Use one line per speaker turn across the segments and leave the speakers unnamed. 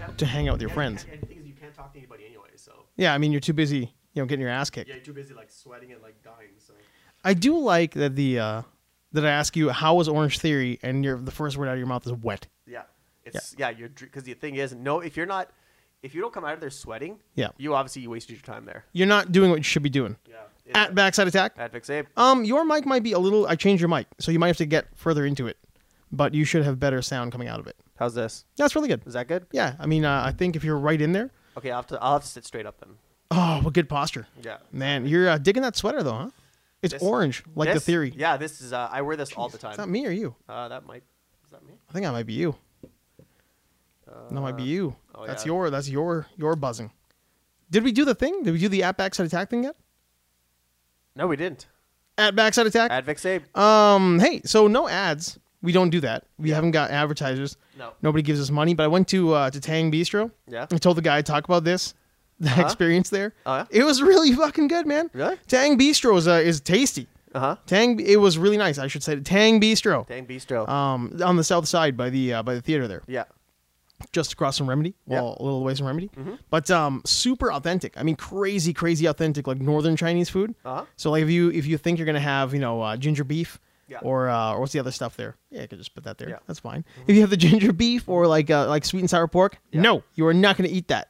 have
to hang out with your
and-
friends.
And the thing is, you can't talk to anybody anyway. So
Yeah, I mean, you're too busy, you know, getting your ass kicked.
yeah, you're too busy like sweating and like dying. So
I do like that the uh that I ask you how was Orange Theory, and your the first word out of your mouth is wet.
yeah, it's yeah, you're because the thing is, no, if you're not, if you don't come out of there sweating,
Yeah.
you obviously you wasted your time there.
You're not doing what you should be doing.
Yeah, it's-
At backside attack.
Advix Abe.
Um, your mic might be a little. I changed your mic, so you might have to get further into it, but you should have better sound coming out of it.
How's this?
That's really good.
Is that good?
Yeah, I mean, uh, I think if you're right in there,
Okay, I'll have to I'll have to sit straight up then.
oh, what good posture,
Yeah.
man. You're uh, digging that sweater though, huh? It's
This-
orange, like the
This-
theory.
Yeah, this is uh, I wear this all the
Is that
time.
me or you?
Uh, that might is that me?
I think that might be you.
Uh,
That might be you.
oh,
that's
yeah.
your. That's your. Your buzzing. Did we do the thing? Did we do the at backside attack thing yet?
No, we didn't.
At backside attack.
Advix Abe.
Um, hey, so no ads. We don't do that. We haven't got advertisers.
No.
Nobody gives us money. But I went to uh, to Tang Bistro.
Yeah.
I told the guy I talk about this, the
Uh-huh.
experience there.
Uh-huh.
It was really fucking good, man.
Really?
Tang Bistro is uh, is tasty.
Uh huh.
Tang. It was really nice. I should say Tang Bistro.
Dang bistro.
Um, on the south side by the uh, by the theater there,
yeah.
just across from Remedy.
Yeah. Mm-hmm.
Well, a little ways from Remedy. But um, super authentic. I mean, crazy, crazy authentic, like northern Chinese food.
Uh huh.
So like if you if you think you're gonna have you know uh, ginger beef
Yeah.
or uh, or what's the other stuff there? Yeah, I could just put that there.
Yeah. Mm-hmm.
That's fine. If you have the ginger beef or like uh, like sweet and sour pork,
Yeah.
no, you are not gonna eat that.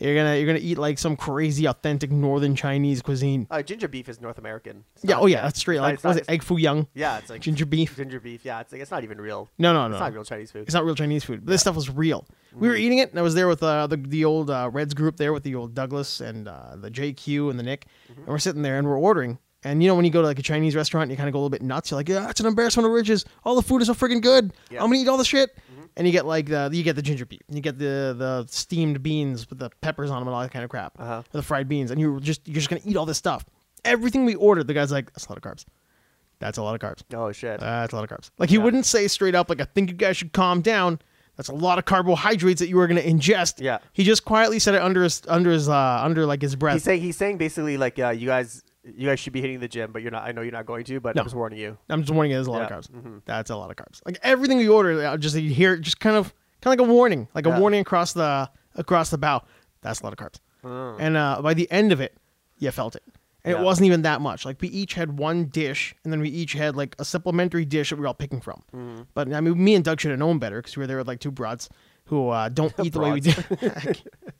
You're gonna you're gonna eat like some crazy authentic northern Chinese cuisine.
Uh, ginger beef is North American. It's
yeah,
not-
oh yeah, that's straight.
It's
Like
not-
was it
it's not-
egg foo young?
Yeah, it's like
Ginger beef.
ginger beef. Yeah, it's like it's not even real.
No, no, no.
It's not real Chinese food.
It's not real Chinese food. But Mm. This stuff was real. We were eating it, and I was there with uh, the the old uh, Reds group there with the old Douglas and uh, the JQ and the Nick, and we're sitting there and we're ordering. And you know when you go to like a Chinese restaurant, you kind of go a little bit nuts. You're like, yeah, it's an embarrassment of riches. All the food is so freaking good.
Yeah.
I'm gonna eat all the shit. And you get like the you get the ginger beef, and you get the the steamed beans with the peppers on them and all that kind of crap,
Uh-huh.
or the fried beans, and you're just you're just gonna eat all this stuff. Everything we ordered, the guy's like, that's a lot of carbs. That's a lot of carbs.
oh shit.
Uh, that's a lot of carbs. Like he
Yeah.
wouldn't say straight up, like I think you guys should calm down. That's a lot of carbohydrates that you are going to ingest.
Yeah.
He just quietly said it under his under his uh, under like his breath.
he's saying he's saying basically like uh, you guys you guys should be hitting the gym, but you're not. I know you're not going to, but
No.
I'm just warning you.
I'm just warning you, there's a lot
Yeah. Mm-hmm.
of carbs. That's a lot of carbs. Like everything we order, I just you hear it just kind of kind of like a warning, like a
Yeah.
warning across the across the bow. That's a lot of carbs. And uh, by the end of it, you felt it. And
Oh. Yeah.
it wasn't even that much. Like we each had one dish, and then we each had like a supplementary dish that we were all picking from.
Mm-hmm.
But I mean, me and Doug should have known better because we were there with like two broads who uh, don't eat the way we do.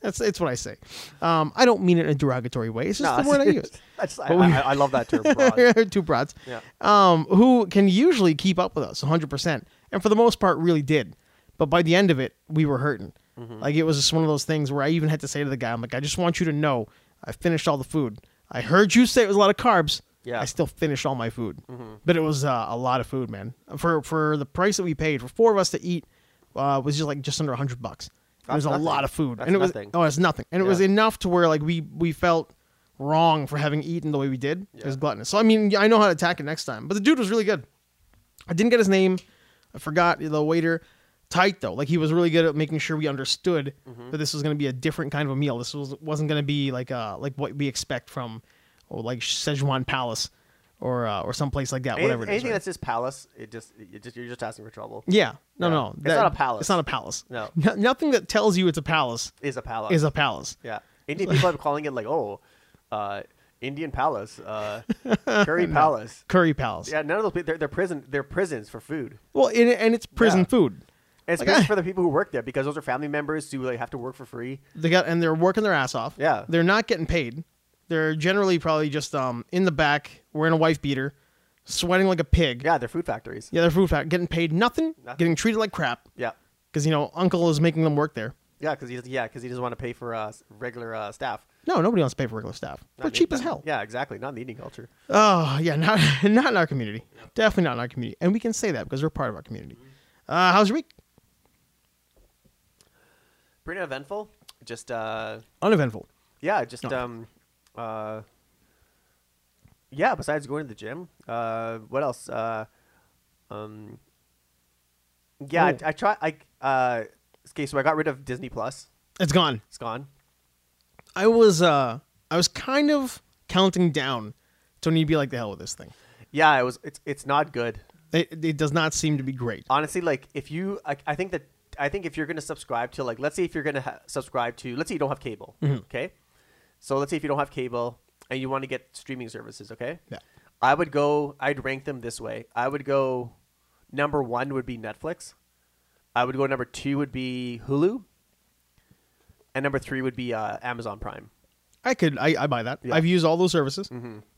that's it's what I say. Um, I don't mean it in a derogatory way. It's just the word I use.
That's, I,
But we-
I, I love that term. Broad.
two brats,
Yeah.
um, who can usually keep up with us 100%, and for the most part, really did. But by the end of it, we were hurting.
Mm-hmm.
Like, it was just one of those things where I even had to say to the guy, I'm like, I just want you to know I finished all the food. I heard you say it was a lot of carbs.
Yeah. Mm-hmm.
I still finished all my food. But it was uh, a lot of food, man. For for the price that we paid, for four of us to eat, uh, was just like just under 100 bucks. It
That's
was a
nothing.
lot of food.
That's
and it was
nothing.
oh, it's nothing. And it
Yeah.
was enough to where like we we felt wrong for having eaten the way we did. It was
Yeah.
gluttonous. So I mean, I know how to attack it next time. But the dude was really good. I didn't get his name. I forgot the waiter. Tight though, like he was really good at making sure we understood
Mm-hmm.
that this was going to be a different kind of a meal. This was wasn't going to be like uh like what we expect from, oh, like Szechuan Palace, or uh, or someplace like that.
Any-
whatever it is.
anything
right?
that's just palace, it just, it just you're just asking for trouble.
yeah, no,
Yeah.
no,
It's not a palace.
It's not a palace.
No.
No- nothing that tells you it's a palace
Is a palace.
is a palace.
yeah. Indian people are calling it like oh, uh, Indian palace, uh, curry palace.
Curry Palace.
Yeah, none of those. pe- They're, they're prison. They're prisons for food.
Well, and, and it's prison
Yeah.
food.
And it's
Like, eh.
especially for
I-
the people who work there because those are family members who like have to work for free.
They got and they're working their ass off.
Yeah.
They're not getting paid. They're generally probably just um in the back wearing a wife beater, sweating like a pig.
Yeah, they're food factories.
Yeah, they're food fat, getting paid nothing,
Nothing.
getting treated like crap
Yeah.
because you know Uncle is making them work there.
Yeah, because he doesn't- yeah, 'cause he doesn't want to pay for uh, s- regular uh, staff.
No, nobody wants to pay for regular staff.
Not
They're
in-
cheap
not-
as hell.
Yeah, exactly. Not in the eating culture.
Oh yeah, not not in our community. Definitely not in our community, and we can say that because we're part of our community. Uh, how's your week?
Pretty eventful. Just uh,
Uneventful.
yeah, just
No.
um, uh, yeah. Besides going to the gym, uh, what else? Uh, um, yeah,
Oh.
I, I try. I uh, okay, so I got rid of Disney Plus.
It's gone.
It's gone.
I was uh I was kind of counting down to need to be like the hell with this thing.
Yeah, it was. It's it's not good.
It, it does not seem to be great.
honestly like if you I, I think that I think if you're going to subscribe to like, let's say if you're going to ha- subscribe to, let's say you don't have cable,
Mm-hmm.
okay? So let's say if you don't have cable and you want to get streaming services, okay?
Yeah.
I would go. I'd rank them this way. I would go. Number one would be Netflix. I would go. Number two would be Hulu. And number three would be uh, Amazon Prime.
I could I, I buy that.
Yeah. Mm-hmm.
I've used all those services.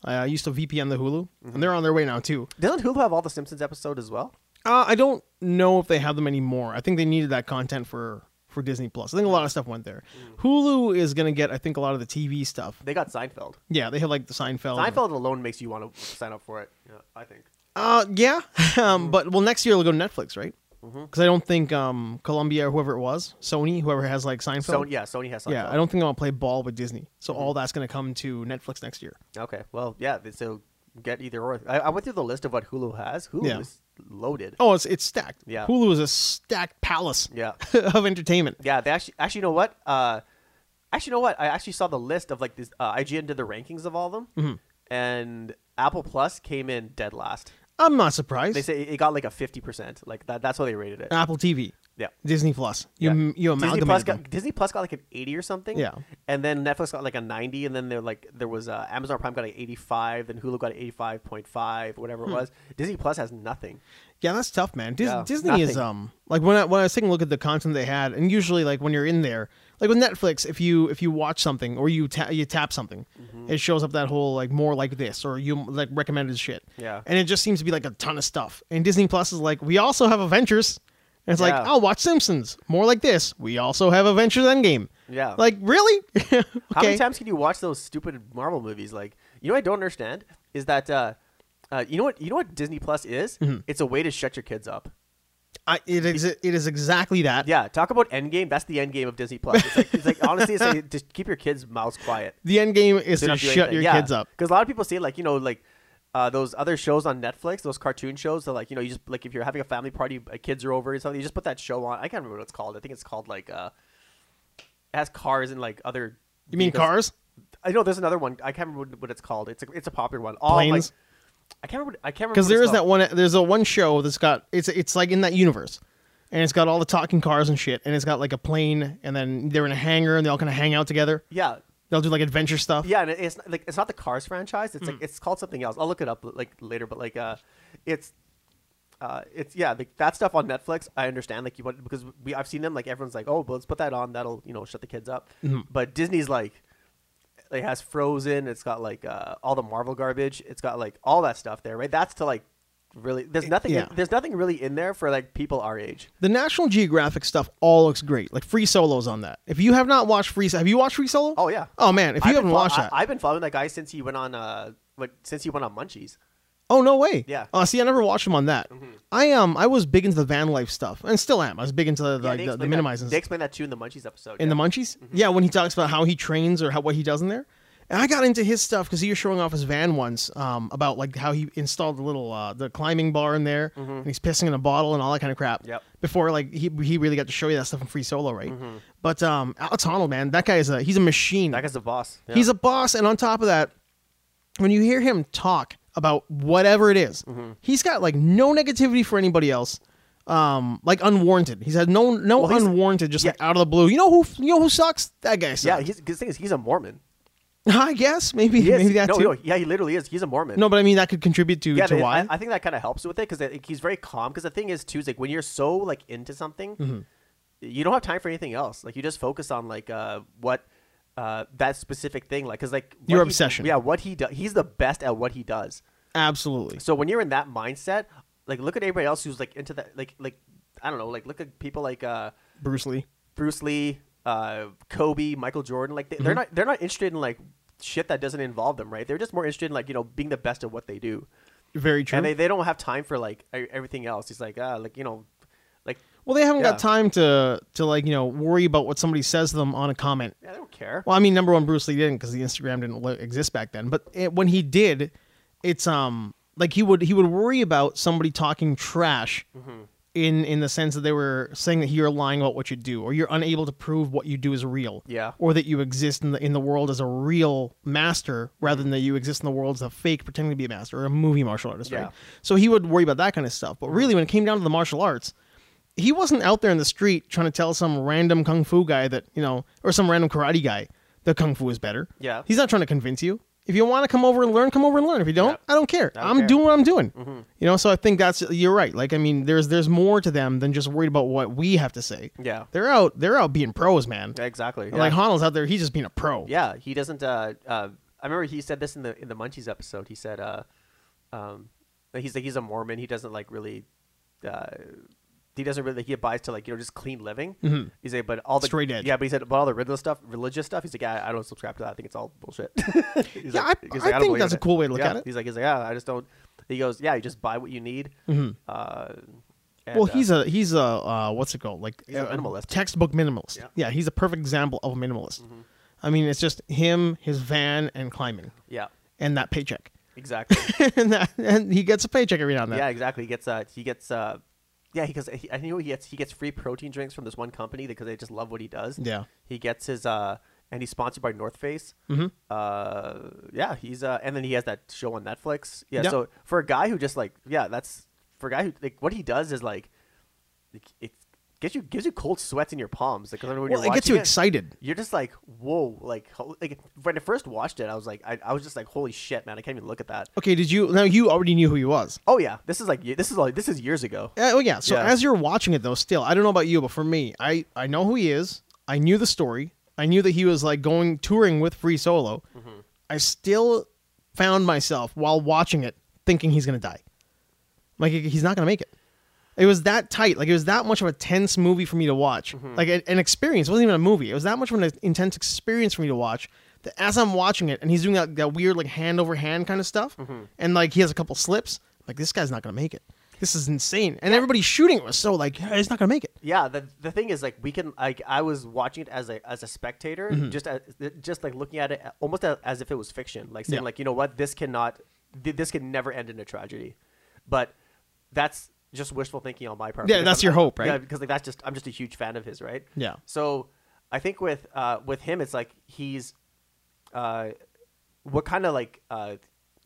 I uh, used to VPN the Hulu, and they're on their way now too.
Doesn't Hulu have all the Simpsons episode as well?
Uh, I don't know if they have them anymore. I think they needed that content for for Disney Plus. I think a lot of stuff went there.
Mm.
Hulu is gonna get I think a lot of the TV stuff.
They got Seinfeld.
Yeah, they have like the Seinfeld.
Seinfeld alone makes you want to sign up for it. Yeah, I think.
Uh, yeah,
Mm.
um, but well, next year it'll go to Netflix, right?
Mm-hmm.
Because I don't think um, Columbia or whoever it was, Sony, whoever has like Seinfeld.
So yeah, Sony Mm-hmm. has Seinfeld.
Yeah, I don't think I'll play ball with Disney. So all that's going to come to Netflix next year.
Okay, well, yeah. th- So get either or. I, I went through the list of what Hulu has. Hulu
Yeah.
is loaded.
Oh, it's it's stacked.
Yeah.
Hulu is a stacked palace
Yeah.
of entertainment.
Yeah, they actually actually you know what? Uh, actually, you know what? I actually saw the list of like this. Uh, IGN did the rankings of all of them,
Mm-hmm.
and Apple Plus came in dead last.
I'm not surprised.
They say it got like a fifty percent. Like that. That's how they rated it.
Apple TV,
Yeah.
Disney Plus. Ah. You
Yeah.
m you
Disney
amalgamated
Plus
them.
got Disney Plus got like an eighty or something.
Yeah.
and then Netflix got like a ninety, and then there like there was uh, Amazon Prime got like eighty five, then Hulu got eighty five point five, whatever
Hmm.
it was. Disney Plus has nothing.
Yeah, that's tough, man. Dis-
Yeah,
Disney is
nothing.
um like when I when I was taking a look at the content they had, and usually like when you're in there, like with Netflix, if you if you watch something or you ta- you tap something,
Mm-hmm.
it shows up that whole like more like this or you like recommended shit.
Yeah.
and it just seems to be like a ton of stuff. And Disney Plus is like we also have Adventures, and it's
Yeah.
like I'll watch Simpsons more like this. We also have Adventures Endgame.
Yeah.
like really? okay.
How many times can you watch those stupid Marvel movies? Like, you know, what I don't understand is that uh, uh, you know what you know what Disney Plus is?
Mm-hmm.
It's a way to shut your kids up.
I, it is it is exactly that.
Yeah, talk about Endgame. That's the Endgame of Disney Plus. It's like, it's like honestly, it's like, just keep your kids' mouths quiet.
The end game is
They
to
don't do
shut
anything.
your
Yeah,
kids up.
Because a lot of people say like you know like uh, those other shows on Netflix, those cartoon shows. So like you know you just like if you're having a family party, uh, kids are over and something, you just put that show on. I can't remember what it's called. I think it's called like uh, it has cars and like other.
You mean
vehicles.
Cars?
I know there's another one. I can't remember what- what it's called. It's a, it's a popular one. All like-
Planes?
I can't remember. I can't remember
because
what
there
it's
is that
called.
one. There's a one show that's got it's it's like in that universe, and it's got all the talking cars and shit, and it's got like a plane, and then they're in a hangar, and they all kind of hang out together.
Yeah,
They'll do like adventure stuff.
yeah, and it- it's not- like it's not the Cars franchise. It's
Hmm.
like it's called something else. I'll look it up like later. But like, uh, it's. Uh, it's yeah, like that stuff on Netflix. I understand, like you want because we I've seen them. Like everyone's like, oh, but let's put that on. That'll you know shut the kids up.
Mm-hmm.
But Disney's like, it has Frozen. It's got like uh, all the Marvel garbage. It's got like all that stuff there, right? That's to like really. There's nothing.
Eh, yeah.
there's nothing really in there for like people our age.
The National Geographic stuff all looks great. Like Free Solo's on that. If you have not watched Free, have you watched Free Solo?
Oh, yeah.
Oh man, if you
I've been
haven't
fol-
watched that,
I, have been following that guy since he went on uh like since he went on Munchies.
oh no way.
Yeah. Mm-hmm.
Oh, see, I never watched him on that. I um, I was big into the van life stuff, and still am. I was big into the
Yeah,
like,
they
the, the
explain that-
minimizing.
They explain that too in the Munchies episode.
in
yeah. Mm-hmm.
the Munchies. Yeah, when he talks about how he trains or how what he does in there. And I got into his stuff because he was showing off his van once um, about like how he installed the little uh, the climbing bar in there, and he's pissing in a bottle and all that kind of crap.
Mm-hmm. Yep. Mm-hmm.
Before like he, he really got to show you that stuff in Free Solo, right? But um, Alex Honnold, man, that guy is a he's a machine.
that guy's the boss. Yeah.
He's a boss, and on top of that, when you hear him talk about whatever it is,
Mm-hmm.
he's got like no negativity for anybody else. Um, like unwarranted. He's had no no
Well, he's-
unwarranted, just
yeah.
like out of the blue. You know who you know who sucks? That guy sucks.
yeah. He's the thing is he's a Mormon.
I guess maybe
He is.
maybe that
no,
too.
no, yeah, he literally is. He's a Mormon.
No, but I mean that could contribute to
yeah,
to
they-
why.
I, I think that kind of helps with it because he's very calm. Because the thing is too is like when you're so like into something,
Mm-hmm.
you don't have time for anything else. Like you just focus on like uh what. Uh, that specific thing, like, cause like what
Your
he-
obsession.
yeah, what he does, he's the best at what he does.
Absolutely.
So when you're in that mindset, like look at everybody else who's like into that, like like I don't know, like look at people like uh,
Bruce Lee.
Bruce Lee, uh, Kobe, Michael Jordan. Like they, they're
Mm-hmm.
not they're not interested in like shit that doesn't involve them, right? They're just more interested in like you know being the best at what they do,
Very true.
and they, they don't have time for like e- everything else. It's like ah like you know like
well, they haven't
Yeah.
got time to to like, you know, worry about what somebody says to them on a comment.
yeah, they don't care.
Well, I mean, number one, Bruce Lee didn't because the Instagram didn't li- exist back then. But it, when he did, it's um like he would he would worry about somebody talking trash
Mm-hmm.
in in the sense that they were saying that you're lying about what you do or you're unable to prove what you do is real.
Yeah.
Or that you exist in the in the world as a real master rather than that you exist in the world as a fake pretending to be a master or a movie martial artist.
Yeah.
Right. So he would worry about that kind of stuff. But really, when it came down to the martial arts. he wasn't out there in the street trying to tell some random kung fu guy that you know, or some random karate guy that kung fu is better.
Yeah.
he's not trying to convince you. If you want to come over and learn, come over and learn. If you don't,
Yeah.
I don't care.
I don't
I'm
care. Mm-hmm.
doing what I'm doing. You know, so I think that's you're right. Like I mean, there's there's more to them than just worried about what we have to say.
Yeah.
They're out they're out being pros, man.
Yeah, exactly.
Like
yeah.
Honnold's out there, he's just being a pro.
Yeah, he doesn't. Uh, uh, I remember he said this in the in the Munchies episode. He said, uh, um, that he's like he's a Mormon. He doesn't like really. Uh, he doesn't really. He abides to like you know just clean living.
Mhm.
He's like, but all the
Straight edge.
Yeah, but he said, but all the religious stuff, religious stuff. He's like, yeah, I don't subscribe to that. I think it's all bullshit. He's like-
Yeah, I-
he's
I
like, don't
think
believe
that's
in
a cool way to look
Yeah,
at it.
He's like, he's like, yeah, I just don't. He goes, yeah, you just buy what you need.
Mhm.
Uh,
well, he's a he's a uh, what's it called? Like
He's a
uh,
minimalist.
textbook minimalist.
Yeah. Mm-hmm.
Yeah. he's a perfect example of a minimalist. I mean, it's just him, his van, and climbing,
yeah,
and that paycheck,
exactly.
and, that, and he gets a paycheck every now and then.
Yeah, exactly. He gets uh, he gets uh, yeah, because he, I know he gets he gets free protein drinks from this one company because they just love what he does.
Yeah.
he gets his uh, and he's sponsored by North Face.
Mhm.
Uh, yeah, he's uh, and then he has that show on Netflix. Yeah,
Yeah.
so for a guy who just like yeah, that's for a guy who like what he does is like it, it gets you gives you cold sweats in your palms. Like 'cause I know when
well,
you're
it gets you
watching
excited.
You're just like whoa, like ho- like when I first watched it, I was like I, I was just like holy shit, man, I can't even look at that.
Okay, did you? Now you already knew who he was.
Oh yeah, this is like ye- this is like this is years ago.
Uh, oh yeah. So
Yeah.
as you're watching it though, still, I don't know about you, but for me, I I know who he is. I knew the story. I knew that he was like going touring with Free Solo.
Mm-hmm.
I still found myself while watching it thinking he's gonna die. Like he- he's not gonna make it. It was that tight. Like it was that much of a tense movie for me to watch.
Mm-hmm.
Like a- an experience. It wasn't even a movie. It was that much of an intense experience for me to watch. That as I'm watching it, and he's doing that, that weird like hand over hand kind of stuff,
Mm-hmm.
and like he has a couple slips. Like this guy's not gonna make it. This is insane. And everybody shooting it was so like "Yeah, he's not gonna make it.
yeah the, the thing is like we can like i was watching it as a as a spectator
Mm-hmm.
just as, just like looking at it almost as, as if it was fiction like saying
Yeah.
like you know what this cannot th- this can never end in a tragedy but that's just wishful thinking on my part
Yeah,
because
that's
I'm-
your hope,
yeah
right?
because like that's just i'm just a huge fan of his right
Yeah.
so i think with uh with him it's like he's uh what kind of like uh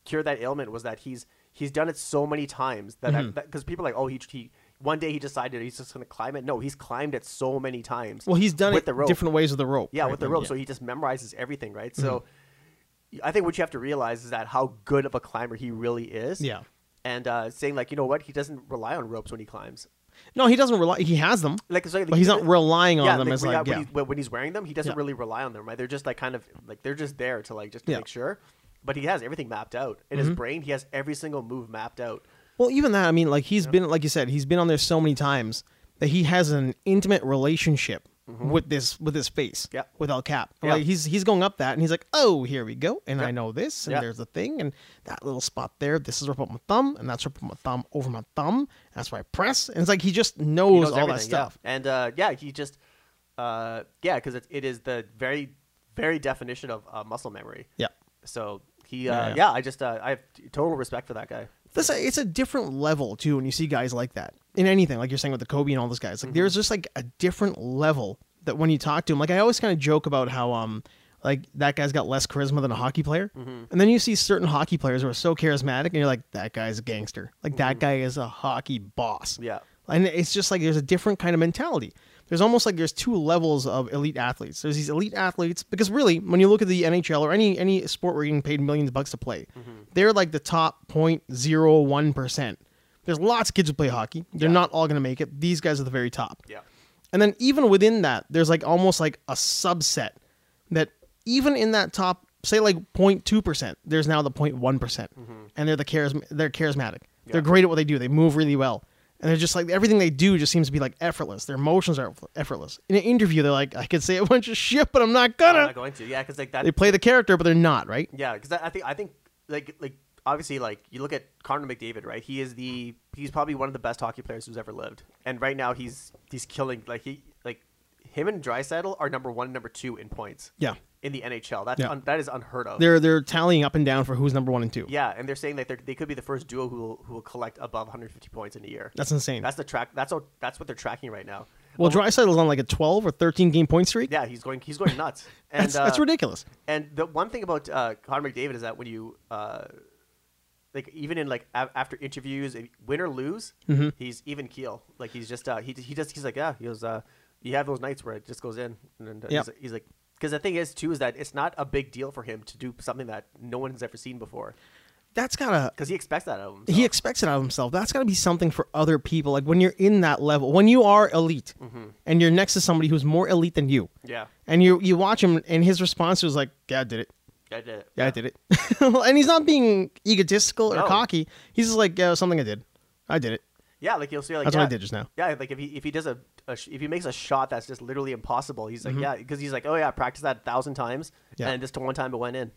cure that ailment was that he's he's done it so many times that
Mm-hmm.
because people are like oh he, he one day he decided he's just gonna climb it no he's climbed it so many times
Well, he's done
with
it
the rope
different ways with the rope.
yeah
right?
with the
Like,
rope
yeah. Mm-hmm.
so he just memorizes everything right so i think what you have to realize is that how good of a climber he really is
Yeah.
and uh saying like you know what he doesn't rely on ropes when he climbs
no, he doesn't rely. He has them,
like, so, like
but he's not relying on
yeah,
them as
when,
like
when,
yeah.
he's, when- when he's wearing them, he doesn't
Yeah.
really rely on them, right? They're just like kind of like they're just there to like just to
Yeah. Mm-hmm.
make sure. But he has everything mapped out in his brain. He has every single move mapped out.
Well, even that, I mean, like he's been, like you said, he's been on there so many times that he has an intimate relationship with this with his face,
Mm-hmm. Yeah.
with El Cap.
Yeah.
Like he's he's going up that, and he's like, "Oh, here we go," and
Yeah.
I know this, and
Yeah.
there's a thing, and that little spot there. This is where I put my thumb, and that's where I put my thumb over my thumb. That's where I press, and it's like he just knows,
He knows
all that
everything, yeah.
stuff.
And uh, yeah, he just uh, yeah, because it, it is the very very definition of uh, muscle memory.
Yeah.
So he
Yeah,
uh,
yeah.
yeah. I just uh, I have total respect for that guy.
This it's a different level too when you see guys like that in anything, like you're saying with the Kobe and all those guys. Like there's just like a different level that when you talk to him, like I always kind of joke about how um like that guy's got less charisma than a hockey player, and then you see certain hockey players who are so charismatic, and you're like that guy's a gangster, like that guy is a hockey boss.
Yeah.
And it's just like there's a different kind of mentality. There's almost like there's two levels of elite athletes. There's these elite athletes because really, when you look at the NHL or any any sport where you're getting paid millions of bucks to play, they're like the top 0.01 percent. There's lots of kids who play hockey. They're not all going to make it. These guys are the very top.
Yeah.
And then even within that, there's like almost like a subset that even in that top, say like 0.2%, there's now the 0.1%. percent And they're the charism- they're charismatic.
Mm-hmm. Yeah.
They're great at what they do. They move really well. And they're just like everything they do just seems to be like effortless. Their emotions are effortless. In an interview, they're like, I could say a bunch of shit, but I'm not gonna.
I'm not going to yeah, because like that
they play the character, but they're not, right?
Yeah, because I I think I think like like obviously like you look at Connor McDavid, right? He is the he's probably one of the best hockey players who's ever lived, and right now he's he's killing like he like him and Drysaddle are number one, number two in points.
Yeah.
in the NHL, that's
Yeah.
un, that is unheard of.
They're they're tallying up and down for who's number one and two.
yeah, and they're saying that they're, they could be the first duo who will, who will collect above 150 points in a year.
That's insane.
That's the track. That's all, that's what they're tracking right now.
well, Drysaddle's on like a 12 or 13 game point streak.
Yeah, he's going he's going nuts. And
that's, that's
uh,
ridiculous.
And the one thing about uh, Connor McDavid is that when you uh, like even in like a- after interviews, if- win or lose,
Mm-hmm.
he's even keel. Like he's just uh, he he just he's like yeah he goes uh, you have those nights where it just goes in and then uh,
Yep.
he's, he's like because the thing is too is that it's not a big deal for him to do something that no one has ever seen before
That's gotta
because he expects that out of him.
he expects it out of himself. That's got to be something for other people. Like when you're in that level, when you are elite,
Mm-hmm.
and you're next to somebody who's more elite than you,
yeah,
and you you watch him, and his response was like, "Yeah, I did it.
I did it.
Yeah, I did it." and he's not being egotistical or
No.
cocky. He's just like, "Yeah, something I did. I did it.
Yeah, like you'll see like
That's
yeah,
what I did just now."
Yeah, like if he if he does a, a sh- if he makes a shot that's just literally impossible, he's like yeah because he's like oh yeah I practiced that a thousand times
Mm-hmm. Yeah.
and just one time it went in.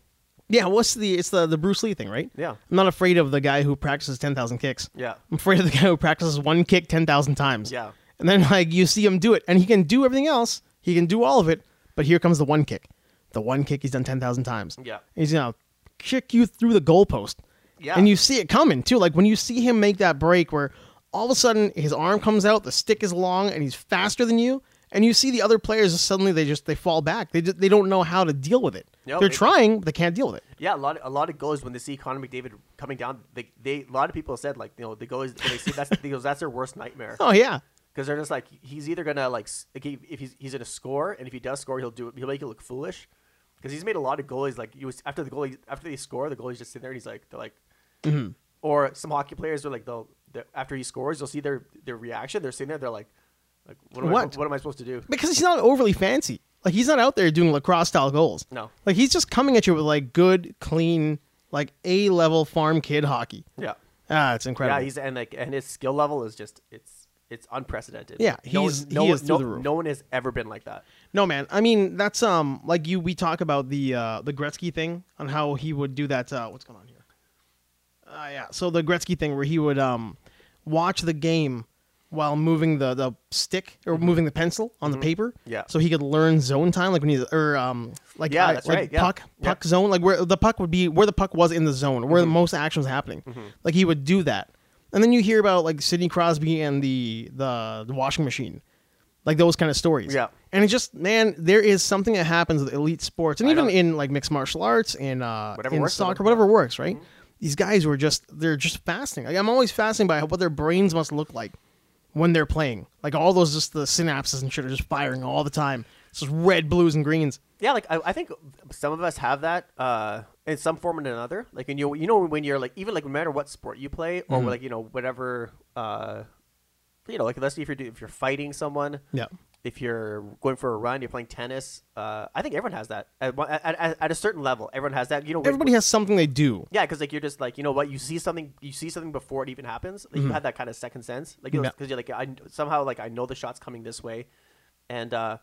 Yeah, what's the it's the the Bruce Lee thing, right?
Yeah.
I'm not afraid of the guy who practices ten thousand kicks.
Yeah.
I'm afraid of the guy who practices one kick ten thousand times.
Yeah.
And then like you see him do it, and he can do everything else. He can do all of it, but here comes the one kick, the one kick he's done ten thousand times.
Yeah.
He's gonna kick you through the goalpost.
Yeah.
And you see it coming too. Like when you see him make that break, where all of a sudden his arm comes out, the stick is long, and he's faster than you. And you see the other players just suddenly they just they fall back. They just, they don't know how to deal with it.
No,
They're
it-
trying, but they can't deal with it.
Yeah, a lot a lot of goals when they see Connor McDavid coming down, they, they a lot of people said like you know the goalies when they see that's they goes, that's their worst nightmare
Oh yeah,
because they're just like he's either gonna like s- like, he- if he's he's gonna score and if he does score he'll do it he'll make you look foolish because he's made a lot of goalies like you was after the goalie after they score the goalie's just sitting there and he's like they're like or some hockey players are like they'll they're- after he scores you'll see their their reaction they're sitting there they're like like what am
What?
I, what am I supposed to do
because he's not overly fancy. Like he's not out there doing lacrosse style goals.
No.
like he's just coming at you with like good, clean, like A level farm kid hockey.
yeah
Ah, it's incredible.
Yeah, he's and like and his skill level is just it's it's unprecedented.
Yeah,
no,
he's-
no,
he is through
no,
the roof.
no one has ever been like that.
No, man. I mean, that's um like you. We talk about the uh the Gretzky thing on how he would do that. Uh, what's going on here? Uh, yeah. So the Gretzky thing where he would um watch the game while moving the the stick or moving the pencil on the paper.
Mm-hmm. Yeah.
So he could learn zone time, like when he's or um like
Yeah,
I-
that's
like
right, yeah.
puck
Yeah. Mm-hmm.
puck zone, like where the puck would be, where the puck was in the zone, where the most action was happening. Like he would do that. And then you hear about like Sidney Crosby and the the, the washing machine. Like those kind of stories.
Yeah.
And it just, man, there is something that happens with elite sports, and
I
even
know.
in like mixed martial arts, in uh,
Whatever
in
works for them. Mm-hmm.
soccer, whatever works, right? These guys were just, they're just fasting. Like, I'm always fascinated by what their brains must look like when they're playing. Like all those, just the synapses and shit are just firing all the time. It's just red, blues, and greens.
Yeah, like I, I think some of us have that uh, in some form or another. Like, and you you know when you're like even like no matter what sport you play or
Mm-hmm.
like you know whatever uh, you know like let's say if you're do- if you're fighting someone,
Yeah.
if you're going for a run, you're playing tennis. Uh, I think everyone has that at, one- at, at, at a certain level. Everyone has that. You know, when-
Everybody has something they do.
Yeah, because like you're just like you know what you see something you see something before it even happens. Like, You have that kind of second sense, like because
Mm-hmm. Yeah.
you're like I somehow like I know the shot's coming this way, and uh,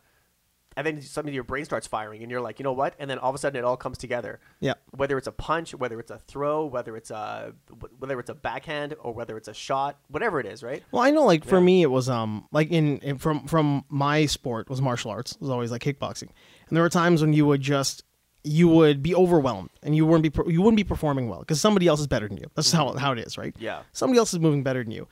and then suddenly your brain starts firing, and you're like you know what, and then all of a sudden it all comes together.
Yeah.
Whether it's a punch, whether it's a throw, whether it's a whether it's a backhand or whether it's a shot, whatever it is, right?
Well, I know, like for me, it was um like in, in from from my sport was martial arts. It was always like kickboxing, and there were times when you would just you would be overwhelmed and you wouldn't be per- you wouldn't be performing well because somebody else is better than you. That's how how it is, right?
Yeah.
Somebody else is moving better than you.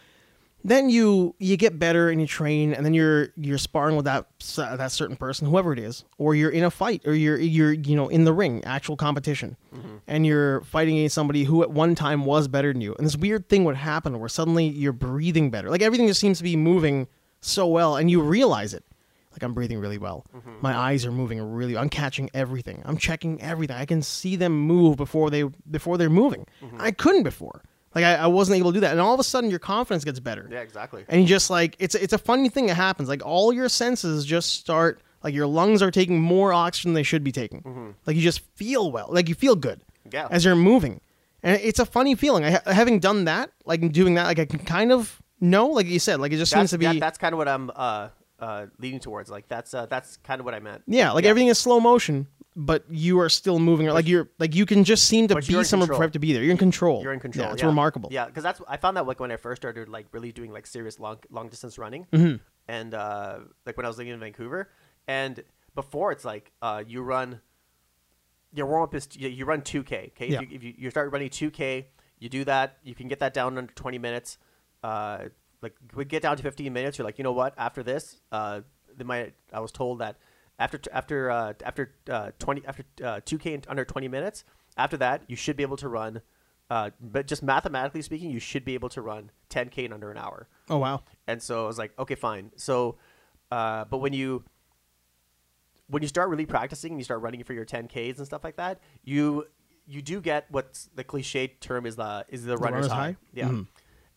Then you you get better and you train, and then you're you're sparring with that s- that certain person, whoever it is, or you're in a fight, or you're you're you know in the ring, actual competition, and you're fighting against somebody who at one time was better than you. And this weird thing would happen where suddenly you're breathing better, like everything just seems to be moving so well, and you realize it. Like I'm breathing really well. My eyes are moving really. I'm catching everything. I'm checking everything. I can see them move before they before they're moving. I couldn't before. Like I, I wasn't able to do that. And all of a sudden, your confidence gets better.
Yeah, exactly.
And you just like it's it's a funny thing that happens. Like all your senses just start like your lungs are taking more oxygen than they should be taking. Like you just feel well. Like you feel good.
Mm-hmm. Yeah.
As you're moving, and it's a funny feeling. I ha- having done that, like doing that, like I can kind of know. Like you said, like it just
That's,
seems to be.
that- that's kind of what I'm uh, uh, leading towards. Like that's uh, that's kind of what I meant.
Yeah, like everything is slow motion, but you are still moving. Like you're like you can just seem to
but you're
be
in
somewhere
control.
prepped to be there. You're in control.
You're in control.
Yeah, it's remarkable.
Yeah, because that's I found that like when I first started like really doing like serious long long distance running,
Mm-hmm.
and uh, like when I was living in Vancouver, and before it's like uh, you run your warm up is you, you run 2k okay if,
Yeah.
you, if you, you start running 2k you do that you can get that down under 20 minutes uh, like we get down to 15 minutes you're like you know what after this uh, they might i was told that after t- after uh, after uh, 20 after uh, 2k and under 20 minutes after that you should be able to run uh, but just mathematically speaking, you should be able to run 10k in under an hour.
Oh wow.
And so I was like, okay, fine. So, uh, but when you when you start really practicing and you start running for your 10ks and stuff like that, you you do get what's the cliched term is the is the, runner's,
runner's
high. Mm-hmm.
high?
Yeah.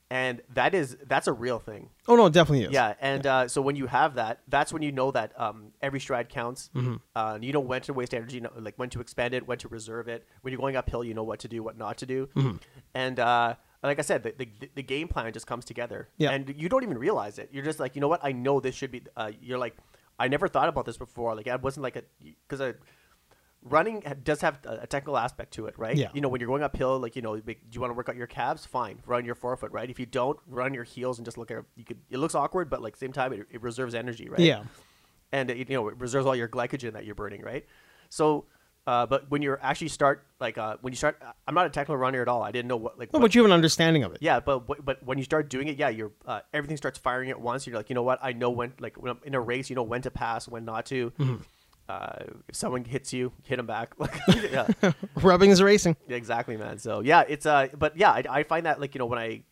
And that is that's a real thing.
Oh no, it definitely is.
Yeah, and Uh, so when you have that, that's when you know that um, every stride counts. Uh, and you know when to waste energy, you know, like when to expend it, when to reserve it. When you're going uphill, you know what to do, what not to do. And uh, like I said, the, the, the game plan just comes together.
Yeah.
And you don't even realize it. You're just like, you know what? I know this should be. Uh, you're like, I never thought about this before. Like, I wasn't like a because I. Running ha- does have a a technical aspect to it, right?
Yeah.
You know, when you're going uphill, like you know, like, do you want to work out your calves? Fine, run your forefoot, right? If you don't, run your heels and just look at you could. It looks awkward, but like same time, it, it reserves energy, right?
Yeah.
and it, you know it reserves all your glycogen that you're burning, right? So, uh, but when you're actually start like uh, when you start, I'm not a technical runner at all. I didn't know what like.
No,
what-
but you have an understanding of it.
yeah, but wh- but when you start doing it, yeah, you're uh, everything starts firing at once. You're like, you know what? I know when like when I'm in a race, you know when to pass, when not to.
Mm-hmm.
Uh, if someone hits you, hit them back. Like, yeah.
Rubbing is racing.
Yeah, Exactly, man. So yeah, it's uh, but yeah, I, I find that like you know when I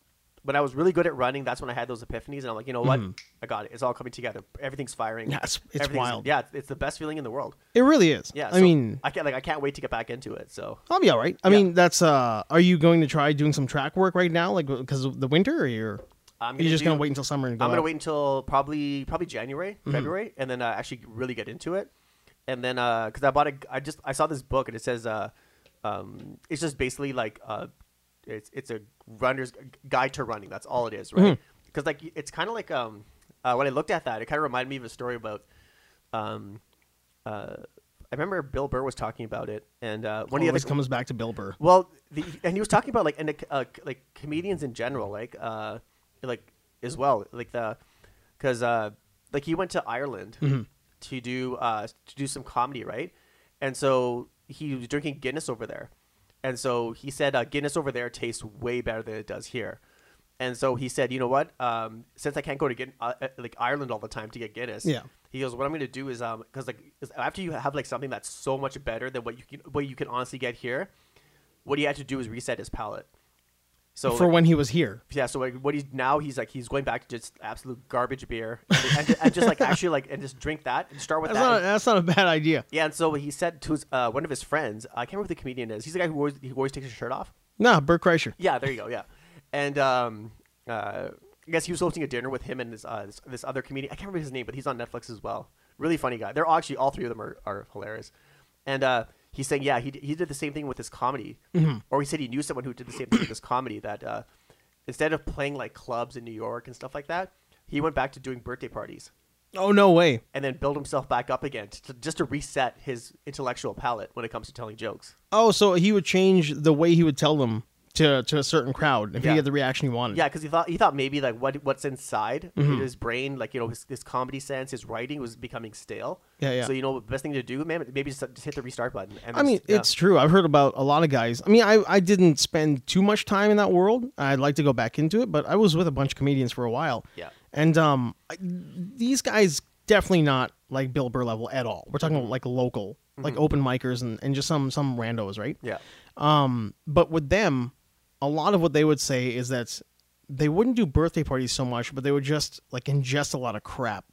when I was really good at running, that's when I had those epiphanies, and I'm like, you know what, I got it. It's all coming together. Everything's firing.
Mm-hmm. Yeah, it's- it's
Everything's-
wild.
Yeah, it's, it's the best feeling in the world.
It really is.
Yeah,
I
so
mean,
I can't like I can't wait to get back into it. So
I'll be all right. I
Yeah.
mean, that's uh. Are you going to try doing some track work right now, like because of the winter, or you're
I'm
you're
gonna
just gonna
do-
wait until summer and go?
I'm
out?
gonna wait until probably probably January, February, and then uh, actually really get into it. And then because I bought a, I just I saw this book and it says uh, um, it's just basically like uh, it's it's a runner's guide to running. That's all it is, right? Because like it's kind of like um, uh, when I looked at that, it kind of reminded me of a story about um, uh, I remember Bill Burr was talking about it, and uh, one of the
Always
other
comes back to Bill Burr.
well, the, and he was talking about like and the, uh, like comedians in general, like uh, like as well, like the because uh, like he went to Ireland to do uh, to do some comedy, right? And so he was drinking Guinness over there, and so he said uh, Guinness over there tastes way better than it does here. And so he said, you know what? Um, since I can't go to get uh, uh, like Ireland all the time to get Guinness,
Yeah.
he goes, "What I'm going to do is, um, because like 'cause after you have like something that's so much better than what you can what you can honestly get here, what he had to do is reset his palate. So
for
like,
when he was here.
yeah, so like what he's now he's like he's going back to just absolute garbage beer and, and, and just like actually like and just drink that and start with
That's
that.
not, that's not a bad idea.
yeah, and so he said to his, uh, one of his friends, I can't remember who the comedian is. He's the guy who always, he always takes his shirt off.
Nah, Bert Kreischer.
Yeah, there you go. Yeah, and um, uh, I guess he was hosting a dinner with him and this uh, this, this other comedian. I can't remember his name, but he's on Netflix as well. Really funny guy. They're all- actually all three of them are, are hilarious. And uh, he's saying, yeah, he d- he did the same thing with his comedy, or he said he knew someone who did the same thing with his comedy. That uh, instead of playing like clubs in New York and stuff like that, he went back to doing birthday parties
Oh no way.
and then build himself back up again to, to- just to reset his intellectual palate when it comes to telling jokes.
Oh, so he would change the way he would tell them to to a certain crowd if
Yeah.
he had the reaction he wanted.
Yeah, because he thought he thought maybe like what what's inside
Mm-hmm.
his brain, like you know his, his comedy sense, his writing was becoming stale.
Yeah, yeah.
So you know the best thing to do, man, maybe just, just hit the restart button. And
I mean,
just- yeah.
it's true. I've heard about a lot of guys. I mean, I, I didn't spend too much time in that world. I'd like to go back into it, but I was with a bunch of comedians for a while.
Yeah.
And um, I, these guys definitely not like Bill Burr level at all. We're
Mm-hmm.
talking like local, like open micers and, and just some some randos, right?
yeah,
Um, but with them, a lot of what they would say is that they wouldn't do birthday parties so much, but they would just like ingest a lot of crap.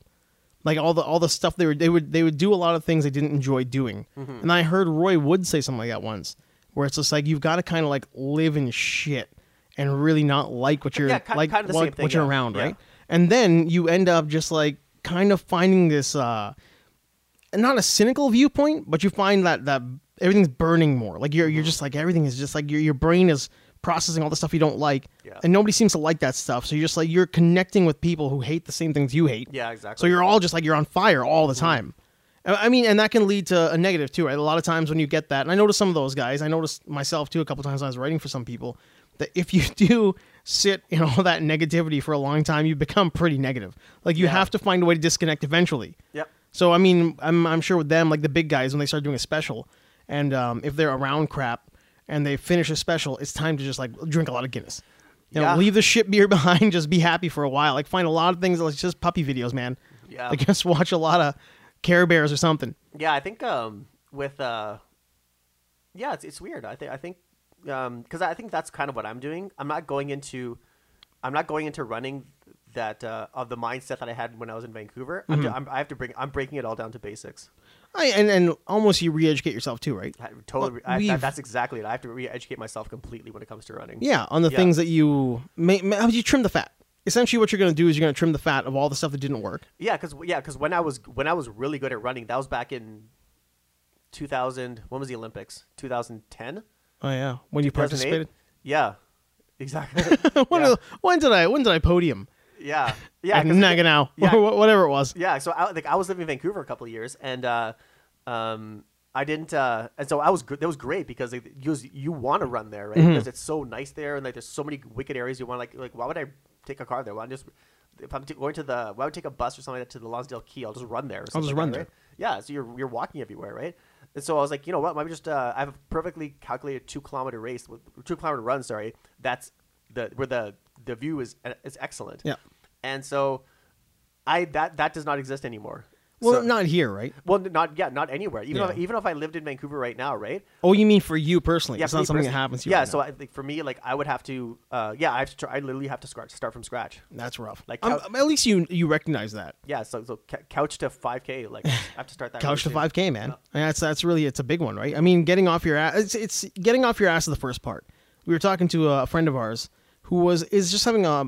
Like all the all the stuff they were they would they would do a lot of things they didn't enjoy doing.
Mm-hmm.
And I heard Roy Wood say something like that once, where it's just like you've got to kind of like live in shit and really not like what you're
Yeah, ki-
like
kinda the
what,
same thing,
what you're
yeah.
around,
Yeah.
right? And then you end up just like kind of finding this uh not a cynical viewpoint, but you find that that everything's burning more. Like you're
Mm-hmm.
you're just like everything is just like your your brain is processing all the stuff you don't like,
Yeah.
and nobody seems to like that stuff. So you're just like you're connecting with people who hate the same things you hate.
yeah, Mm-hmm. exactly.
So you're all just like you're on fire all the time. I I mean, and that can lead to a negative too, right? A lot of times when you get that, and I noticed some of those guys, I noticed myself too a couple times when I was writing for some people, that if you do sit in all that negativity for a long time, you become pretty negative. Like you
Yeah.
have to find a way to disconnect eventually.
Yep.
So I mean, I'm I'm sure with them, like the big guys, when they start doing a special, and um, if they're around crap and they finish a special, it's time to just like drink a lot of Guinness. You know,
Yeah.
leave the shit beer behind. Just be happy for a while. Like find a lot of things. Like just puppy videos, man.
Yeah.
Like just watch a lot of Care Bears or something.
Yeah, I think um with uh yeah, it's it's weird. I think I think um because I think that's kind of what I'm doing. I'm not going into, I'm not going into running that uh, of the mindset that I had when I was in Vancouver.
Mm-hmm.
I'm, ju- I'm, I have to bring. I'm breaking it all down to basics.
I, and and almost you re-educate yourself too, right?
I totally.
Well,
I,
we've-
that, that's exactly it. I have to re-educate myself completely when it comes to running.
Yeah, on the
Yeah.
things that you may, may, you trim the fat. Essentially, what you're going to do is you're going to trim the fat of all the stuff that didn't work.
Yeah, because yeah, 'cause when I was when I was really good at running, that was back in 2000. When was the Olympics? 2010.
Oh yeah, when you participated.
Yeah, exactly.
when,
yeah.
when did I when did I podium?
yeah,
Yeah,
yeah,
like
'cause-
Naganow,
yeah.
whatever it was.
yeah. So I, like I was living in Vancouver a couple of years, and uh, um, I didn't, uh, and so I was gr- that was great because like, you you want to run there,
Mm-hmm.
right? Because it's so nice there, and like there's so many wicked areas you want. Like like why would I take a car there? Why not just if I'm t- going to the why would I take a bus or something like that to the Lonsdale Key? I'll just run there. or something
just
like
run
that,
there.
right? Yeah, so you're you're walking everywhere, right? And so I was like, you know what? Maybe just uh, I have a perfectly calculated two kilometer race, with, two kilometer run. Sorry, that's the where the the view is uh, is excellent.
Yeah.
And so I that that does not exist anymore.
Well,
So-
not here, right?
well, not yeah, not anywhere. Even if,
Yeah.
even if I lived in Vancouver right now, right?
Oh, you mean for you personally?
Yeah,
it's
for me
not something
personally-
that happens to you.
Yeah,
right
so
now.
I, like, for me, like I would have to, uh, yeah, I have to try, I literally have to scratch, start from scratch.
that's rough.
like
Like um,
how-
at least you you recognize that.
Yeah, so so cou- couch to five k, like I have to start that.
Couch to
really soon.
five k, man. And that's that's really it's a big one, right? I mean, getting off your ass. It's, it's getting off your ass is the first part. We were talking to a friend of ours who was is just having a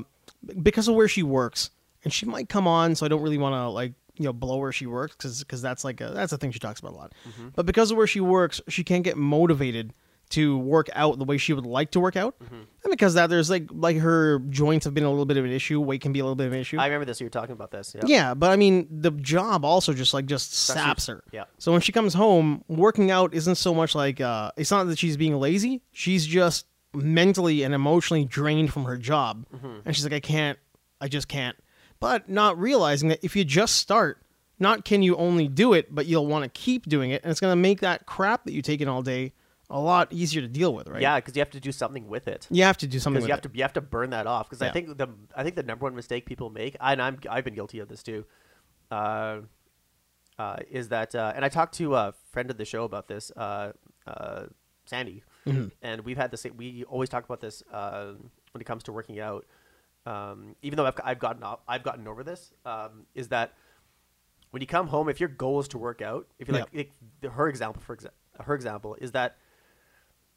because of where she works, and she might come on, so I don't really want to like you know blow where she works because that's like a, that's a thing she talks about a lot. But because of where she works, she can't get motivated to work out the way she would like to work out, and because of that there's like like her joints have been a little bit of an issue, weight can be a little bit of an issue.
I remember this. You were talking about this. Yeah.
Yeah, but I mean, the job also just like just saps her.
yeah.
So when she comes home, working out isn't so much like uh, it's not that she's being lazy. She's just mentally and emotionally drained from her job,
Mm-hmm.
and she's like, I can't, I just can't. But not realizing that if you just start, not can you only do it, but you'll want to keep doing it, and it's gonna make that crap that you take in all day a lot easier to deal with, right?
Yeah, because you have to do something with it.
You have to do something.
because
With
you have
it.
to you have to burn that off. Because I
Yeah.
think the I think the number one mistake people make, and I'm I've been guilty of this too, uh, uh, is that uh, and I talked to a friend of the show about this, uh, uh, Sandy,
Mm-hmm.
and we've had the same. We always talk about this uh, when it comes to working out. Um, even though I've I've gotten off, I've gotten over this, um, is that when you come home, if your goal is to work out, if you like,
Yeah.
like her example, for example, her example is that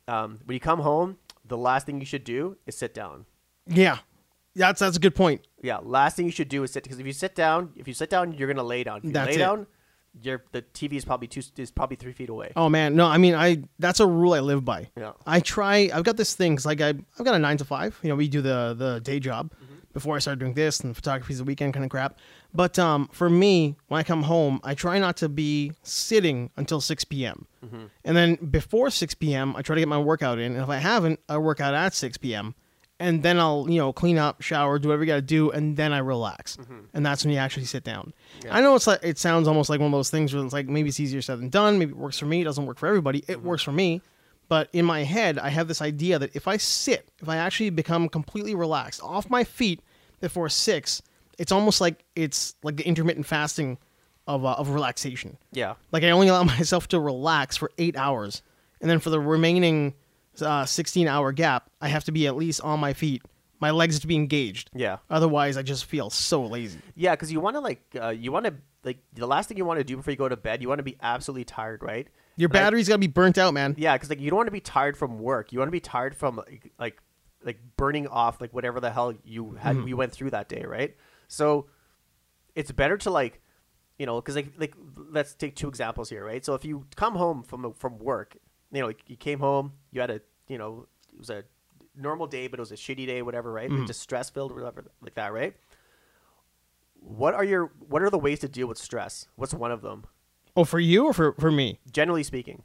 um, when you come home, the last thing you should do is sit down.
Yeah, that's that's a good point.
Yeah, last thing you should do is sit because if you sit down, if you sit down, you're gonna lay down. If you
That's
lay
it.
down, your the TV is probably two is probably three feet away.
Oh man, no, I mean I that's a rule I live by.
Yeah.
I try I've got this thing 'cause, like I I've got a 9 to 5. You know, we do the the day job before I started doing this and photography's the weekend kind of crap. But um for me, when I come home, I try not to be sitting until 6 p.m. And then before 6 p.m., I try to get my workout in, and if I haven't, I work out at 6 p.m. And then I'll, you know, clean up, shower, do whatever you got to do, and then I relax. And that's when you actually sit down. I know it's like it sounds almost like one of those things where it's like maybe it's easier said than done. Maybe it works for me. It doesn't work for everybody. It works for me. But in my head, I have this idea that if I sit, if I actually become completely relaxed off my feet before six, it's almost like it's like the intermittent fasting of, uh, of relaxation.
Yeah,
Like I only allow myself to relax for eight hours, and then for the remaining uh, sixteen hour gap, I have to be at least on my feet. My legs have to be engaged.
Yeah.
Otherwise, I just feel so lazy.
yeah, because you want to like uh, you want to like the last thing you want to do before you go to bed, you want to be absolutely tired, right?
Your
And I-
battery's gotta be burnt out, man.
Yeah, because like you don't want to be tired from work. You want to be tired from like like, like burning off like whatever the hell you had you went through that day, right? So it's better to like you know because like like let's take two examples here, right? So if you come home from from work, you know like you came home, you had a you know it was a normal day, but it was a shitty day, whatever, right? Like, Just stress filled, whatever, like that, right? What are your what are the ways to deal with stress? What's one of them?
Oh, for you or for, for me?
Generally speaking,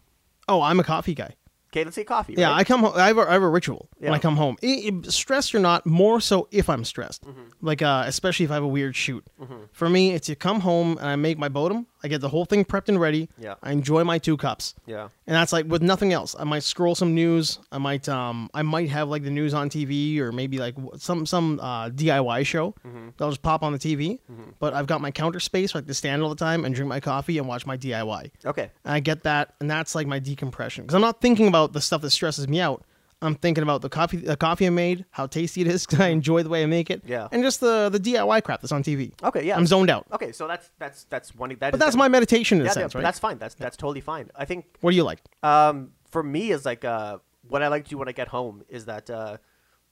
Oh, I'm a coffee guy.
okay, let's say coffee.
Yeah,
right?
I come. Home, I have a, I have a ritual
Yeah.
when I come home. I- I- stressed or not, more so if I'm stressed.
Mm-hmm.
Like uh, especially if I have a weird shoot. For me, it's you come home and I make my bodum. I get the whole thing prepped and ready.
Yeah.
I enjoy my two cups.
Yeah.
and that's like with nothing else. I might scroll some news. I might um I might have like the news on TV or maybe like w- some some uh, DIY show
Mm-hmm.
that'll just pop on the TV. But I've got my counter space where I like to stand all the time and drink my coffee and watch my DIY.
Okay.
And I get that, and that's like my decompression because I'm not thinking about the stuff that stresses me out. I'm thinking about the coffee, the coffee I made, how tasty it is because I enjoy the way I make it.
Yeah.
And just the the DIY crap that's on TV.
Okay, yeah.
I'm zoned out.
Okay, so that's that's that's one. That
But
is-
that's my meditation in
yeah,
a
yeah,
sense,
but
right?
That's fine. That's that's totally fine. I think
what do you like?
Um, for me, is like uh, what I like to do when I get home is that uh,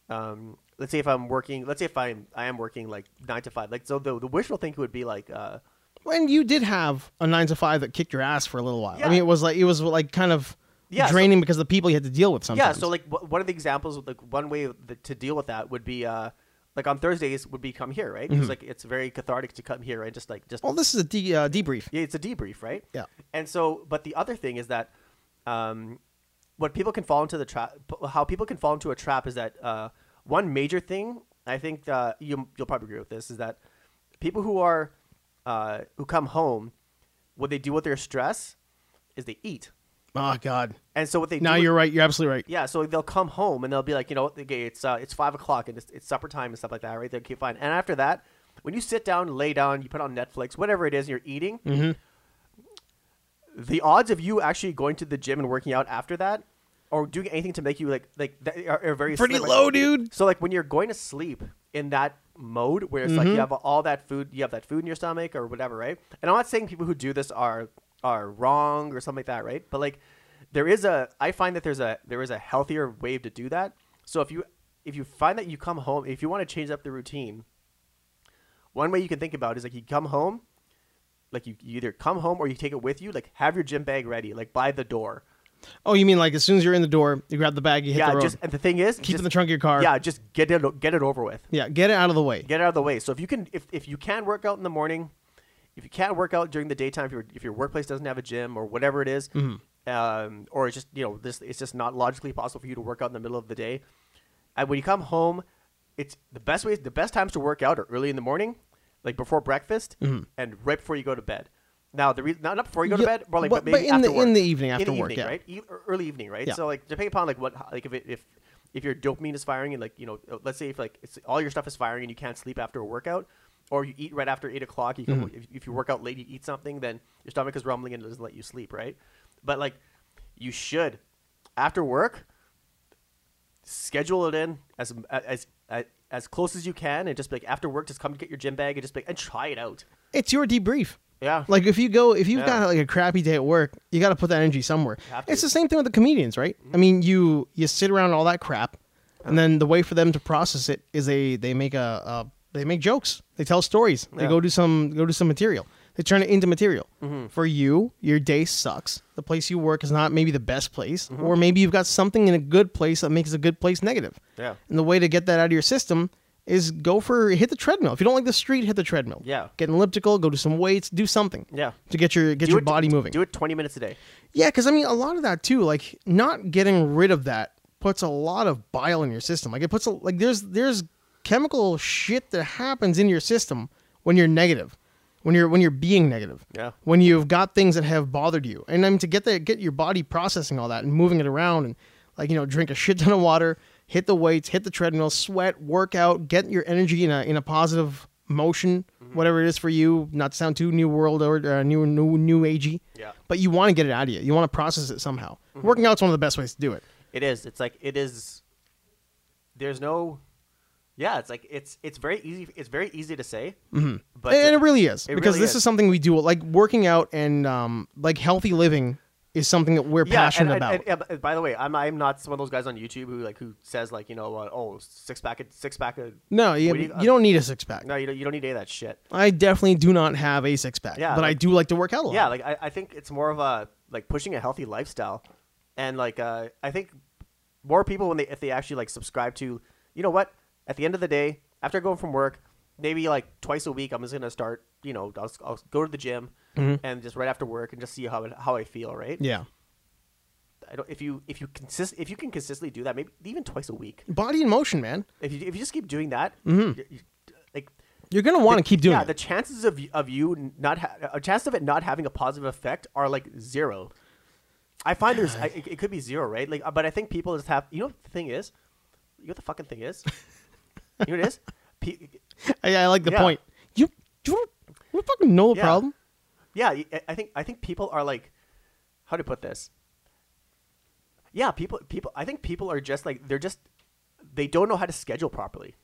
um, let's say if I'm working, let's say if I'm I am working like nine to five, like so the the wishful thinking would be like uh,
When you did have a nine to five that kicked your ass for a little while. I
Yeah.
mean, it was like it was like kind of
Yeah, so-
draining because of the people you had to deal with sometimes.
yeah. So like w- one of the examples, of, like one way that, to deal with that would be uh, like on Thursdays would be come here, right?
Mm-hmm.
Because like it's very cathartic to come here and just like just
well, this is a de- uh, debrief.
Yeah, it's a debrief, right?
Yeah.
And so, but the other thing is that, um, what people can fall into the trap, how people can fall into a trap is that uh, one major thing I think uh, you you'll probably agree with this is that people who are uh, who come home, what they do with their stress is they eat,
Oh God.
and so what they
Now
do with-
you're right. You're absolutely right.
yeah, so they'll come home and they'll be like, you know, what, okay, it's uh, it's five o'clock and it's, it's supper time and stuff like that, right? They're okay, fine. And after that, when you sit down, lay down, you put on Netflix, whatever it is, and you're eating,
Mm-hmm.
the odds of you actually going to the gym and working out after that, or doing anything to make you like like that are, are very
Pretty
slim,
low,
like,
dude.
So like when you're going to sleep in that mode where it's like
Mm-hmm.
you have all that food, you have that food in your stomach or whatever, right? And I'm not saying people who do this are are wrong or something like that, right? But like there is a I find that there's a there is a healthier way to do that. So if you if you find that you come home, if you want to change up the routine, one way you can think about is like you come home, like you, you either come home or you take it with you, like have your gym bag ready, like by the door.
Oh, you mean like as soon as you're in the door, you grab the bag, you hit
yeah,
the road.
just and the thing is
Keep it
just-
in the trunk of your car.
Yeah, just get it o- get it over with.
Yeah, get it out of the way.
Get it out of the way. So if you can if, if you can work out in the morning, if you can't work out during the daytime, if your if your workplace doesn't have a gym or whatever it is,
Mm-hmm.
um, or it's just you know this it's just not logically possible for you to work out in the middle of the day. And when you come home, it's the best ways the best times to work out are early in the morning, like before breakfast,
Mm-hmm.
and right before you go to bed. Now the reason not, not before you go to
Yeah,
bed, but like
but-
but maybe
but in the-
after work.
in the evening after
in the
work,
evening,
yeah.
right? E- or early evening, right?
Yeah.
So like depending upon like what like if it, if if your dopamine is firing and like you know uh, let's say if like it's, all your stuff is firing and you can't sleep after a workout, or you eat right after eight o'clock. You
Mm-hmm.
can, if, if you work out late, you eat something, then your stomach is rumbling and it doesn't let you sleep, right? But like you should after work schedule it in as as as, as close as you can and just be like after work just come get your gym bag and just be like, and try it out
It's your debrief.
yeah
Like if you go, if you've
Yeah.
got like a crappy day at work, you got to put that energy somewhere.
Have to. Mm-hmm.
It's the same thing with the comedians, right? I mean, you you sit around all that crap, and then the way for them to process it is they they make a, a they make jokes, they tell stories,
Yeah.
they
Mm-hmm.
go do some go do some material, they turn it into material. For you, your day sucks. The place you work is not maybe the best place,
Mm-hmm.
or maybe you've got something in a good place that makes a good place negative.
Yeah.
And the way to get that out of your system is go for hit the treadmill. If you don't like the street, hit the treadmill.
Yeah.
Get an elliptical, go do some weights, do something
yeah
to get your get
Do
your
it-
body moving.
do it 20 minutes a day
Yeah, because I mean, a lot of that too, like not getting rid of that puts a lot of bile in your system. Like it puts a, like there's there's chemical shit that happens in your system when you're negative, when you're when you're being negative.
Yeah.
When you've got things that have bothered you, and I mean to get that get your body processing all that and moving it around and like you know drink a shit ton of water, hit the weights, hit the treadmill, sweat, work out, get your energy in a in a positive motion,
Mm-hmm.
whatever it is for you. Not to sound too new world or uh, new new new agey
Yeah. Mm-hmm.
but you want to get it out of you. You want to process it somehow. Working out's one of the best ways to do it.
It is. It's like it is. There's no. Yeah, it's like it's it's very easy. It's very easy to say, mm-hmm. but
and
to-
it really is
it
because
really
this is.
is.
something we do. Like working out and um, like healthy living is something that we're
yeah,
passionate
and,
about.
And, and, and by the way, I'm I'm not one of those guys on YouTube who like who says like you know uh, oh six pack of six pack of
no, you,
What do
you,
you- uh,
don't need a six pack.
no you don't, you don't need any of that shit.
I definitely do not have a six pack,
Yeah,
but I
like-
do like to work out a lot.
Yeah, like I, I think it's more of a like pushing a healthy lifestyle, and like uh, I think more people when they if they actually like subscribe to, you know what? At the end of the day, after going from work, maybe like twice a week, I'm just gonna start. You know, I'll, I'll go to the gym and just right after work and just see how it, how I feel. Right?
yeah.
I don't, if you if you consist if you can consistently do that, maybe even twice a week.
Body in motion, man.
If you if you just keep doing that, you- you- like
You're gonna want to keep doing
yeah,
it.
the chances of y- of you n- not ha- a chance of it not having a positive effect are like zero. I find there's I, it, it could be zero, right? Like, uh, but I think people just have. You know what the thing is? You know what the fucking thing is? you know what it is? Pe-
I, I like the
yeah.
point. You you don't, you don't fucking know the
Yeah.
problem.
yeah, y- I- I think I think people are like, how do you put this? Yeah, people people I think people are just like they're just they don't know how to schedule properly.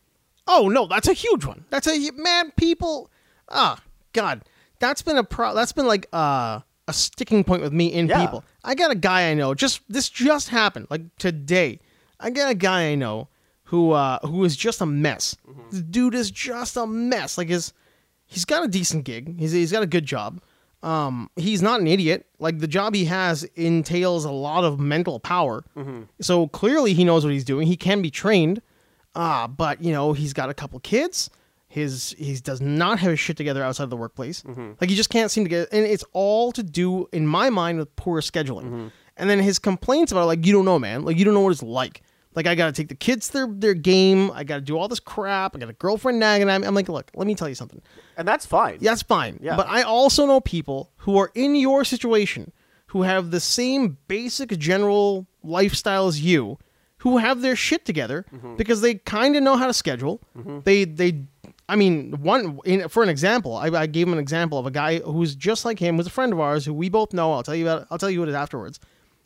Oh no, that's a huge one. That's a hu- man. People, ah, God, that's been a pro. That's been like uh, a sticking point with me in
Yeah.
people. I got a guy I know. Just this just happened, like today. I got a guy I know who uh who is just a mess. The dude is just a mess. Like his, he's got a decent gig. He's he's got a good job. Um, he's not an idiot. Like the job he has entails a lot of mental power. So clearly he knows what he's doing. He can be trained. Ah, but you know he's got a couple kids. His he does not have his shit together outside of the workplace. Like he just can't seem to get. And it's all to do, in my mind, with poor scheduling. And then his complaints about like you don't know, man. Like you don't know what it's like. Like I gotta take the kids to their their game. I gotta do all this crap. I got a girlfriend nagging at me. I'm like, look, let me tell you something.
And that's fine.
That's fine.
Yeah.
But I also know people who are in your situation who have the same basic general lifestyle as you who have their shit together because they kind of know how to schedule. They they I mean, one in, for an example, I, I gave him an example of a guy who's just like him, who's a friend of ours who we both know. I'll tell you about. I'll tell you what it is afterwards.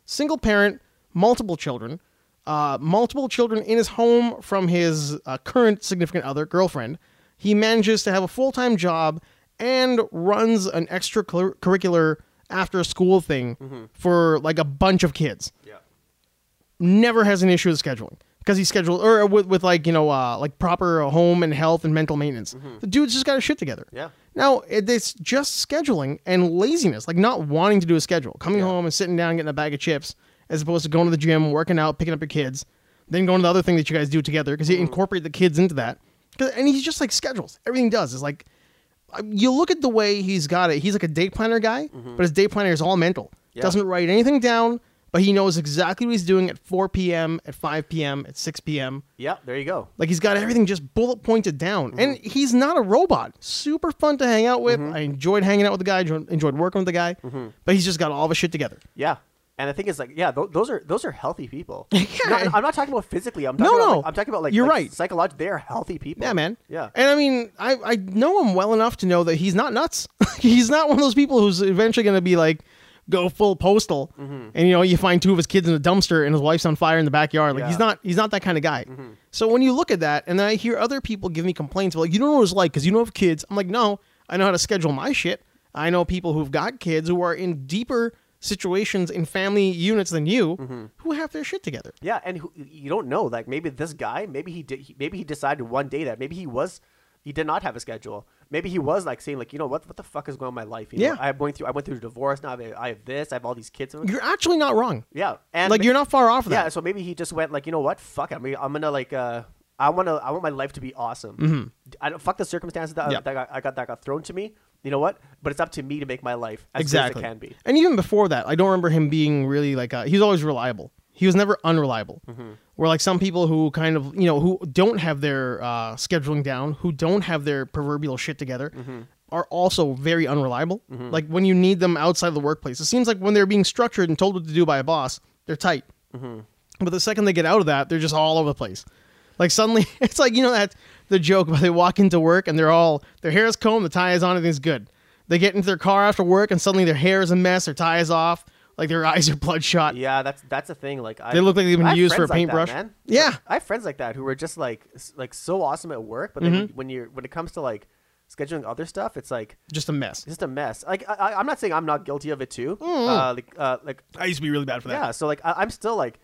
Single parent, multiple children, uh, multiple children in his home from his uh, current significant other girlfriend. He manages to have a full time job and runs an extracurricular after school thing for like a bunch of kids
Yeah.
never has an issue with scheduling because he's scheduled or with, with like you know uh, like proper home and health and mental maintenance. The dude's just got his shit together.
Yeah.
Now it, it's just scheduling and laziness, like not wanting to do a schedule, coming home and sitting down and getting a bag of chips, as opposed to going to the gym, working out, picking up your kids, then going to the other thing that you guys do together because you incorporate the kids into that. 'Cause- And he's just like schedules. Everything does is like I- you look at the way he's got it. He's like a day planner guy, but his day planner is all mental.
Yeah.
Doesn't write anything down, but he knows exactly what he's doing at 4 p.m., at 5 p.m., at 6 p.m.
Yeah, there you go.
Like he's got everything just bullet pointed down, and he's not a robot. Super fun to hang out with. I enjoyed hanging out with the guy. enjoyed- Enjoyed working with the guy, but he's just got all of his shit together.
Yeah. And the thing is, like, yeah, th- those are those are healthy people. No, I'm not talking about physically. I'm talking
No,
about,
no.
Like, I'm talking about like
You're
like,
right.
Psychologically, they are healthy people.
Yeah, man.
Yeah.
And I mean, I, I know him well enough to know that he's not nuts. he's not one of those people who's eventually going to be like, go full postal,
Mm-hmm.
and you know, you find two of his kids in a dumpster and his wife's on fire in the backyard. Like
Yeah. Mm-hmm.
he's not he's not that kind of guy. So when you look at that, and then I hear other people give me complaints about you don't know what it's like because you don't have kids. I'm like, no, I know how to schedule my shit. I know people who've got kids who are in deeper situations in family units than you
Mm-hmm.
who have their shit together.
Yeah, and who, you don't know. Like maybe this guy, maybe he did. He, maybe he decided one day that maybe he was, he did not have a schedule. Maybe he was like saying like, you know what, what the fuck is going on in my life? You
Yeah.
know, I'm going through. I went through a divorce. Now I have, I have this. I have all these kids.
You're actually not wrong.
Yeah, and
like
ma-
you're not far off of that.
yeah. So maybe he just went like, you know what, fuck. it. I mean, I'm gonna like, uh, I wanna, I want my life to be awesome. I don't fuck the circumstances that,
Mm-hmm. Yeah.
that got, I got that got thrown to me. You know what? But it's up to me to make my life as
exactly
good as it can be.
And even before that, I don't remember him being really like uh he was always reliable. He was never unreliable.
Mm-hmm.
Where like some people who kind of you know who don't have their uh, scheduling down, who don't have their proverbial shit together,
Mm-hmm.
are also very unreliable. Like when you need them outside of the workplace, it seems like when they're being structured and told what to do by a boss, they're tight. But the second they get out of that, they're just all over the place. Like suddenly, it's like you know that the joke where they walk into work and they're all their hair is combed, the tie is on, everything's good. They get into their car after work and suddenly their hair is a mess, their tie is off, like their eyes are bloodshot.
Yeah, that's that's a thing. Like I,
They look like they've been
I have
used for a
friends like that,
paintbrush.
man.
Yeah.
Like, I have friends like that who are just like s- like so awesome at work, but
Mm-hmm.
then when you're when it comes to like scheduling other stuff, it's like
Just a mess.
it's just a mess. Like I, I- I'm not saying I'm not guilty of it too.
Mm-hmm.
Uh, like uh, like
I used to be really bad for that.
yeah. So like I, I'm still like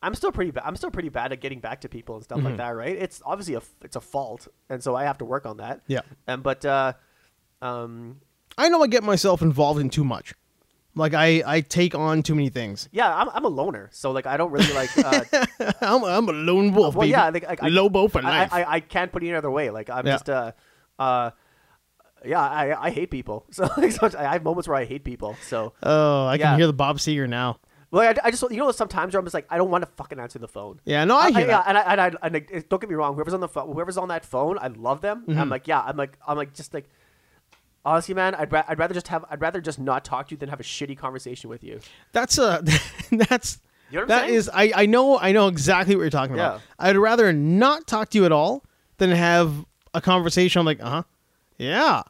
I'm still pretty bad. I'm still pretty bad at getting back to people and stuff
Mm-hmm.
like that. Right? It's obviously a f- it's a fault, and so I have to work on that.
Yeah.
And but uh, um,
I know I get myself involved in too much. Like I, I take on too many things.
yeah, I'm I'm a loner, so like I don't really like uh,
I'm, I'm a lone wolf,
Well,
baby.
yeah, like, I- I-
Lobo for
I,
life.
I, I can't put it any other way. Like I'm
Yeah.
just uh, uh, yeah, I, I hate people. So, so I have moments where I hate people. So
oh, I can
Yeah.
hear the Bob Seger now.
well, I, I just you know sometimes where I'm just like I don't want to fucking answer the phone.
Yeah, no, I hear
yeah,
that.
and I, and I and like, it- don't get me wrong. Whoever's on the phone, whoever's on that phone, I love them. And
Mm-hmm.
I'm like, yeah, I'm like, I'm like, just like, honestly, man, I'd, ra- I'd rather just have, I'd rather just not talk to you than have a shitty conversation with you.
That's a that's
You know what I'm
that
saying?
is I I know I know exactly what you're talking about. I'd rather not talk to you at all than have a conversation. I'm like, uh huh, yeah.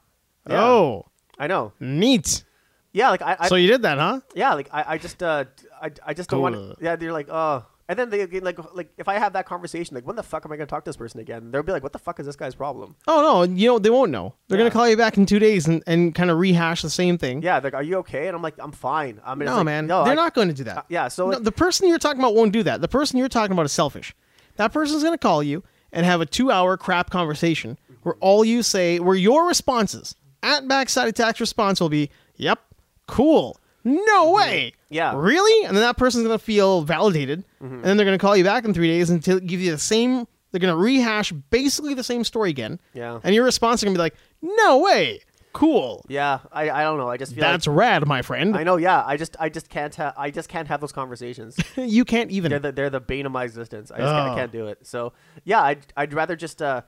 Yeah.
"Uh-huh. oh,
I know.
neat.
yeah, like I, I
so you did that, huh?
yeah, like I, I just uh I, I just don't
Cool.
want. Yeah, they're like oh. And then they they, like like if I have that conversation, like when the fuck am I gonna talk to this person again? They'll be like, what the fuck is this guy's problem?
Oh no, and you know they won't know. They're gonna
Yeah.
call you back in two days and, and kind of rehash the same thing.
Yeah, like are you okay? And I'm like, I'm fine. I mean, it's
no,
like,
man,
no,
they're
I-
not going to do that.
yeah, so,
No,
like-
the person you're talking about won't do that. The person you're talking about is selfish. That person's going to call you and have a two-hour crap conversation where all you say, where your responses at backside attack's response will be, "Yep, cool, no way,
Mm-hmm. Yeah. Mm-hmm.
really," and then that person's going to feel validated, and then they're going to call you back in three days and t- give you the same. They're going to rehash basically the same story again.
Yeah.
and your response is going to be like, "No way, cool."
Yeah, I, I don't know. I just feel
That's
like,
rad, my friend.
I know. Yeah, I just I just can't ha- I just can't have those conversations.
you can't even.
they're the they're the bane of my existence. I just
Oh.
kinda can't do it. So yeah, I'd I'd rather just uh,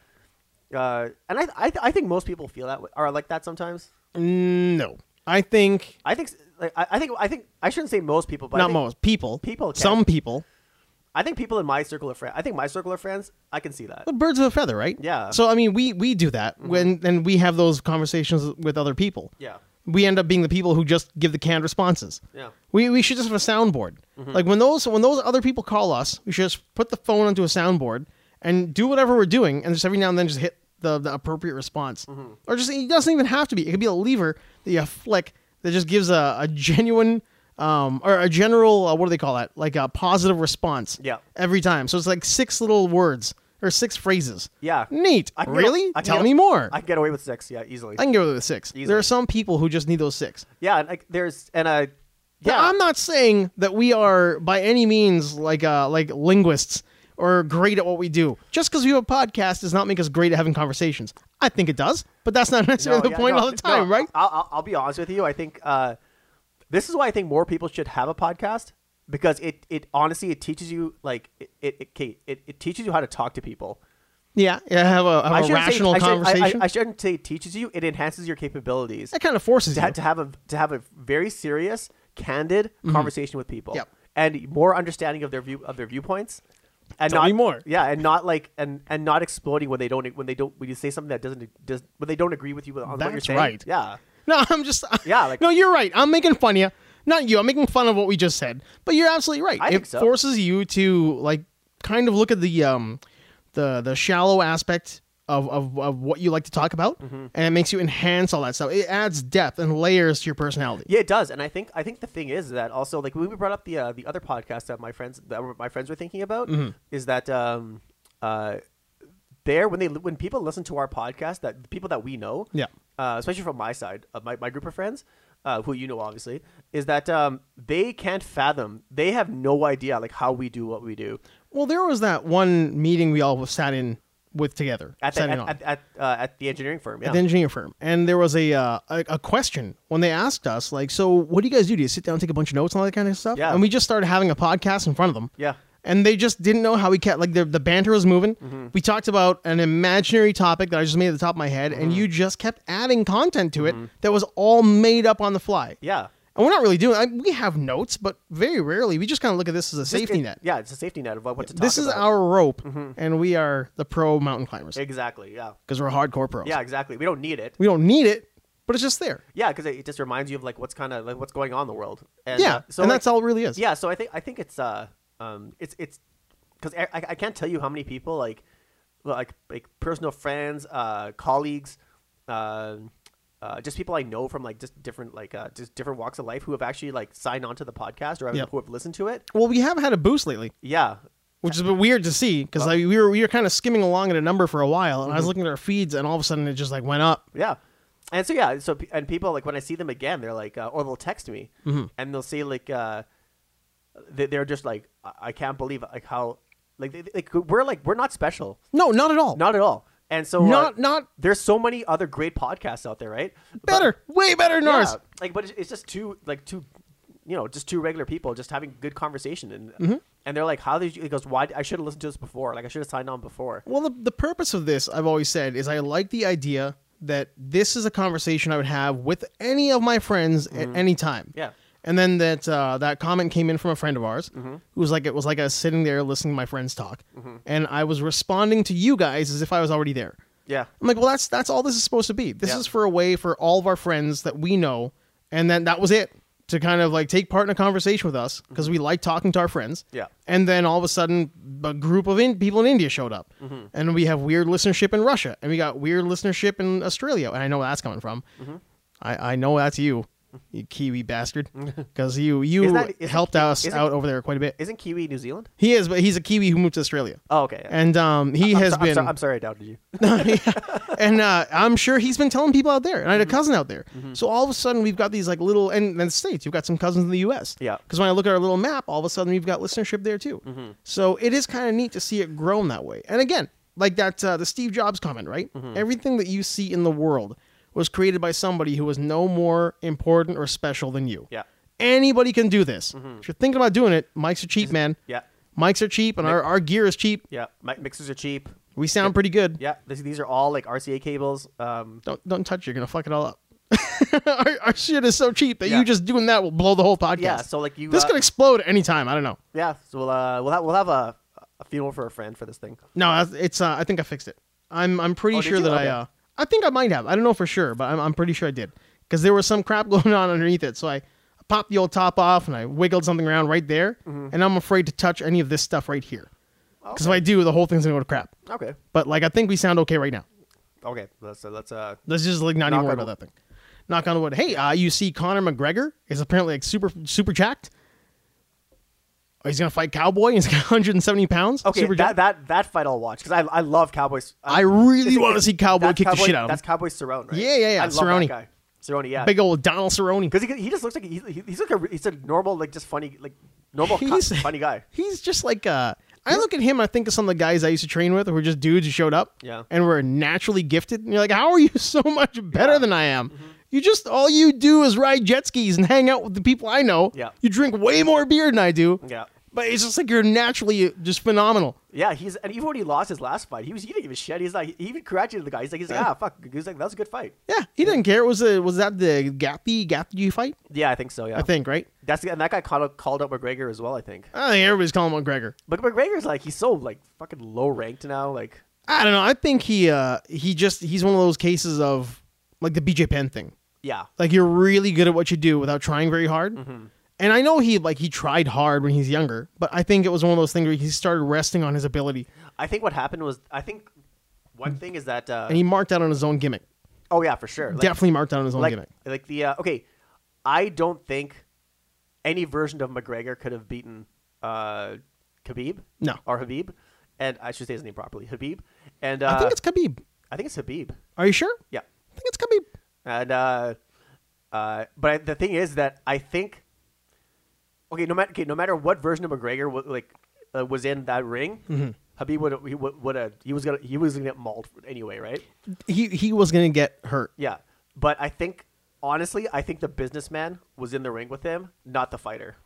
uh, and I I, I think most people feel that w- are like that sometimes.
Mm, No, I think
I think s- like I, I think I think I shouldn't say most people, but I
not
think,
most people.
people can.
Some people.
I think people in my circle of friends. I think my circle of friends. I can see that.
But birds of a feather, right?
Yeah. Mm-hmm.
So I mean, we we do that when and we have those conversations with other people.
Yeah.
We end up being the people who just give the canned responses.
Yeah. Mm-hmm.
We we should just have a soundboard. Like when those when those other people call us, we should just put the phone onto a soundboard and do whatever we're doing, and just every now and then just hit the, the appropriate response,
Mm-hmm.
or just it doesn't even have to be. It could be a lever that you flick that just gives a, a genuine um or a general uh, what do they call that like a positive response.
Yeah.
Every time, so it's like six little words or six phrases.
Yeah.
Neat.
I can get-
really?
I can
Tell
get-
me more.
I can get away with six. Yeah, easily.
I can give it a six. There
Easily.
are some people who just need those six.
yeah, and, like there's and I.
Yeah,
Yeah.
I'm not saying that we are by any means like uh like linguists or great at what we do. Just because we have a podcast does not make us great at having conversations. I think it does, but that's not necessarily the
yeah,
point
no,
all the
no,
time, right?
I'll, I'll, I'll be honest with you. I think uh, this is why I think more people should have a podcast because it, it honestly it teaches you like it it it, Kate, it it teaches you how to talk to people.
Yeah, yeah. Have a, have
shouldn't
a
say-
rational
I should- I- I-
conversation.
I, shouldn't say it teaches you. It enhances your capabilities
that kind of forces
to,
you.
ha- to have a to have a very serious, candid conversation with people.
Mm-hmm. Yep.
And more understanding of their view of their viewpoints, and
Tell
not
me more.
Yeah, and not like and and not exploding when they don't when they don't when you say something that doesn't does when they don't agree with you on what you're
That's
saying.
right.
Yeah.
No, I'm just.
Yeah, like-
no, you're right. I'm making fun of you. Not you. I'm making fun of what we just said. But you're absolutely right.
I
it
think so.
forces you to like kind of look at the um the the shallow aspect of of, of what you like to talk about,
Mm-hmm.
and it makes you enhance all that stuff. It adds depth and layers to your personality.
Yeah, it does, and I think I think the thing is that also like when we brought up the uh, the other podcast that my friends that were- my friends were thinking about
Mm-hmm.
is that um uh there when they when people listen to our podcast that the people that we know
Yeah.
uh, especially from my side of my, my group of friends uh, who you know obviously is that um they can't fathom they have no idea like how we do what we do
Well, there was that one meeting we all sat in with together
at the
sat in
at,
on.
at, at, uh, at the engineering firm yeah
at the engineering firm, and there was a, uh, a a question when they asked us like, "So, what do you guys do? Do you sit down, and take a bunch of notes, and all that kind of stuff?"
Yeah.
And we just started having a podcast in front of them.
Yeah.
And they just didn't know how we kept like the the banter was moving.
Mm-hmm.
We talked about an imaginary topic that I just made at the top of my head,
Mm-hmm.
and you just kept adding content to it that was all made up on the fly.
yeah
And we're not really doing. I, we have notes, but very rarely. We just kind of look at this as a
Just-
safety
it-
net.
yeah it's a safety net of what, what to talk
This is
about. Mm-hmm.
our rope, and we are the pro mountain climbers
exactly yeah
because we're hardcore pros.
yeah exactly we don't need it
We don't need it, but it's just there.
Yeah, because it, it just reminds you of like what's kind of like what's going on in the world. And,
yeah,
uh, so
and
like-
that's all it really is.
Yeah, so I think I think it's uh um it's it's because I, I I can't tell you how many people like like like personal friends, uh, colleagues, uh, uh, just people I know from like just different like uh, just different walks of life who have actually like signed on to the podcast or have,
Yep.
who have listened to it.
Well, we have had a boost lately,
Yeah,
which is a bit weird to see because
Uh-huh.
like, we were we were kind of skimming along at a number for a while, and I
Mm-hmm.
was looking at our feeds, and all of a sudden it just like went up.
Yeah. And so yeah, so pe- and people like when I see them again, they're like, uh, or they'll text me,
Mm-hmm.
and they'll say like, uh, they- they're just like, I, I can't believe like how, like, they- like we're like we're not special,
No, not at all.
not at all. And so uh,
not not
there's so many other great podcasts out there, right? But-
better, way better than ours.
yeah, like, but it's, it's just two, like two, you know, just two regular people just having good conversation, and
Mm-hmm.
and they're like, how did you? It goes, why? I should have listened to this before. Like I should have signed on before.
Well, the, the purpose of this, I've always said, is I like the idea that this is a conversation I would have with any of my friends at any time.
Yeah.
And then that uh, that comment came in from a friend of ours who was like, it was like I was sitting there listening to my friends talk, and I was responding to you guys as if I was already there.
Yeah.
I'm like, well, that's that's all this is supposed to be. This
Yeah.
is for a way for all of our friends that we know and then that was it to kind of like take part in a conversation with us because we like talking to our friends.
Yeah.
And then all of a sudden, a group of in- people in India showed up,
Mm-hmm.
and we have weird listenership in Russia, and we got weird listenership in Australia, and I know where that's coming from.
Mm-hmm.
I I know that's you, you Kiwi bastard, because you you
Isn't that- isn't
helped
Ki-
us
isn't-
out over there quite a bit.
Isn't Kiwi New Zealand?
He is, but he's a Kiwi who moved to Australia,
Oh, okay.
and um he
I'm
has
so- I'm,
been.
so- I'm sorry, I doubted you.
and uh, I'm sure he's been telling people out there, and I had
Mm-hmm.
a cousin out there. So all of a sudden, we've got these like little, and then states, you've got some cousins in the U.S.
Yeah. Mm-hmm.
Because when I look at our little map, all of a sudden we've got listenership there too. So it is kind of neat to see it grown that way. And again, like that, uh, the Steve Jobs comment, right?
Mm-hmm.
Everything that you see in the world was created by somebody who was no more important or special than you.
Yeah. Mm-hmm.
Anybody can do this. If you're thinking about doing it, mics are cheap, man.
Yeah.
Mics are cheap, and our, our gear is cheap.
Yeah. Mi- mixers are cheap.
We sound pretty good.
Yeah. This, these are all like RCA cables. Um,
don't don't touch it. You're gonna fuck it all up. our, our shit is so cheap that
Yeah.
you just doing that will blow the whole podcast.
yeah. So like you.
this
uh,
could explode at any time. I don't know.
yeah. So we'll uh, we'll have we'll have a, a funeral for a friend for this thing.
No, I- it's uh, I think I fixed it. I'm I'm pretty
Oh, did
sure
you?
that I
Okay.
uh, I think I might have. I don't know for sure, but I'm I'm pretty sure I did because there was some crap going on underneath it. So I popped the old top off and I wiggled something around right there,
Mm-hmm.
and I'm afraid to touch any of this stuff right here because if I do, the whole thing's gonna go to crap.
Okay.
But like I think we sound okay right now.
Okay. Let's uh, let's uh.
Let's just like not
Knock
even worry
on
about that thing. Knock on wood. Hey, uh, you see Conor McGregor is apparently like super super jacked. Oh, he's gonna fight Cowboy. He's like 170 pounds.
Okay.
super
that,
jacked.
that that fight I'll watch because I I love Cowboys.
I really
it's-
want to see Cowboy
that's
kick the shit out of
That's
him.
Cowboy Cerrone, right?
Yeah, yeah, yeah,
I love
Cerrone.
that guy. Cerrone, yeah.
Big old Donald Cerrone.
Because he, he just looks like he, he- he's like a he's a normal like just funny like normal cu-
He's-
funny guy.
He's just like uh, I look at him and I think of some of the guys I used to train with who were just dudes who showed up.
Yeah.
And were naturally gifted. And you're like, how are you so much better
Yeah. Mm-hmm.
than I am? You just all you do is ride jet skis and hang out with the people I know.
Yeah.
You drink way more beer than I do.
Yeah.
But it's just like you're naturally just phenomenal.
Yeah, he's and even when he lost his last fight, he was he didn't give a shit. He's like he even congratulated the guy. He's like he's like ah fuck. He's like that was a good fight.
Yeah, he didn't care. Was the was that the Gaffy Gaffy fight?
Yeah, I think so. Yeah,
I think right.
that's and that guy called called out McGregor as well. I think,
I think everybody's calling him McGregor.
but McGregor's like he's so like fucking low ranked now. Like
I don't know. I think he uh he just he's one of those cases of like the BJ Penn thing.
yeah,
Like you're really good at what you do without trying very hard. And I know he like he tried hard when he's younger, but I think it was one of those things where he started resting on his ability
I think what happened was I think one thing is that uh,
and he marked out on his own gimmick.
oh yeah for sure like,
Definitely marked out on his own
like,
gimmick.
like the uh, okay, I don't think any version of McGregor could have beaten uh, Khabib.
No.
or Habib, and I should say his name properly, Habib. And uh,
I think it's Khabib.
I think it's Habib.
Are you sure?
Yeah,
I think it's Khabib.
and uh, uh, but I, the thing is that I think okay, no matter okay, no matter what version of McGregor wa- like uh, was in that ring, Habib would he would, would uh, he was gonna he was gonna get mauled anyway, right?
He he was gonna get hurt.
Yeah, but I think honestly, I think the businessman was in the ring with him, not the fighter.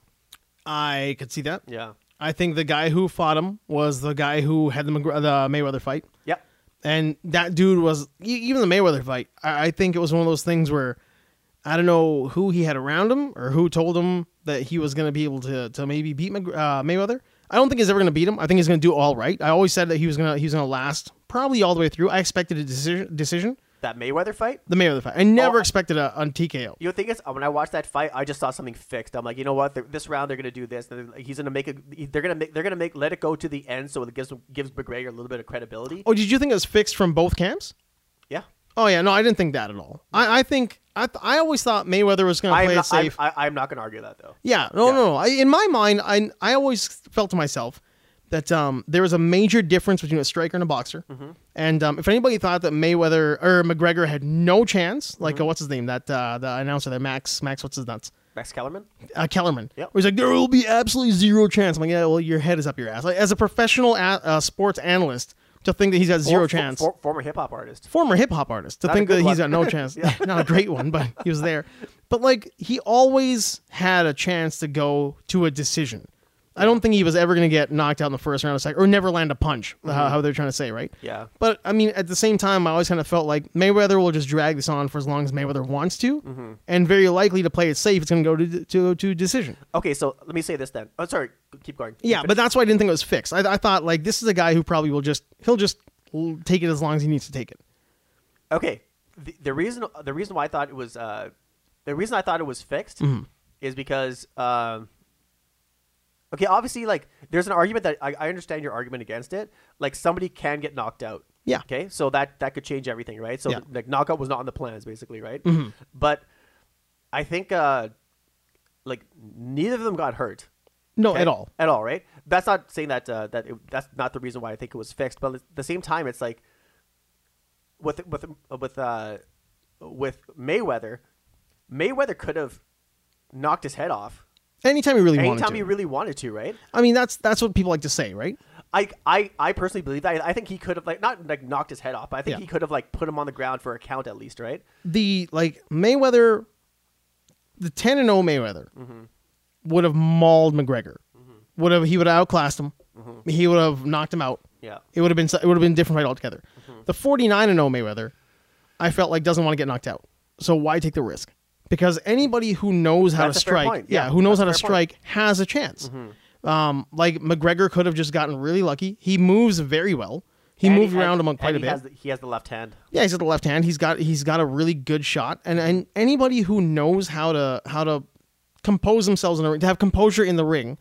I could see that.
Yeah,
I think the guy who fought him was the guy who had the, McGre- the Mayweather fight,
yeah,
and that dude was e- even the Mayweather fight. I, I think it was one of those things where I don't know who he had around him or who told him that he was going to be able to to maybe beat Mc- uh, Mayweather. I don't think he's ever going to beat him. I think he's going to do all right. I always said that he was going to he was going to last probably all the way through. I expected a decision decision
that Mayweather fight.
the Mayweather fight. I never
Oh, I-
expected a, a TKO.
You know, the thing is, uh, when I watched that fight, I just saw something fixed. I'm like, you know what? They're, this round, they're gonna do this. They're, like, he's gonna make a. They're gonna make. They're gonna make. Let it go to the end, so it gives gives McGregor a little bit of credibility.
Oh, did you think it was fixed from both camps?
Yeah,
Oh yeah, no, I didn't think that at all. I, I think I, th- I always thought Mayweather was going to play
I'm
it
not,
safe.
I'm, I, I'm not gonna argue that though.
Yeah, no,
Yeah.
no, no. I, in my mind, I I always felt to myself that um, there was a major difference between a striker and a boxer.
Mm-hmm.
And um, if anybody thought that Mayweather or McGregor had no chance, like
Mm-hmm.
uh, what's his name, that uh, the announcer there, Max, Max, what's his nuts,
Max Kellerman.
uh, Kellerman,
Yep.
where he's like, there will be absolutely zero chance. I'm like, yeah, well, your head is up your ass. Like, as a professional a- uh, sports analyst, to think that he's got zero
For- for-
chance
for- former hip hop artist.
former hip hop artist to
Not a
think that
good
he's got
one.
no chance. Not a great one, but he was there. But like he always had a chance to go to a decision. I don't think he was ever going to get knocked out in the first round, or second, or never land a punch. How, how they're trying to say, right?
Mm-hmm. Yeah.
But I mean, at the same time, I always kind of felt like Mayweather will just drag this on for as long as Mayweather wants to,
Mm-hmm.
and very likely to play it safe, it's going to go to to to decision.
Okay, so let me say this then. Oh, sorry. Keep going.
Yeah, but that's why I didn't think it was fixed. I, I thought like this is a guy who probably will just he'll just l- take it as long as he needs to take it.
Okay. The, the reason the reason why I thought it was uh, the reason I thought it was fixed
Mhm.
is because um, okay, obviously, like there's an argument that I, I understand your argument against it. Like somebody can get knocked out.
Yeah.
Okay, so that that could change everything, right? So
Yeah.
like knockout was not on the plans, basically, right?
Mhm.
But I think uh, like neither of them got hurt.
No,
okay?
at all.
At all, right? That's not saying that uh, that it, that's not the reason why I think it was fixed, but at the same time, it's like with with with uh, with Mayweather, Mayweather could have knocked his head off
Anytime you really wanted
anytime
to.
he really wanted to, right?
I mean, that's that's what people like to say, right?
I, I, I personally believe that. I think he could have like not like knocked his head off, but I think
Yeah.
he could have like put him on the ground for a count at least, right?
The like Mayweather, the ten and zero Mayweather
Mm-hmm.
would have mauled McGregor. Would have he would have outclassed him.
Mm-hmm.
He would have knocked him out.
Yeah.
It would have been it would have been a different fight altogether.
Mm-hmm.
The 49 and 0 Mayweather, I felt like doesn't want to get knocked out. So why take the risk? Because anybody who knows how
That's
to
a fair
strike,
point.
yeah,
Yeah,
who knows how to
that's a fair point. Mm-hmm.
strike has a chance. Um, like McGregor could have just gotten really lucky. He moves very well. He
And
moved
had-
around among
and
quite a
he
bit.
Has the, he has the left hand.
Yeah, he's at the left hand. He's got he's got a really good shot, and and anybody who knows how to how to compose themselves in a ring, to have composure in the ring,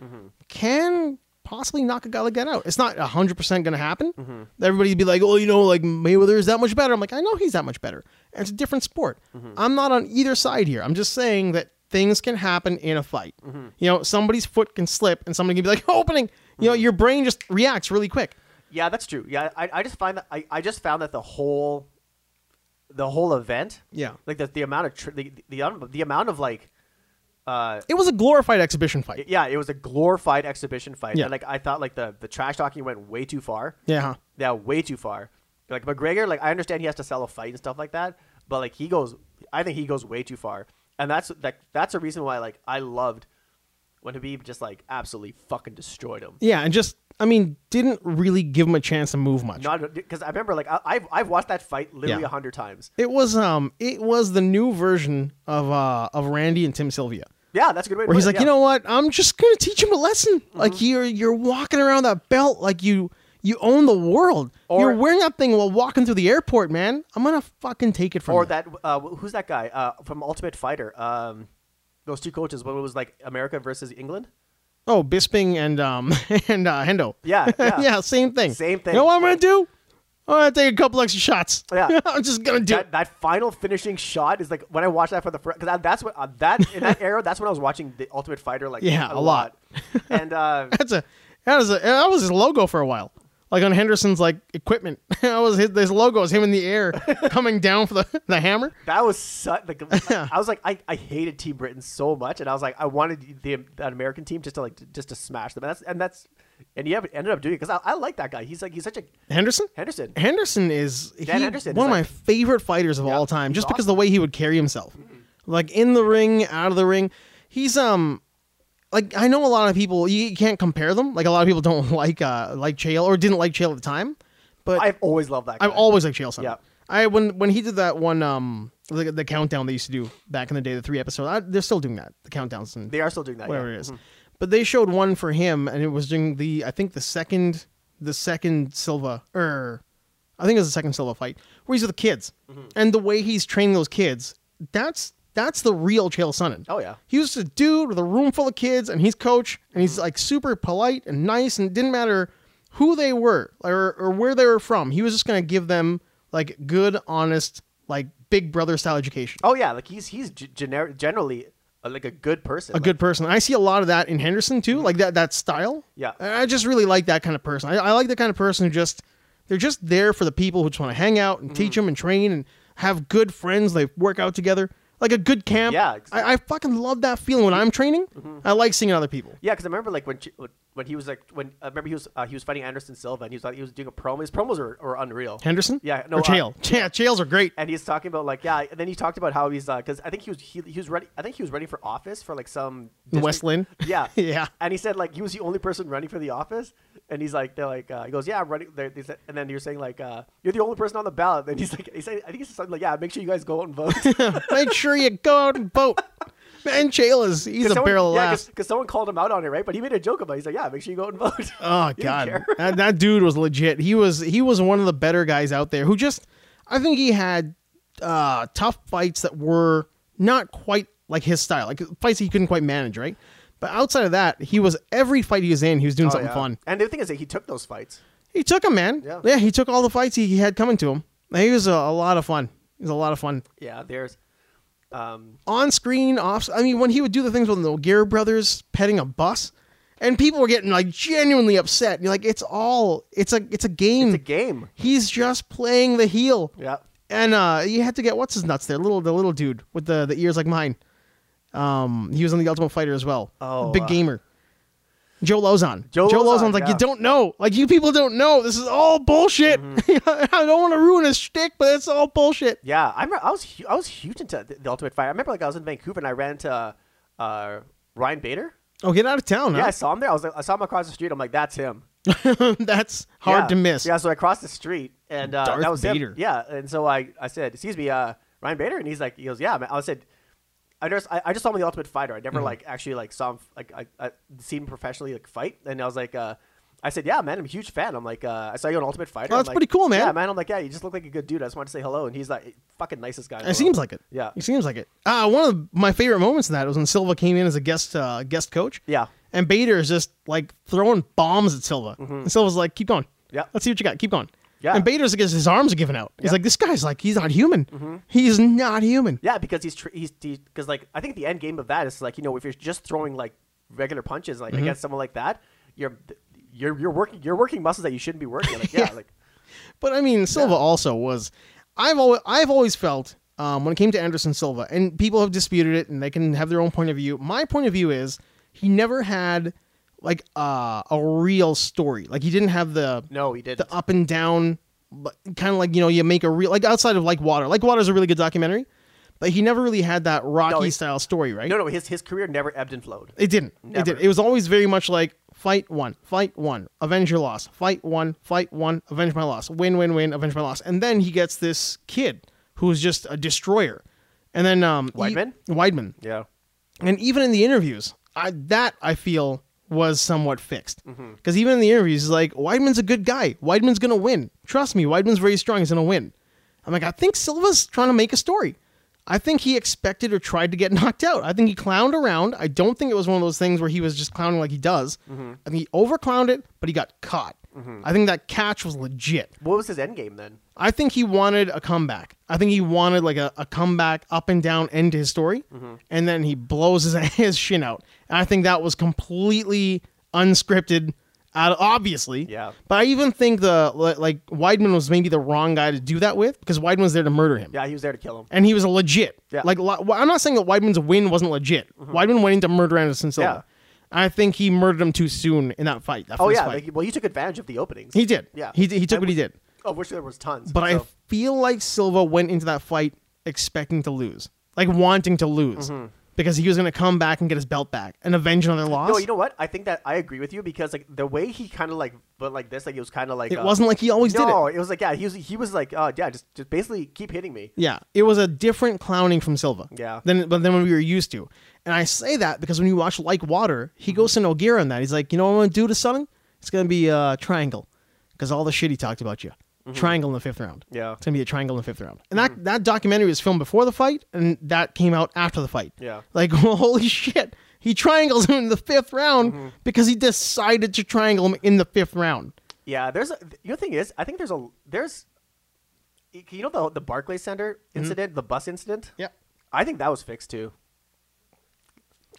can possibly knock a guy like that out. It's not hundred percent going to happen. Everybody'd be like, "Oh, you know, like Mayweather is that much better." I'm like, I know he's that much better. And it's a different sport. I'm not on either side here. I'm just saying that things can happen in a fight. You know, somebody's foot can slip, and somebody can be like, "Opening." You know, your brain just reacts really quick.
Yeah, that's true. Yeah, I, I just find that I, I just found that the whole the whole event,
Yeah,
like the the amount of tr- the, the the the amount of like uh
it was a glorified exhibition fight.
yeah, it was a glorified exhibition fight.
Yeah.
And, like I thought like the the trash talking went way too far.
yeah.
Yeah, way too far. Like McGregor, like I understand he has to sell a fight and stuff like that, but like he goes, I think he goes way too far, and that's like that's a reason why like I loved when Habib just like absolutely fucking destroyed him.
Yeah, and just I mean, didn't really give him a chance to move much.
Not because I remember like I, I've I've watched that fight literally a
Yeah.
hundred times.
it was um, it was the new version of uh of Randy and Tim Sylvia,
Yeah, that's a good way. to
where
put
he's
it,
like,
yeah. Mm-hmm.
you know what, I'm just gonna teach him a lesson. Like you're you're walking around that belt like you you own the world.
Or-
you're wearing that thing while walking through the airport, man. I'm gonna fucking take it from
or
you.
that uh, who's that guy uh, from Ultimate Fighter? Um, those two coaches, what was like America versus England?
Oh, Bisping and um and uh, Hendo.
Yeah, yeah.
same thing.
Same thing.
You know what I'm gonna do? I'm gonna take a couple extra shots.
Yeah.
I'm just gonna do. it.
that, that final finishing shot is like when I watched that for the first because that's what uh, that in that era that's when I was watching the Ultimate Fighter like
Yeah,
a,
a lot.
lot, and uh,
That's a that was a, that was his logo for a while. Like on Henderson's like equipment. that was his this logo is him in the air coming down for the, the hammer.
that was such like I was like I, I hated Team Britain so much and I was like I wanted the that American team just to like just to smash them and that's and that's and he ended up doing it because I, I like that guy he's like he's such a
Henderson?
Henderson
Henderson is he,
Dan Henderson is
one of
like-
my favorite fighters of all time
he's Mm-hmm.
just because
awesome.
the way he would carry himself. Like in the ring, out of the ring. He's um like I know a lot of people you can't compare them. Like a lot of people don't like uh like Chael or didn't like Chael at the time. But
I've always loved that guy.
I've always liked Chael Sonnen.
Yeah.
I when when he did that one um the, the countdown they used to do back in the day the three episodes I, they're still doing that the countdowns and
they are still doing that yeah. Mm-hmm.
whatever it is. but they showed one for him and it was during the I think the second the second Silva or I think it was the second Silva fight where he's with the kids
Mm-hmm.
and the way he's training those kids that's that's the real Chael Sonnen
oh yeah
he was just a dude with a room full of kids and he's coach and
Mm-hmm.
he's like super polite and nice and it didn't matter who they were or, or where they were from he was just gonna give them like good honest like big brother style education
oh yeah like he's he's g- gener- generally uh, like a good person
a good person i see a lot of that in henderson too like that that style
Yeah.
And i just really like that kind of person i, I like the kind of person who just they're just there for the people who just want to hang out and
Mm-hmm.
teach them and train and have good friends they work out together like a good camp
Yeah, Mm-hmm.
I, I fucking love that feeling when i'm training i like seeing other people
Yeah, because I remember like when Ch- when he was like when I remember he was uh, he was fighting Anderson Silva and he was like he was doing a promo. His promos are, are unreal.
Henderson?
Yeah, no,
or
uh,
Chael. yeah, Chaels are great.
And he's talking about like yeah, and then he talked about how he's because I think he was he, he was ready. I think he was running for office for like some
In
district-
West Lynn?
Yeah,
Yeah.
And he said like he was the only person running for the office, and he's like they're like uh, he goes yeah I'm running. They're, they said, and then you're saying like uh, you're the only person on the ballot. And he's like he said I think he said something like yeah make sure you guys go out and vote.
Make sure you go out and vote. And Chael is he's a barrel of laughs.
because someone called him out on it right, but he made a joke about. it. He's like yeah make sure you go out and vote.
Oh
He didn't
god.
care.
That, that dude was legit. He was he was one of the better guys out there who just I think he had uh tough fights that were not quite like his style. Like fights he couldn't quite manage, right? But outside of that, he was every fight he was in, he was doing
Oh,
something
yeah.
fun.
And the thing is that he took those fights.
He took him, man.
Yeah.
he took all the fights he, he had coming to him. And He was a, a lot of fun. He was a lot of fun.
Yeah, there's. Um,
On screen, off. I mean, when he would do the things with the Gear brothers petting a bus, and people were getting like genuinely upset. You're like, it's all. It's a. It's a game.
it's a game.
He's just playing the heel.
Yeah.
And uh, you had to get what's his nuts there, little the little dude with the, the ears like mine. Um, he was on the Ultimate Fighter as well.
Oh,
big
uh,
gamer. Joe Lozon.
Joe Lauzon,
Lauzon's like
yeah.
you don't know, like you people don't know. This is all bullshit.
Mm-hmm.
I don't want to ruin his shtick, but it's all bullshit.
Yeah, I remember, I was hu- I was huge into the, the Ultimate Fighter. I remember like I was in Vancouver and I ran into uh, uh, Ryan Bader.
Oh, get out of town.
Yeah, I
Huh?
saw him there. I was like, I saw him across the street. I'm like, that's him.
that's hard
Yeah.
to miss.
Yeah, so I crossed the street and uh,
Darth
that was him.
Vader.
Yeah, and so I, I said, excuse me, uh, Ryan Bader, and he's like, he goes, yeah. Man. I said, I just I, I just saw him in the Ultimate Fighter. I
Mm-hmm.
never like actually like saw him f- like I, I seen him professionally like fight, and I was like. Uh, I said, "Yeah, man, I'm a huge fan." I'm like, uh, "I saw you on Ultimate Fighter."
Oh,
I'm
that's
like,
pretty cool, man.
Yeah, man. I'm like, "Yeah, you just look like a good dude." I just wanted to say hello, and he's like, "Fucking nicest guy." in the
It
world.
seems like it.
Yeah.
it seems like it. Uh, one of my favorite moments in that was when Silva came in as a guest uh, guest coach.
Yeah.
And Bader is just like throwing bombs at Silva. And Silva's like, keep going.
Mm-hmm. Yeah.
Let's see what you got. Keep going.
Yeah.
And Bader's like, his his arms are giving out. He's
Yeah. Mm-hmm.
like, this guy's like, he's not human. He's not human.
Yeah, because he's tr- he's because like I think the end game of that is like you know if you're just throwing like regular punches
Mm-hmm.
like against someone like that, you're you're you're working you're working muscles that you shouldn't be working. Like yeah,
Yeah.
like
But I mean, Silva also was. I've always, I've always felt um, when it came to Anderson Silva, and people have disputed it, and they can have their own point of view. My point of view is he never had like uh, a real story. Like he didn't have the
no, he didn't.
the up and down, kind of like you know you make a real like outside of like water. Like water is a really good documentary, but he never really had that Rocky
he-
style story, right?
no, no, his his career never ebbed and flowed.
It didn't. It did.
Never.
It was always very much like fight one, fight one, avenge your loss, fight one, fight one, avenge my loss, win, win, win, avenge my loss, and then he gets this kid who's just a destroyer, and then um
Weidman?
E- Weidman,
Yeah,
and even in the interviews, I that I feel was somewhat fixed because even in the interviews, he's like Weidman's a good guy. Weidman's gonna win. Trust me, Weidman's very strong. He's gonna win. I'm like, I think Silva's trying to make a story. I think he expected or tried to get knocked out. I think he clowned around. I don't think it was one of those things where he was just clowning like he does. I think he over clowned it, but he got caught. I think that catch was legit.
what was his end game then?
I think he wanted a comeback. I think he wanted like a, a comeback up and down end to his story.
Mm-hmm.
And then he blows his, his shin out. And I think that was completely unscripted, out obviously.
Yeah.
But I even think the li- like Weidman was maybe the wrong guy to do that with because Weidman was there to murder him.
Yeah, he was there to kill him.
And he was legit.
Yeah. Mm-hmm.
Like li- well, I'm not saying that Weidman's win wasn't legit. Weidman went in to murder Anderson Silva. I think he murdered him too soon in that fight. That
Oh
first
yeah,
fight.
like, well he took advantage of the openings.
he did.
Yeah.
He did, he took
And
what he did.
of which there was tons.
But I
so-
feel like Silva went into that fight expecting to lose, like wanting to lose, because he was going to come back and get his belt back and avenge another loss.
Mm-hmm. No, you know what? I think that I agree with you because like the way he kind of like but like this like it was kind of like
it
uh,
wasn't like he always did
no,
it.
it. was like yeah he was he was like uh, yeah just just basically keep hitting me.
Yeah, it was a different clowning from Silva.
Yeah.
Than but then when we were used to, and I say that because when you watch Like Water, he goes to Nogueira on that. He's like, you know what I'm going to do to Sutton? It's going to be a triangle, because all the shit he talked about you.
Mm-hmm.
Triangle in the fifth round.
Yeah.
It's gonna be a triangle in the fifth round. And that
Mm.
that documentary was filmed before the fight, and that came out after the fight.
Yeah.
Like, well, holy shit, he triangles him in the fifth round
Mm-hmm.
because he decided to triangle him in the fifth round.
Yeah, there's a, you know the thing is, I think there's a there's you know the the Barclays Center incident, the bus incident.
Mm-hmm. Yeah.
I think that was fixed too.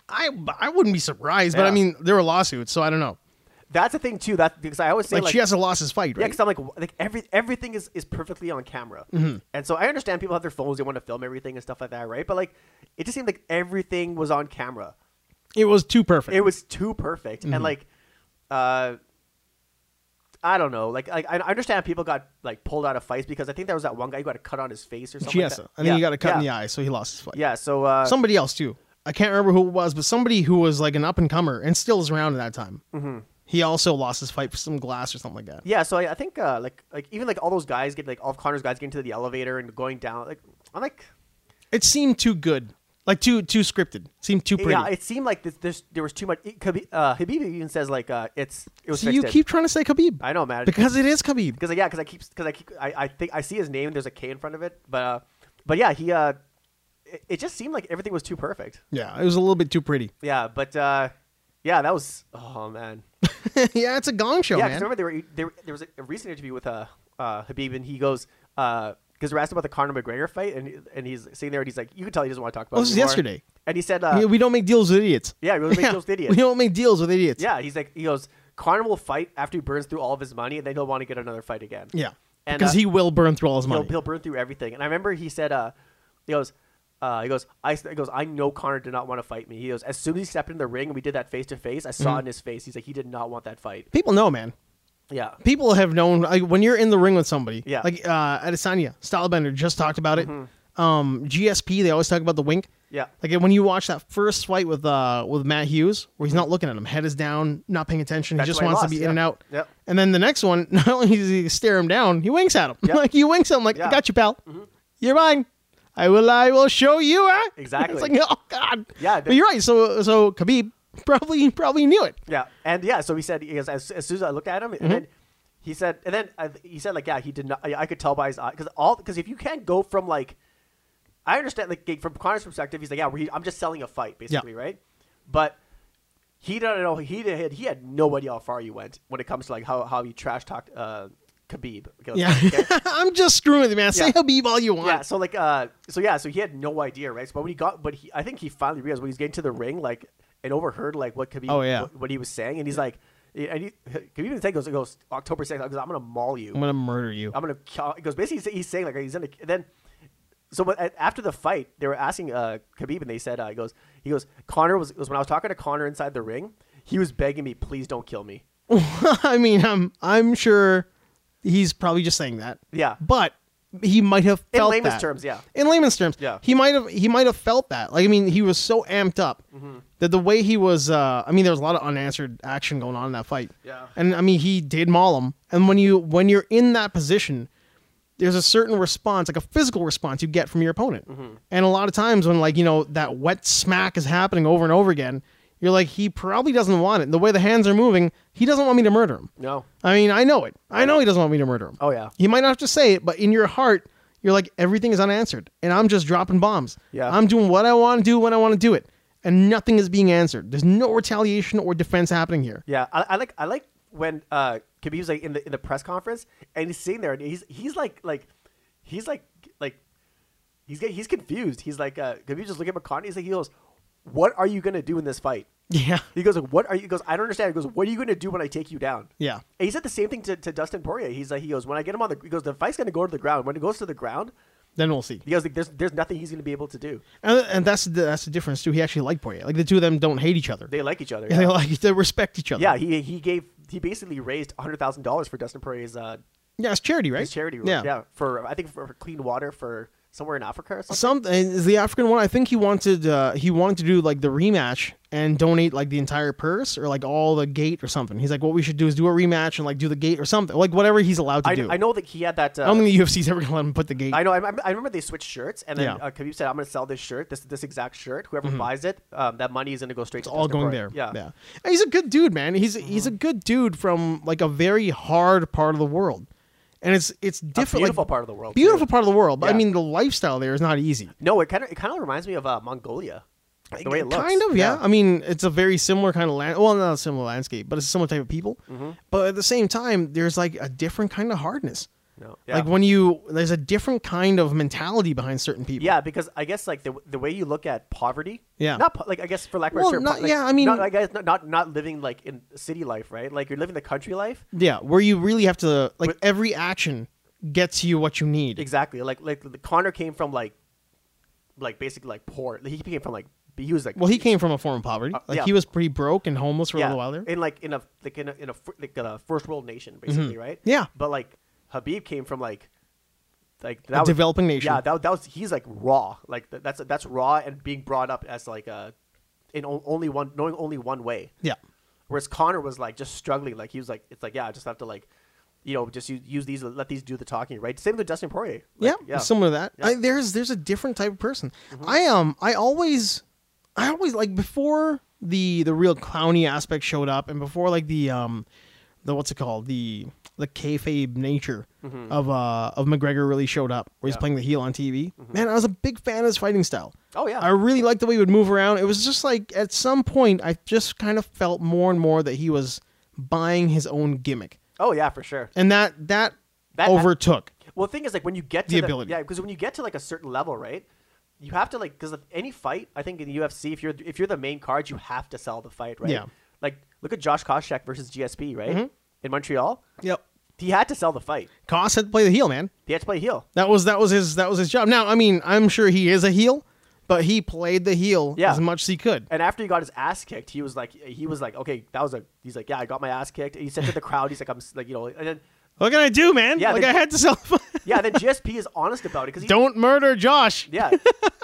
I I wouldn't be surprised, but I
Yeah.
mean, there were lawsuits, so I don't know.
That's a thing too. That because I always say
Like,
like,
she has lost his fight,
yeah,
right?
because I'm like w- like every everything is is perfectly on camera,
Mm-hmm.
and so I understand people have their phones, they want to film everything and stuff like that, right? But like it just seemed like everything was on camera.
it was too perfect.
It was too perfect,
Mm-hmm.
and like, uh, I don't know. Like, like I I understand people got like pulled out of fights because I think there was that one guy who got a cut on his face or something.
Chiesa,
like that.
and then
Yeah,
he got a cut in the
yeah,
eye, so he lost his fight.
Yeah. So uh,
Somebody else too. I can't remember who it was, but somebody who was like an up and comer and still is around at that time. Mm-hmm. He also lost his fight for some glass or something like that.
Yeah, so I, I think uh, like like even like all those guys get like all of Connor's guys getting to the elevator and going down. Like I'm like
It seemed too good, like too too scripted. Seemed too pretty.
yeah, it seemed like this, there's there was too much. It, Khabib, uh, Habib even says like uh, it's it was
so
fixed
you
in.
keep trying to say Khabib
I know, man. Because
because it is Khabib.
yeah, because I keep because I keep I, I think I see his name. There's a K in front of it, but uh, but yeah, he uh, it, it just seemed like everything was too perfect.
Yeah, it was a little bit too pretty.
Yeah, but uh, yeah, that was oh man.
yeah, it's a gong show,
yeah, because
Oh,
remember
man.
they were, they were- there was a recent interview with uh, uh, Habib, and he goes because they were asked about the Conor McGregor fight, and he- and he's sitting there and he's like, you can tell he doesn't want to talk about.
Oh,
it
this is
anymore."
yesterday.
and he said, uh,
we, we don't make deals with idiots.
"Yeah, we only make deals with idiots."
We don't make deals with idiots.
Yeah, he's like he goes, Connor will fight after he burns through all of his money, and then he'll want to get another fight again.
Yeah.
And,
because
uh,
he will burn through all his
he'll,
money.
he'll burn through everything. And I remember he said, uh, he goes, uh, he goes, I he goes, I know Connor did not want to fight me. He goes, as soon as he stepped in the ring and we did that face to face, I
Mm-hmm.
saw it in his face. He's like, he did not want that fight.
People know, man.
Yeah,
People have known like, when you're in the ring with somebody.
Yeah. Mm-hmm.
Like uh, Adesanya, Stylebender just talked about it. Um, GSP, they always talk about the wink.
yeah,
Like when you watch that first fight with uh with Matt Hughes, where he's not looking at him, head is down, not paying attention,
That's
he just
why he
wants
lost,
to be
yeah.
in and out.
Yep.
And then the next one, not only does he stare him down, he winks at him.
Yep.
like he winks at him, like
Yeah. Mm-hmm.
I got you, pal. You're mine. I will. I will show you. Huh?
Exactly.
it's like oh god.
Yeah,
But
the-
you're right. So so Khabib probably probably knew it.
yeah. And yeah, so he said, he goes, as, as soon as I looked at him, and then he said, and then uh, he said, like, yeah, he did not. I, I could tell by his eye because all because if you can't go from like I understand, like from Connor's perspective, he's like, yeah, we I'm just selling a fight, basically, right? But he didn't know. He did. He had no idea how far you went when it comes to like how how he trash talked uh, Khabib. Okay,
Yeah.
okay?
I'm just screwing with you, man. Say
Yeah.
Khabib all you want.
yeah. So like, uh, so yeah, so he had no idea, right? So, but when he got, but he, I think he finally realized when he's getting to the ring, like, and overheard like what Khabib,
Oh, yeah.
what, what he was saying, and he's like, and he, Khabib even said, goes, goes October sixth, goes, I'm gonna maul you.
I'm gonna murder you.
I'm gonna kill. He goes basically he's- he's saying like he's in a, then. So but a- after the fight, they were asking uh, Khabib, and they said uh, he goes he goes Connor was, was when I was talking to Connor inside the ring, he was begging me, please don't kill me.
I mean, I'm I'm sure he's probably just saying that.
Yeah.
But he might have
In
felt
layman's
that.
terms, yeah.
In layman's terms,
Yeah.
He might have he might have felt that. Like I mean, he was so amped up
Mm-hmm.
that the way he was. Uh, I mean, there was a lot of unanswered action going on in that fight.
Yeah.
And I mean, he did maul him. And when you when you're in that position, there's a certain response, like a physical response you get from your opponent.
Mm-hmm.
And a lot of times when like, you know, that wet smack is happening over and over again, you're like, he probably doesn't want it. And the way the hands are moving, he doesn't want me to murder him.
No.
I mean, I know it. I know he doesn't want me to murder him.
Oh, yeah.
He might not have to say it, but in your heart, you're like, everything is unanswered. And I'm just dropping bombs.
Yeah.
I'm doing what I want to do when I want to do it. And nothing is being answered. There's no retaliation or defense happening here.
Yeah, I, I like I like when uh Khabib's like in the in the press conference and he's sitting there and he's he's like like he's like like he's get- he's confused. He's like uh Khabib's just looking at McConaughey. He's like he goes, what are you gonna do in this fight?
Yeah.
He goes, like, what are you? He goes, I don't understand. He goes, what are you going to do when I take you down?
Yeah.
And he said the same thing to, to Dustin Poirier. He's like, he goes, when I get him on the, he goes, the fight's going to go to the ground. When it goes to the ground,
Then we'll see.
he goes, like, there's, there's nothing he's going to be able to do.
And, and that's the, that's the difference too. He actually liked Poirier. Like the two of them don't hate each other.
They like each other.
They
Yeah.
like they respect each other.
Yeah, he, he gave, he basically raised $100,000 for Dustin Poirier's uh,
yeah. It's charity, right?
his charity.
Yeah.
yeah. For, I think for, for clean water for somewhere in Africa or something.
Something is the African one. I think he wanted uh, he wanted to do like the rematch and donate like the entire purse or like all the gate or something. He's like, what we should do is do a rematch and like do the gate or something, like whatever he's allowed to
I,
do.
I know that he had that. Uh,
I don't think the UFC's ever gonna let him put the gate.
I know. I, I remember they switched shirts, and then
Yeah. Mm-hmm.
uh, Khabib said, "I'm going to sell this shirt, this this exact shirt. Whoever buys it, um, that money is going to go straight.
it's
to
all
Dustin
going
Poirier."
there.
Yeah, Mm-hmm.
yeah. And he's a good dude, man. He's he's a good dude from like a very hard part of the world, and it's it's different.
beautiful
like,
part of the world, too.
Beautiful part of the world, but I
Yeah.
mean the lifestyle there is not easy.
No, it kind of it kind of reminds me of uh, Mongolia, the way it looks.
Kind of, yeah. I mean, it's a very similar kind of land. Well, not a similar landscape, but it's a similar type of people.
Mm-hmm.
But at the same time, there's like a different kind of hardness.
No. Yeah.
Like when you, there's a different kind of mentality behind certain people.
yeah, because I guess like the the way you look at poverty.
Yeah.
Not po- like I guess for lack of a
Well,
better term.
not-
po- like,
yeah, I mean-
not, I guess not, not not living like in city life, right? Like you're living the country life.
Yeah, where you really have to like
But-
every action gets you what you need.
Exactly. Like like the Connor came from like, like basically like poor. He came from like he was like
Well, he came from a form of poverty. Like
uh, yeah.
he was pretty broke and homeless for a little while there.
in like in a like in a, in a, fir- like a first world nation basically, right?
Mm-hmm. Yeah.
But like Habib came from like like that was-
developing nation.
Yeah, that, that was he's like raw. Like th- that's that's raw and being brought up as like a in o- only one knowing only one way.
yeah.
Whereas Connor was like just struggling. Like he was like it's like yeah, I just have to like you know just use, use these let these do the talking, right? Same with Dustin Poirier. Like,
yeah, similar to that.
Yeah. Mm-hmm.
I, there's there's a different type of person. I um I always I always like before the the real clowny aspect showed up and before like the um the what's it called the the kayfabe nature of uh of McGregor really showed up, where he's
Mm-hmm. Yeah.
playing the heel on TV. Man, I was a big fan of his fighting style.
Oh yeah.
I really liked the way he would move around. It was just like at some point, I just kind of felt more and more that he was buying his own gimmick,
oh yeah, for sure.
and that that,
That-
overtook.
Well, the thing is, like when you get to
The ability.
yeah, because when you get to like a certain level, right? You have to like because any fight, I think in the UFC, if you're if you're the main card, you have to sell the fight, right?
Yeah. Mm-hmm.
Like look at Josh Koscheck versus GSP, right? In Montreal,
yep,
he had to sell the fight.
Koss had to play the heel, man.
He had to play heel.
That was that was his that was his job. Now, I mean, I'm sure he is a heel, but he played the heel
Yeah.
as much as he could.
And after he got his ass kicked, he was like, he was like, okay, that was a. He's like, yeah, I got my ass kicked. And he said to the crowd, he's like, I'm s- like, you know, and then
What can I do, man?
Yeah,
like
they-
I had to sell.
yeah, then GSP is honest about it because
Don't murder Josh.
Yeah,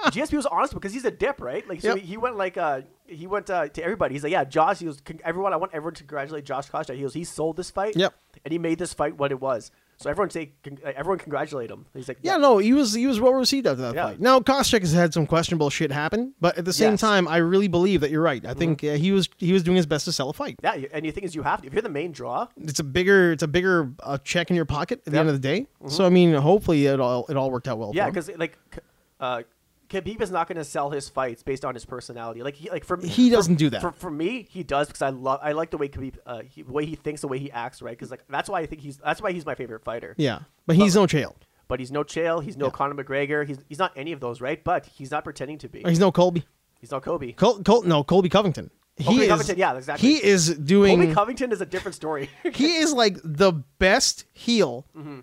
GSP was honest because he's a dip, right? Like, so
Yep.
he, he went like uh, he went uh, to everybody. He's like, yeah, Josh. He was con- everyone. I want everyone to congratulate Josh Koscheck. He goes, he sold this fight.
Yep.
And he made this fight what it was. So everyone say, con- uh, everyone congratulate him. He's like,
Yeah, no, he was he was well received after that
Yeah.
fight. Now Koscheck has had some questionable shit happen, but at the same
Yes. Mm-hmm.
time, I really believe that you're right. I think uh, he was he was doing his best to sell a fight.
yeah. you- And the thing is, you have to if you're the main draw.
It's a bigger it's a bigger uh, check in your pocket at the
Yep.
end of the day. So I mean, hopefully it all it all worked out well.
Mm-hmm. Yeah,
for him.
because like, K- uh, Khabib is not going to sell his fights based on his personality. Like, he, like for
He
for-
doesn't do that.
For, for me, he does because I love I like the way Khabib, uh, he, the way he thinks, the way he acts, right? Because like that's why I think he's that's why he's my favorite fighter.
yeah, but he's no jail.
but he's no Chael, he's no
Yeah.
Conor McGregor, he's he's not any of those, right? But he's not pretending to be.
He's no Colby.
He's not Kobe.
Col- Col- no Colby Covington.
Colby
is,
Covington, yeah, exactly.
He is doing.
Kobe Covington is a different story.
he is like the best heel
Mm-hmm.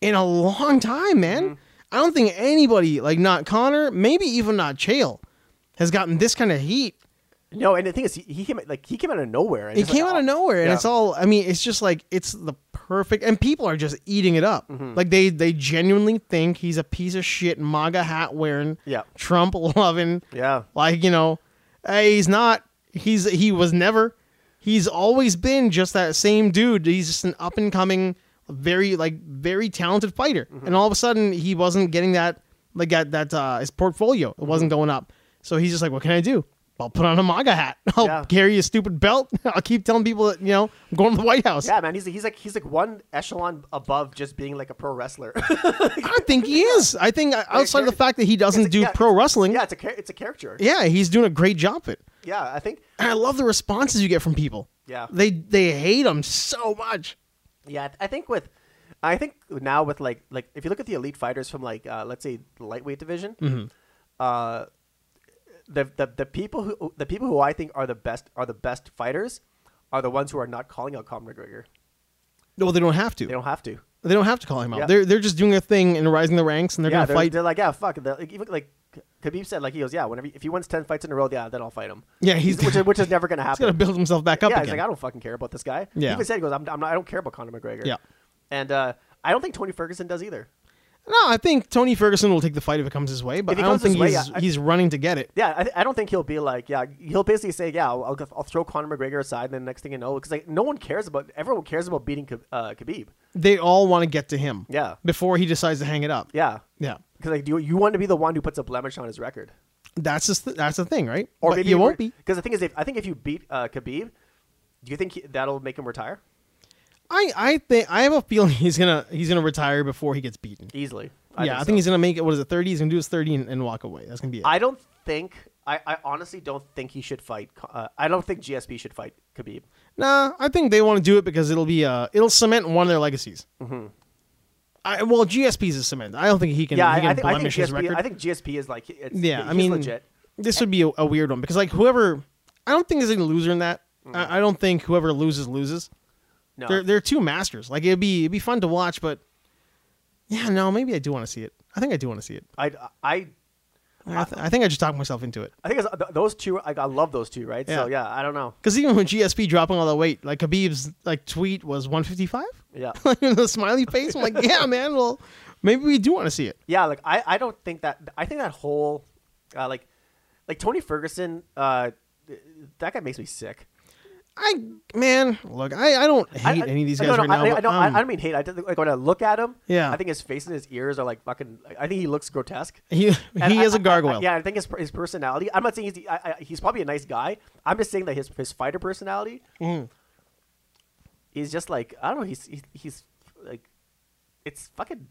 in a long time, man. I don't think anybody like not Connor, maybe even not Chael, has gotten this kind of heat.
no, and the thing is, he, he came like he came out of nowhere. and
It
just,
came
like,
out of nowhere, and
yeah.
it's all. I mean, it's just like it's the perfect, and people are just eating it up.
Mm-hmm.
Like they they genuinely think he's a piece of shit, MAGA hat wearing,
Yeah.
Trump loving,
oh, Yeah.
Like you know, hey, he's not. He's he was never. He's always been just that same dude. He's just an up and coming, very like very talented fighter.
Mm-hmm.
And all of a sudden, he wasn't getting that like that that uh, his portfolio. It
Mm-hmm.
wasn't going up. So he's just like, what can I do? I'll put on a MAGA hat. I'll
Yeah.
carry a stupid belt. I'll keep telling people that you know I'm going to the White House.
Yeah, man, he's he's like he's like one echelon above just being like a pro wrestler.
I think he is. I think uh, outside of the
character-
fact that he
It's
doesn't
a-
do
yeah,
pro wrestling,
yeah, it's a char- it's a character.
yeah, he's doing a great job of it.
Yeah, I think.
And I love the responses you get from people.
Yeah.
They they hate him so much.
Yeah, I think with, I think now with like like if you look at the elite fighters from like uh, let's say the lightweight division,
Mm-hmm.
uh, the, the the people who the people who I think are the best are the best fighters are the ones who are not calling out Conor McGregor.
Well, they don't have to.
They don't have to.
They don't have to call him out.
Yeah.
They're they're just doing their thing and rising the ranks and they're
yeah,
gonna
they're,
fight.
they're like yeah, fuck. it. They're- like, even like Khabib said, like he goes, yeah, whenever if he wins ten fights in a row, yeah, then I'll fight him.
Yeah, he's-
which, is- which is never gonna
He's gotta
happen.
build himself back up
yeah, he's
again.
like I don't fucking care about this guy.
Yeah.
he even said he goes, I'm, I'm not, I don't care about Conor McGregor.
Yeah.
and uh, I don't think Tony Ferguson does either.
no, I think Tony Ferguson will take the fight if it comes his way, but
If
I
it
don't
comes his
think
way,
he's
yeah, I-
he's running to get it.
Yeah, I, th- I don't think he'll be like, yeah, he'll basically say, yeah, I'll, I'll, I'll throw Conor McGregor aside, and then next thing you know, because like no one cares about, everyone cares about beating Kh- uh, Khabib.
They all want to get to him.
Yeah.
Before he decides to hang it up.
Yeah,
Yeah.
because like you, you want to be the one who puts a blemish on his record,
That's just the, that's the thing, right? Or but you won't be.
Because the thing is, if, I think if you beat uh, Khabib, do you think he, that'll make him retire
I I think I have a feeling he's gonna he's gonna retire before he gets beaten.
easily?
yeah, I
so.
think he's gonna make it. What is it? Thirty. He's gonna do his thirty and, and walk away. That's gonna be it.
I don't think. I, I honestly don't think he should fight. Co- Uh, I don't think GSP should fight Khabib.
Nah, I think they want to do it because it'll be uh it'll cement one of their legacies. Mm-hmm. I well, GSP's is cement. I don't think he can.
Yeah, I,
he can
I think, I think
blemish his
GSP.
record.
I think GSP is like. It's,
yeah, I
he's
mean,
legit.
this would be a, a weird one because like whoever, I don't think there's any loser in that. I, I don't think whoever loses loses.
Mm. No,
They're they're two masters. Like it'd be it'd be fun to watch, but yeah, no, maybe I do want to see it. I think I do want to see it.
I I
I, th- I think I just talked myself into it.
I think it's, uh, th- those two. Like, I love those two, right? So
Yeah.
yeah, I don't know.
Because even when GSP dropping all the weight, like Khabib's like tweet was 155,
Yeah,
like the smiley face. I'm like, yeah, man. Well, maybe we do want to see it.
yeah. Like I, I don't think that. I think that whole, uh, like, like Tony Ferguson. Uh, th- that guy makes me sick.
I man, look, I, I don't hate
I, I-
any of these
no,
guys
no,
right
I,
now.
I,
but,
I don't, I-
um,
I don't mean hate. I just, like when I look at him.
Yeah.
I think his face and his ears are like fucking. I think he looks grotesque.
he
And
he
I-
is
I-
a gargoyle.
I- yeah, I think his, per- his personality. I'm not saying he's the-
Mm-hmm.
I, I, he's probably a nice guy. I'm just saying that his his fighter personality. he's just like I don't know. He's he's, he's like it's fucking.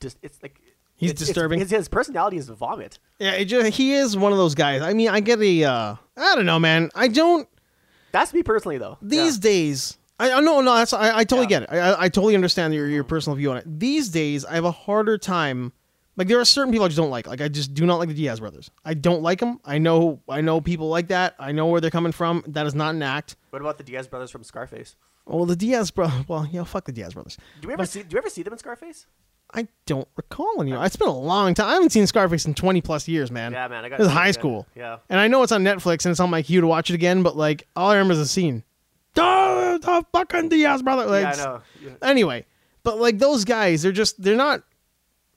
Dis- it's like
He's
it's- it's-
disturbing.
His, his personality is vomit.
Yeah, it just, he is one of those guys. I mean, I get a, uh, I don't know, man. I don't
That's me personally though.
these
yeah.
days. I I- no, no, that's I, I totally
Yeah.
get it. I, I- I totally understand your your personal view on it. These days, I have a harder time. Like there are certain people I just don't like. Like I just do not like the Diaz brothers. I don't like them. I know I know people like that. I know where they're coming from. That is not an act.
What about the Diaz brothers from Scarface?
Well, the Diaz bro. Well, you know, fuck the Diaz brothers.
Do we ever see? Do you ever see them in Scarface?
I don't recall anymore. It's been a long time. I haven't seen Scarface in twenty plus years, man.
Yeah, man. I got
Um, This is
yeah,
high school.
Yeah.
And I know it's on Netflix and it's on my queue to watch it again, but like all I remember is the scene. Oh, the fucking Diaz brother. Like,
Yeah, I
it's-
know. Yeah.
Anyway, but like those guys, they're just they're not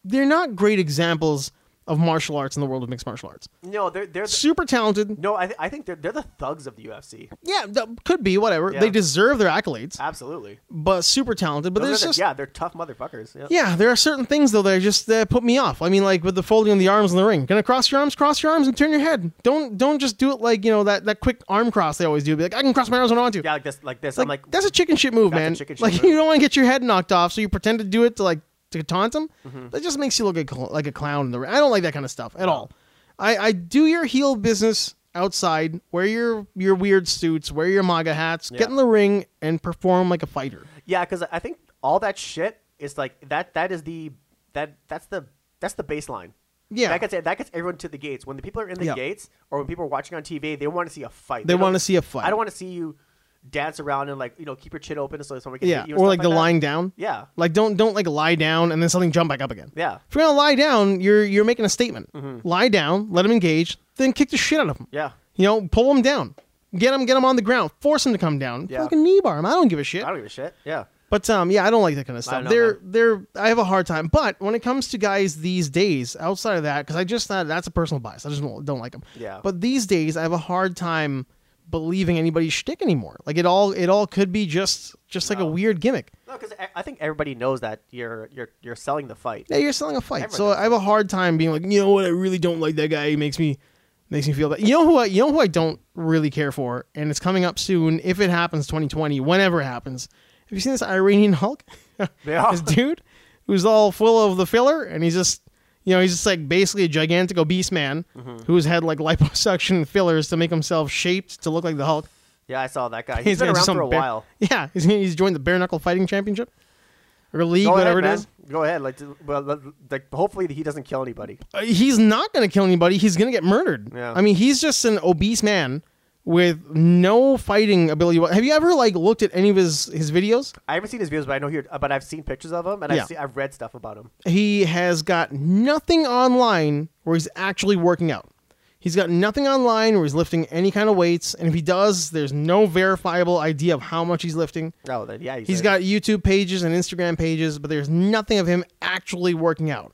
they're not great examples of martial arts in the world of mixed martial arts.
No, they're they're the,
Super talented.
no. I, th- I think they're they're the thugs of the UFC.
Yeah, that could be whatever.
Yeah.
They deserve their accolades,
Absolutely.
but super talented. But
Those
there's
are the-
just
yeah, they're tough motherfuckers. Yeah.
Yeah, there are certain things though that just that put me off. I mean, like with the folding of the arms in the ring. Gonna cross your arms, cross your arms, and turn your head. Don't don't just do it like you know that that quick arm cross they always do. Be like, I can cross my arms when I want to.
Yeah, like this, like this.
It's like,
I'm like,
that's a chicken shit move,
That's a
man.
chicken shit
like
move.
you don't want to get your head knocked off, so you pretend to do it to like to taunt them.
Mm-hmm.
That just makes you look like, a cl- like a clown in the ring. I don't like that kind of stuff at all. I, I do your heel business outside. Wear your your weird suits. Wear your MAGA hats.
Yeah.
Get in the ring and perform like a fighter.
yeah, because I think all that shit is like that. That is the that that's the that's the baseline.
Yeah.
that gets that gets everyone to the gates. When the people are in the
Yeah.
gates, or when people are watching on TV, they want to see a fight.
They
don't-
want to see a fight.
I don't want to see you dance around and like you know keep your chin open so someone can
Yeah,
hit you. and
or
stuff
like the
that.
lying down.
Yeah,
Like don't don't like lie down and then something jump back up again.
yeah,
If you're gonna lie down, you're you're making a statement. Lie down, let him engage, then kick the shit out of him.
Mm-hmm. yeah.
You know, pull him down, get him get him on the ground, force him to come down,
Yeah.
fucking knee bar him. I don't give a shit.
I don't give a shit. Yeah,
But um, yeah, I don't like that kind of stuff.
know,
they're they're I have a hard time. But when it comes to guys these days, outside of that, because I just thought that's a personal bias. I just don't, don't like them.
Yeah.
But these days, I have a hard time believing anybody's shtick anymore. Like it all it all could be just just like a weird gimmick.
no, because I, I think everybody knows that you're you're you're selling the fight.
Yeah, you're selling a fight.
Everyone
so
does
I have a hard time being like, you know what, I really don't like that guy. He makes me makes me feel bad. You know who I you know who I don't really care for, and it's coming up soon, if it happens, 2020, whenever it happens. Have you seen this Iranian Hulk?
Yeah.
this dude who's all full of the filler, and he's just you know he's just like basically a gigantic obese man
Mm-hmm.
who's had like liposuction and fillers to make himself shaped to look like the Hulk.
Yeah, I saw that guy. He's been
gonna do
around
some
for a
bare-
while.
Yeah, he's, he's joined the bare knuckle fighting championship or league,
Go
whatever
ahead,
it
man.
is.
Go ahead. Like, d- well, let- like, hopefully he doesn't kill anybody.
Uh, he's not going to kill anybody. He's going to get murdered.
Yeah.
I mean, he's just an obese man with no fighting ability. Have you ever like looked at any of his his videos?
I haven't seen his videos, but I know he. But I've seen pictures of him, and
Yeah.
I've seen, I've read stuff about him.
He has got nothing online where he's actually working out. He's got nothing online where he's lifting any kind of weights, and if he does, there's no verifiable idea of how much he's lifting.
Oh, then yeah, he's,
He's
a-
got YouTube pages and Instagram pages, but there's nothing of him actually working out.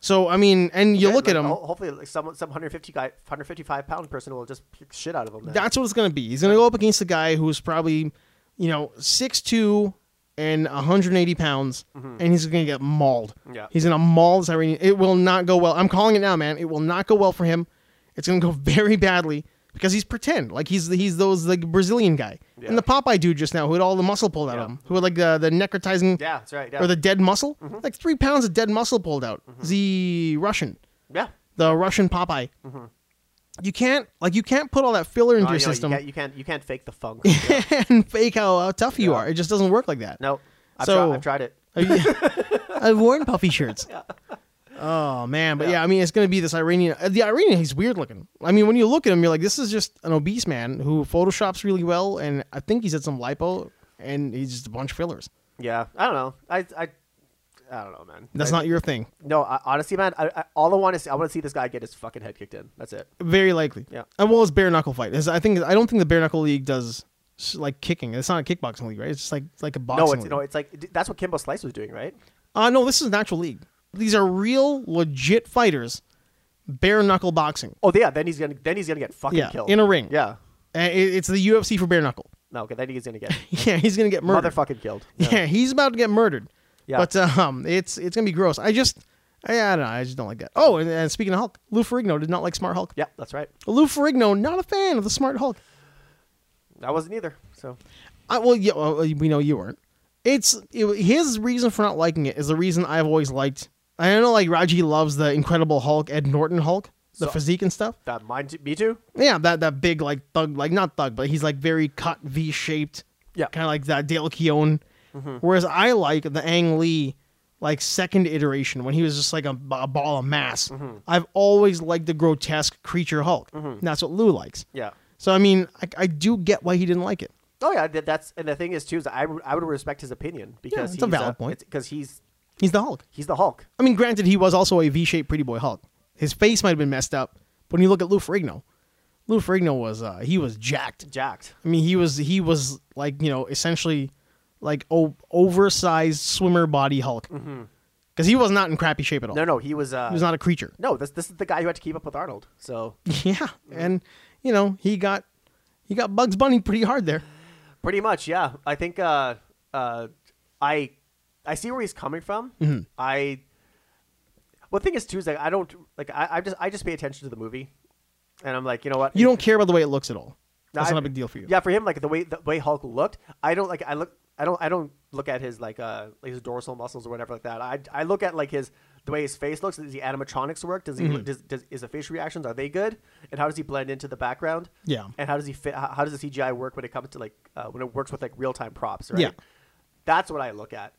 So I mean, and you
yeah,
look
like,
at him.
ho- Hopefully, like some some 150 guy, 155 pound person will just kick shit out of him. Then.
That's what it's going to be. He's going to go up against a guy who's probably, you know, 6'2 and 180 pounds, and he's going to get mauled.
Mm-hmm. Yeah.
He's going to maul this Iranian. It will not go well. I'm calling it now, man. It will not go well for him. It's going to go very badly because he's pretend. Like he's he's those like Brazilian guy.
Yeah.
And the Popeye dude just now who had all the muscle pulled out
Yeah.
of him, who had like the, the necrotizing
yeah, that's right. Yeah, Mm-hmm.
or the dead muscle, like three pounds of dead muscle pulled out. The Russian
yeah. Oh,
the Russian Popeye. You can't like you can't put all that filler into
Oh,
your
you Mm-hmm. know,
system
You can't, you can't you can't fake the funk. Yeah.
and fake how, how tough you
Yeah.
are. It just doesn't work like that.
No, I've,
So-
tri- I've tried it.
I- I've worn puffy shirts. Oh man, but yeah.
Yeah.
I mean, it's gonna be this Iranian. uh, The Iranian, he's weird looking. I mean, when you look at him, you're like, this is just an obese man who photoshops really well, and I think he's had some lipo, and he's just a bunch of fillers.
Yeah, I don't know. I I, I don't know, man.
That's
I-
not your thing.
No, I, honestly, man. I, I, all I want to see, I want to see this guy get his fucking head kicked in. That's it.
Very likely.
Yeah.
And well, it's bare knuckle fight. It's- I think I don't think the bare knuckle league does s- like kicking. It's not a kickboxing league, right? It's just like like a boxing.
no, it's
league.
no, it's like that's what Kimbo Slice was doing, right?
Uh, no, this is an actual league. These are real, legit fighters, bare knuckle boxing.
Oh yeah, then he's gonna then he's gonna get fucking
Yeah,
killed
in a ring.
Yeah.
Uh, it- It's the UFC for bare knuckle.
No, okay, then he's gonna get
Yeah, he's gonna get murdered.
motherfucking killed.
Yeah. he's about to get murdered.
Yeah.
But um, it's it's gonna be gross. I just, I, I don't know. I just don't like that. Oh, and, and speaking of Hulk, Lou Ferrigno did not like Smart Hulk.
Yeah, that's right.
Lou Ferrigno, not a fan of the Smart Hulk.
I wasn't either. So
I, well, yeah, well, uh, we know you weren't. It's it, his reason for not liking it is the reason I've always liked. I know, like Raji loves the Incredible Hulk, Ed Norton Hulk, the
So-
physique and stuff.
that mine, t- me too.
Yeah, that that big like thug, like not thug, but he's like very cut V shaped.
Yeah.
kind of like that Dale Keown. Whereas I like the Ang Lee, like second iteration when he was just like a, b- a ball of mass. I've always liked the grotesque creature Hulk. And that's what Lou likes.
Yeah.
So I mean, I, I do get why he didn't like it.
Oh yeah, that- that's and the thing is too is I, I would respect his opinion because
it's a
he's
valid point.
because he's
He's the Hulk.
he's the Hulk.
I mean, granted, he was also a V-shaped pretty boy Hulk. His face might have been messed up, but when you look at Lou Ferrigno, Lou Ferrigno was uh, he was jacked.
Jacked.
I mean, he was he was like you know essentially like o- oversized swimmer body Hulk because he was not in crappy shape at all.
Mm-hmm. No, no, he was. Uh,
He was not a creature.
no, this this is the guy who had to keep up with Arnold. So
Yeah,
Mm-hmm.
and you know he got he got Bugs Bunny pretty hard there.
pretty much, yeah. I think uh, uh, I I see where he's coming from.
Mm-hmm.
I well, the thing is too is like I don't like I, I just I just pay attention to the movie, and I'm like you know what
You don't care about the way it looks at all.
No,
That's
I-
not a big deal for you.
Yeah, for him, like the way the way Hulk looked, I don't like. I look, I don't, I don't look at his like uh like his dorsal muscles or whatever like that. I I look at like his the way his face looks. Does the animatronics work? Does he
Mm-hmm.
does, does is the facial reactions are they good? And how does he blend into the background?
Yeah.
And how does he fit? How, how does the CGI work when it comes to like uh, when it works with like real time props? Right.
Yeah.
That's what I look at.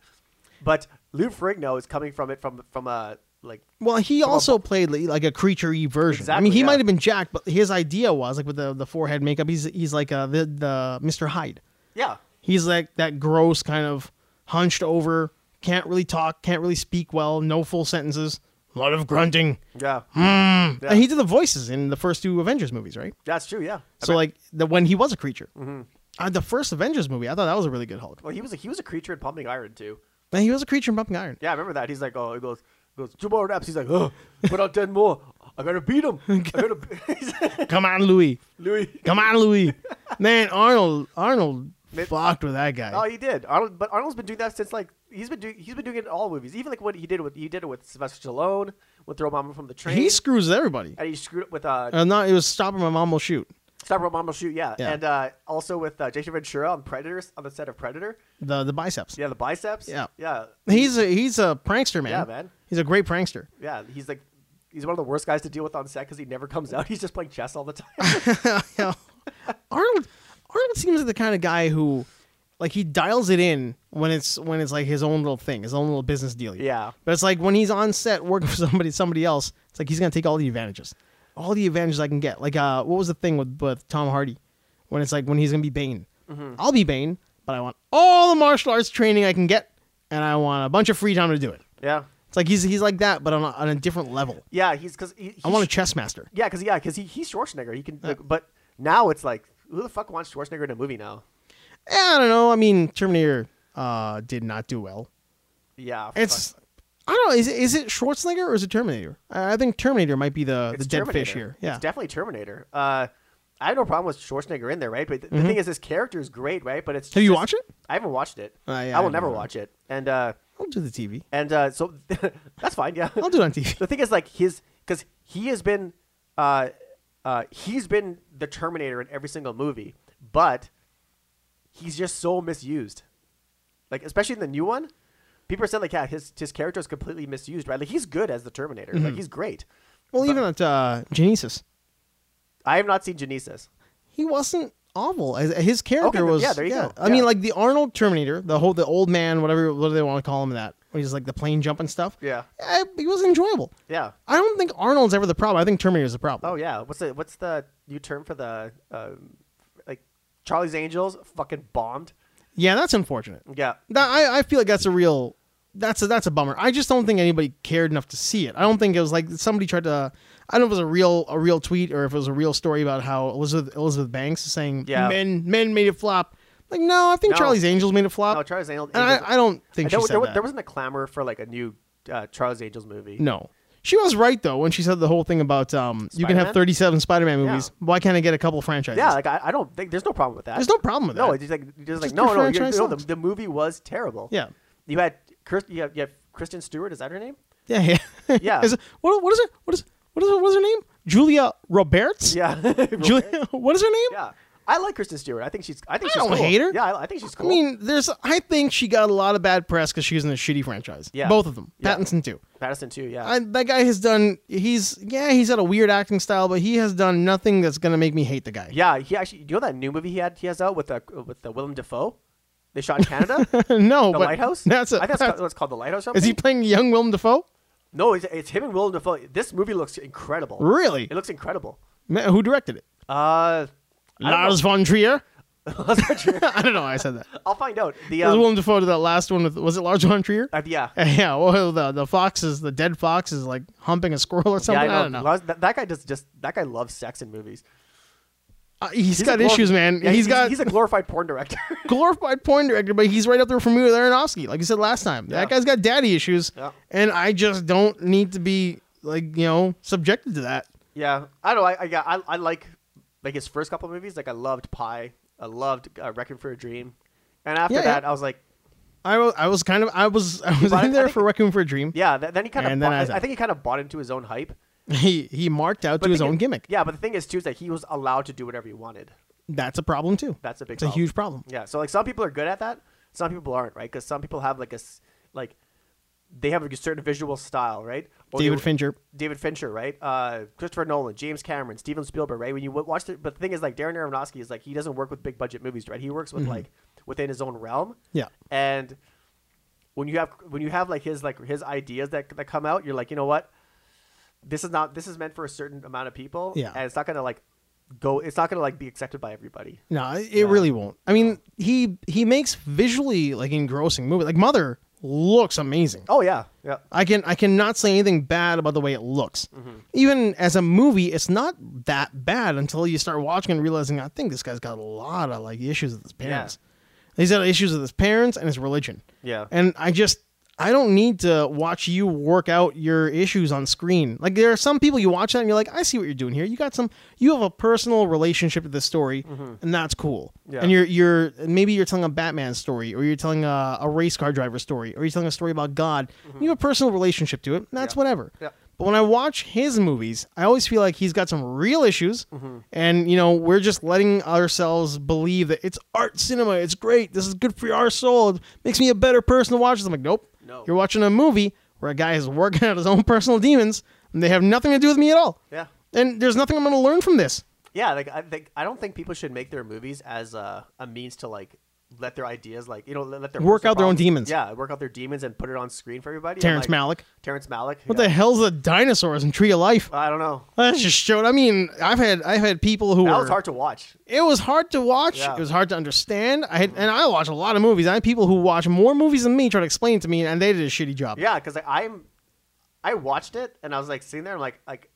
But Lou Ferrigno is coming from it from from a like
Well, he
Well,
also played li- like a creature y version. I
Exactly,
mean, he
yeah.
might have been Jack, but his idea was like with the, the forehead makeup. He's he's like uh, the the Mister Hyde.
yeah
He's like that gross kind of hunched over, can't really talk, can't really speak well, no full sentences, a lot of grunting.
yeah
Hmm.
Yeah.
And he did the voices in the first two Avengers movies, right?
that's true yeah.
So like the when he was a creature.
Mm-hmm.
Uh, the first Avengers movie, I thought that was a really good Hulk.
well, he was a, he was a creature in Pumping Iron too.
Man, he was a creature in Pumping Iron.
Yeah, I remember that. He's like, oh, he goes, goes two more reps. He's like, oh, put out ten more. I gotta beat him. I gotta. Be-. He's like,
Come on, Louis.
Louis.
Come on, Louis. Man, Arnold Arnold
Mid-
fucked with that guy.
Oh, he did. Arnold, but Arnold's been doing that since like he's been doing he's been doing it in all movies. Even like what he did with he did it with Sylvester Stallone with Throw Mama from the Train.
he screws everybody.
and he screwed up with uh,
Uh, no, it was stopping my mom will shoot.
Stop Rob Mom Will Shoot. Yeah,
Yeah.
and uh, also with uh, Jason Ventura on Predators on the set of Predator.
The the biceps.
Yeah, the biceps.
Yeah.
yeah,
He's a he's a prankster, man.
Yeah, man.
He's a great prankster.
yeah. He's like. He's one of the worst guys to deal with on set because he never comes out. He's just playing chess all the time.
Arnold Arnold seems like the kind of guy who like he dials it in when it's when it's like his own little thing, his own little business deal.
Yeah.
But it's like when he's on set working for somebody somebody else, it's like he's gonna take all the advantages. All the advantages I can get. Like uh what was the thing with, with Tom Hardy? When it's like when he's gonna be Bane. I'll be Bane, but I want all the martial arts training I can get and I want a bunch of free time to do it.
yeah,
It's like he's he's like that, but on a, on a different level.
yeah. He's because he, he
I want a chess master.
Yeah, because yeah, because he, he's Schwarzenegger. He can, like, but now it's like, who the fuck wants Schwarzenegger in a movie now?
Yeah, Eh, I don't know. I mean, Terminator uh, did not do well.
Yeah,
It's
fuck.
I don't know. Is it, is it Schwarzenegger or is it Terminator? I I think Terminator might be the
It's
the dead fish
Terminator.
here. Yeah,
it's definitely Terminator. Uh, I have no problem with Schwarzenegger in there, right? But th- the thing is, his character is great, right? But it's
Mm-hmm. Have you
just-
watched it?
I haven't watched it.
Uh, yeah,
I
I
will
haven't
never
either.
watch it, and uh,
I'll do the TV.
and uh, so that's fine. Yeah,
I'll do it on TV.
the thing is like his because he has been uh, uh, he's been the terminator in every single movie but he's just so misused like especially in the new one people are saying like yeah his, his character is completely misused right like he's good as the terminator
Mm-hmm.
like he's great
Well, even at uh, Genesis,
i have not seen genesis
he wasn't awful. As- His character
Okay,
was
yeah, there you go.
I
Yeah.
mean, like the Arnold Terminator, the whole the old man, whatever what do they want to call him that when he's like the plane jump and stuff.
Yeah.
I, he was enjoyable.
yeah
I don't think Arnold's ever the problem. I think Terminator's the problem.
oh yeah what's the what's the new term for the um, like charlie's angels fucking bombed
Yeah, that's unfortunate.
yeah
That I, I feel like that's a real that's a that's a bummer. I just don't think anybody cared enough to see it. I don't think it was like somebody tried to. I don't know if it was a real a real tweet or if it was a real story about how Elizabeth Elizabeth Banks is saying
Yeah.
men men made it flop. Like no, I think
No.
Charlie's Angels made it flop.
no charlie's angels
and I, I don't
there,
think she
wa-
said
there, wa-
that.
there wasn't a clamor for like a new uh, charlie's angels movie
no. She was right though when she said the whole thing about um, you can
Spider-Man?
have 37 Spider-Man movies.
Yeah.
Why can't I get a couple franchises?
Yeah, like I, I don't think there's no problem with that.
There's no problem with
No,
that.
it's just like just like
Just
no,
do
no, you
franchise
no, the,
songs.
the movie was terrible.
Yeah.
you had Chris, you have, you have Kristen Stewart. Is that her name?
yeah, yeah.
Yeah.
Is it- what, what is it? What is what is what is her name? Julia Roberts.
Yeah,
Julia, what is her name?
Yeah. I like Kristen Stewart. I think she's. I think
I
she's
don't
cool.
hate her.
Yeah, I, I think she's cool.
I mean, there's. I think she got a lot of bad press because she was in a shitty franchise.
Yeah.
both of them.
Yeah.
Pattinson too.
Patterson too. Yeah.
I, that guy has done. He's yeah, he's had a weird acting style, but he has done nothing that's gonna make me hate the guy.
yeah. He actually. You know that new movie he had? He has out with uh, with uh, Willem Dafoe. They shot in Canada. the
no, but
Lighthouse.
That's a,
I think that's,
that's-
called- it's called the Lighthouse. Something.
is he playing young Willem Dafoe?
No, it's, it's him and Willem Dafoe. This movie looks incredible.
Really?
It looks incredible.
Ma- Who directed it?
Uh, I don't
Lars von Trier.
know.
I don't know. why I said that.
I'll find out. The
was
um,
Willem Dafoe to that last one with was it Lars von Trier?
uh, yeah.
yeah, well the the fox is the dead fox is like humping a squirrel or something.
yeah,
I, don't know.
Lars- that, that guy does just that guy loves sex in movies.
Uh, he's
He's
got
a glor-
issues, man.
Yeah,
he's got
he's a glorified porn director.
glorified porn director, but he's right up there for me with Aronofsky. Like you said last time,
Yeah.
that guy's got daddy issues,
Yeah.
and I just don't need to be like you know subjected to that.
yeah, I don't know. I I, yeah, I I like like his first couple movies. Like I loved Pie. I loved uh, Reckon for a Dream, and after
Yeah, yeah.
that I was like,
I was, I was kind of I was I was
But I-
in there
I think-
for Requiem for a Dream.
yeah. Th- then he kind of
And then I
bought,
was
I,
out.
think he kind of bought into his own hype.
He he marked out to
the
his
thing
own
is-
gimmick.
Yeah, but the thing is too is that he was allowed to do whatever he wanted.
That's a problem too.
That's a big.
It's a
problem.
huge problem.
Yeah. So like some people are good at that. Some people aren't, right? Because some people have like a s- like they have a certain visual style, right? Or they-
David Fincher.
David Fincher, right? Uh, Christopher Nolan, James Cameron, Steven Spielberg, right? When you w- watch the, but the thing is, like Darren Aronofsky is like he doesn't work with big budget movies, right? He works with like within his own realm.
Mm-hmm. Yeah.
And when you have when you have like his like his ideas that that come out, you're like, you know what? This is not this is meant for a certain amount of people.
Yeah.
And it's not gonna like go. It's not gonna like be accepted by everybody.
No, it it really won't. I mean, he he makes visually like engrossing movies. Like Mother looks amazing.
Oh yeah, yeah.
I can I cannot say anything bad about the way it looks.
Mm-hmm.
Even as a movie, it's not that bad until you start watching and realizing I think this guy's got a lot of like issues with his parents. He's got issues with his parents and his religion.
Yeah.
And I just I don't need to watch you work out your issues on screen. Like there are some people you watch that and you're like, I see what you're doing here. You got some you have a personal relationship to this story and that's cool.
Mm-hmm. Yeah.
And you're you're maybe you're telling a Batman story or you're telling a, a race car driver story or you're telling a story about God. You have a personal relationship to it. And that's
Mm-hmm. Yeah.
whatever.
Yeah.
But when I watch his movies, I always feel like he's got some real issues,
Mm-hmm.
and you know we're just letting ourselves believe that it's art cinema. It's great. This is good for our soul. It makes me a better person to watch. this. I'm like, nope.
No.
You're watching a movie where a guy is working out his own personal demons, and they have nothing to do with me at all.
Yeah.
And there's nothing I'm going to learn from this.
Yeah, like I think I don't think people should make their movies as a, a means to like let their ideas like you know let let their
Work
personal
out their own
problems-
demons.
Yeah, work out their demons and put it on screen for everybody. I'm
Terrence
like,
Malick.
Terrence Malick.
What
yeah.
the hell's the dinosaurs in Tree of Life?
I don't know.
That just showed. I mean, I've had I've had people who
That
were
was hard to watch.
it was hard to watch.
Yeah. Mm-hmm.
It was hard to understand. I had, and I watch a lot of movies. I had people who watch more movies than me try to explain it to me, and they did a shitty job.
Yeah, because I'm I watched it and I was like sitting there. I'm like like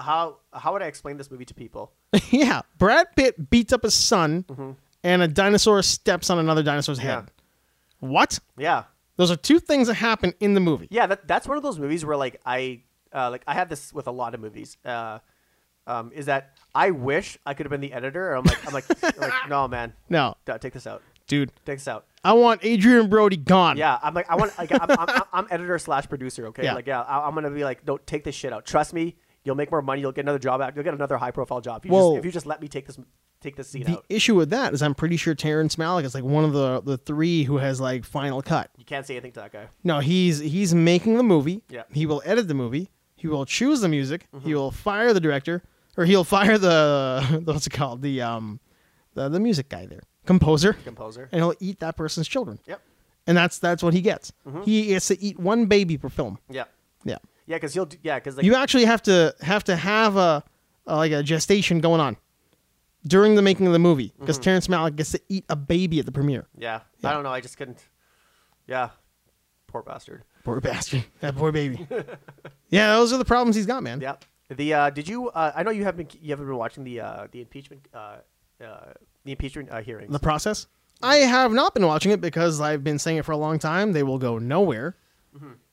how how would I explain this movie to people?
Yeah. Brad Pitt beats up his son,
Mm-hmm.
and a dinosaur steps on another dinosaur's head. What?
Yeah,
Those are two things that happen in the movie.
yeah. That that's one of those movies where like I uh, like I have this with a lot of movies. Uh, um, is that I wish I could have been the editor. And I'm like I'm like, like no man,
No,
no, take this out,
dude.
take this out.
I want Adrian Brody gone.
Yeah, I'm like, I want, like, I'm, I'm, I'm editor slash producer, okay?
Yeah.
Like, yeah, I, I'm gonna be like, don't take this shit out. Trust me, you'll make more money. You'll get another job. out- You'll get another high profile job. If you,
Whoa.
just, if you just let me take this, take this scene
The
out.
issue with that is I'm pretty sure Terrence Malick is like one of the, the three who has like final cut.
You can't say anything to that guy.
No, he's he's making the movie.
Yeah. Mm-hmm.
He will edit the movie. He will choose the music. He will fire the director, or he'll fire the what's it called the um the, the music guy there, composer,
Composer.
and he'll eat that person's children.
Yep. Mm-hmm.
And that's that's what he gets. He gets to eat one baby per film.
Yeah.
Yeah.
Yeah, because he'll, do, yeah, because like,
you actually have to have to have a, a like a gestation going on during the making of the movie
Mm-hmm.
because Terrence Malick gets to eat a baby at the premiere.
yeah,
Yeah.
I don't know. I just couldn't. Yeah. Poor bastard.
Poor bastard. That poor baby. yeah, those are the problems he's got, man.
Yeah. The uh, did you? Uh, I know you haven't been you haven't been watching the uh, the impeachment uh, uh, the impeachment uh, hearings.
The process? I have not been watching it because I've been saying it for a long time. They will go nowhere.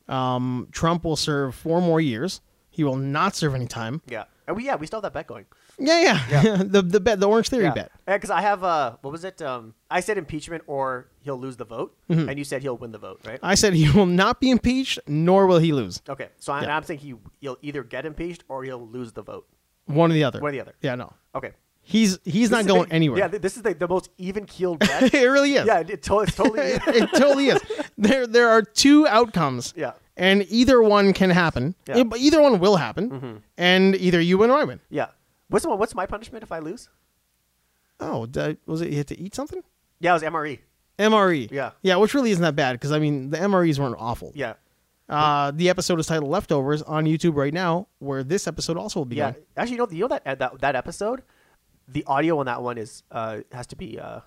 Um, Trump will serve four more years. He will not serve any time.
yeah, and we yeah we still have that bet going.
Yeah, yeah. the the bet, the Orange Theory bet.
Because I have uh, what was it? Um, I said impeachment or he'll lose the vote, and you said he'll win the vote, right?
Mm-hmm. I said he will not be impeached, nor will he lose.
okay, so I,
Yeah.
I'm saying he he'll either get impeached or he'll lose the vote.
One or the other.
One or the other.
Yeah, no.
Okay,
He's he's not going anywhere.
Yeah, th- this is the, the most even keeled bet.
it really is.
yeah, it, it to- it's totally.
it, it totally is. There there are two outcomes.
Yeah.
And either one can happen.
Yeah.
Eh, but either one will happen. And either you win or I win.
yeah. What's my, what's my punishment if I lose?
Oh, did I- was it you had to eat something?
Yeah, it was E. MRE.
MRE.
Yeah.
E. Yeah, which really isn't that bad because I mean the MREs weren't awful.
Yeah.
Uh, the episode is titled "Leftovers" on YouTube right now, where this episode also will be.
Yeah.
going.
Actually, you know, you know that, that that episode, the audio on that one is uh has to be uh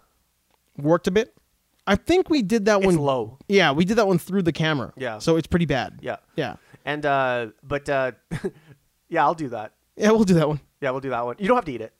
worked a bit. I think we did that
it's
one.
low.
Yeah, we did that one through the camera.
Yeah.
So it's pretty bad.
Yeah.
Yeah.
And uh but uh yeah, I'll do that.
Yeah, we'll do that one.
Yeah, we'll do that one. You don't have to eat it.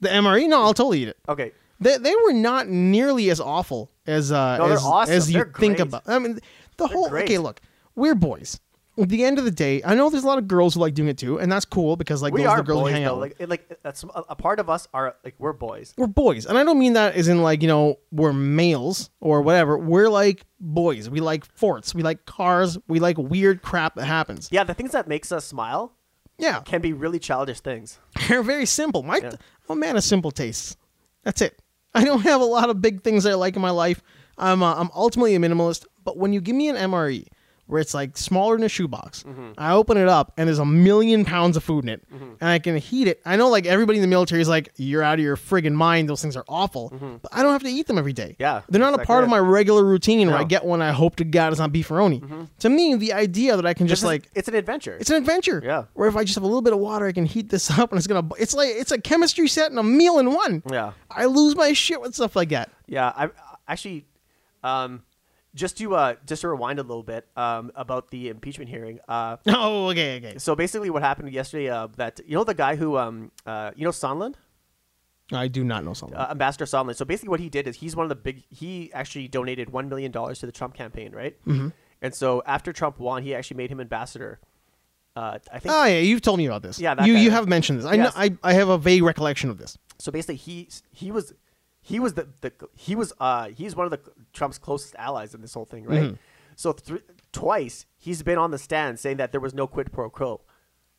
The MRE? No, I'll totally eat it.
Okay.
They, they were not nearly as awful as uh
No, they're
as,
awesome.
as you
They're
think
great.
about. I mean, the whole
great.
okay. Look, we're boys. At the end of the day, I know there's a lot of girls who like doing it too, and that's cool because like
We
those are
are
the girls you
boys
hang out.
though.
with.
Like it- like that's a, a part of us are like we're boys.
we're boys, and I don't mean that as in like you know we're males or whatever. We're like boys. We like forts. We like cars. We like weird crap that happens.
Yeah, the things that makes us smile
Yeah,
can be really childish things.
they're very simple. My I'm a man of simple tastes. That's it. I don't have a lot of big things that I like in my life. I'm uh, I'm ultimately a minimalist. But when you give me an MRE where it's like smaller than a shoebox,
Mm-hmm.
I open it up and there's a million pounds of food in it, and I can heat it. I know like everybody in the military is like, you're out of your friggin' mind. Those things are awful. But I don't have to eat them every day.
Mm-hmm. Yeah,
they're not a
exactly
part of
it.
my regular routine. Where I
No. Mm-hmm.
get one, I hope to God it's not beefaroni. To me, the idea that I can
This
just
is-
like
it's an adventure.
it's an adventure.
Yeah.
Where if I just have a little bit of water, I can heat this up, and it's gonna. It's like it's a chemistry set and a meal in one.
Yeah.
I lose my shit with stuff like that.
Yeah, I actually, um, just to uh, just to rewind a little bit um, about the impeachment hearing. Uh,
Oh, okay, okay.
so basically, what happened yesterday? Uh, that you know the guy who um, uh, you know Sondland,
I do not know something.
uh, Ambassador Sondland. So basically, what he did is he's one of the big. He actually donated one million dollars to the Trump campaign, right? Mm-hmm. And so after Trump won, he actually made him ambassador. Uh, I think
oh yeah, you've told me about this.
Yeah, that
you
guy.
you have mentioned this. I know.
Yes.
I, I have a vague recollection of this.
so. Basically, he he was he was the, the he was uh he's one of the Trump's closest allies in this whole thing, right? So th- twice he's been on the stand saying that there was no quid pro quo,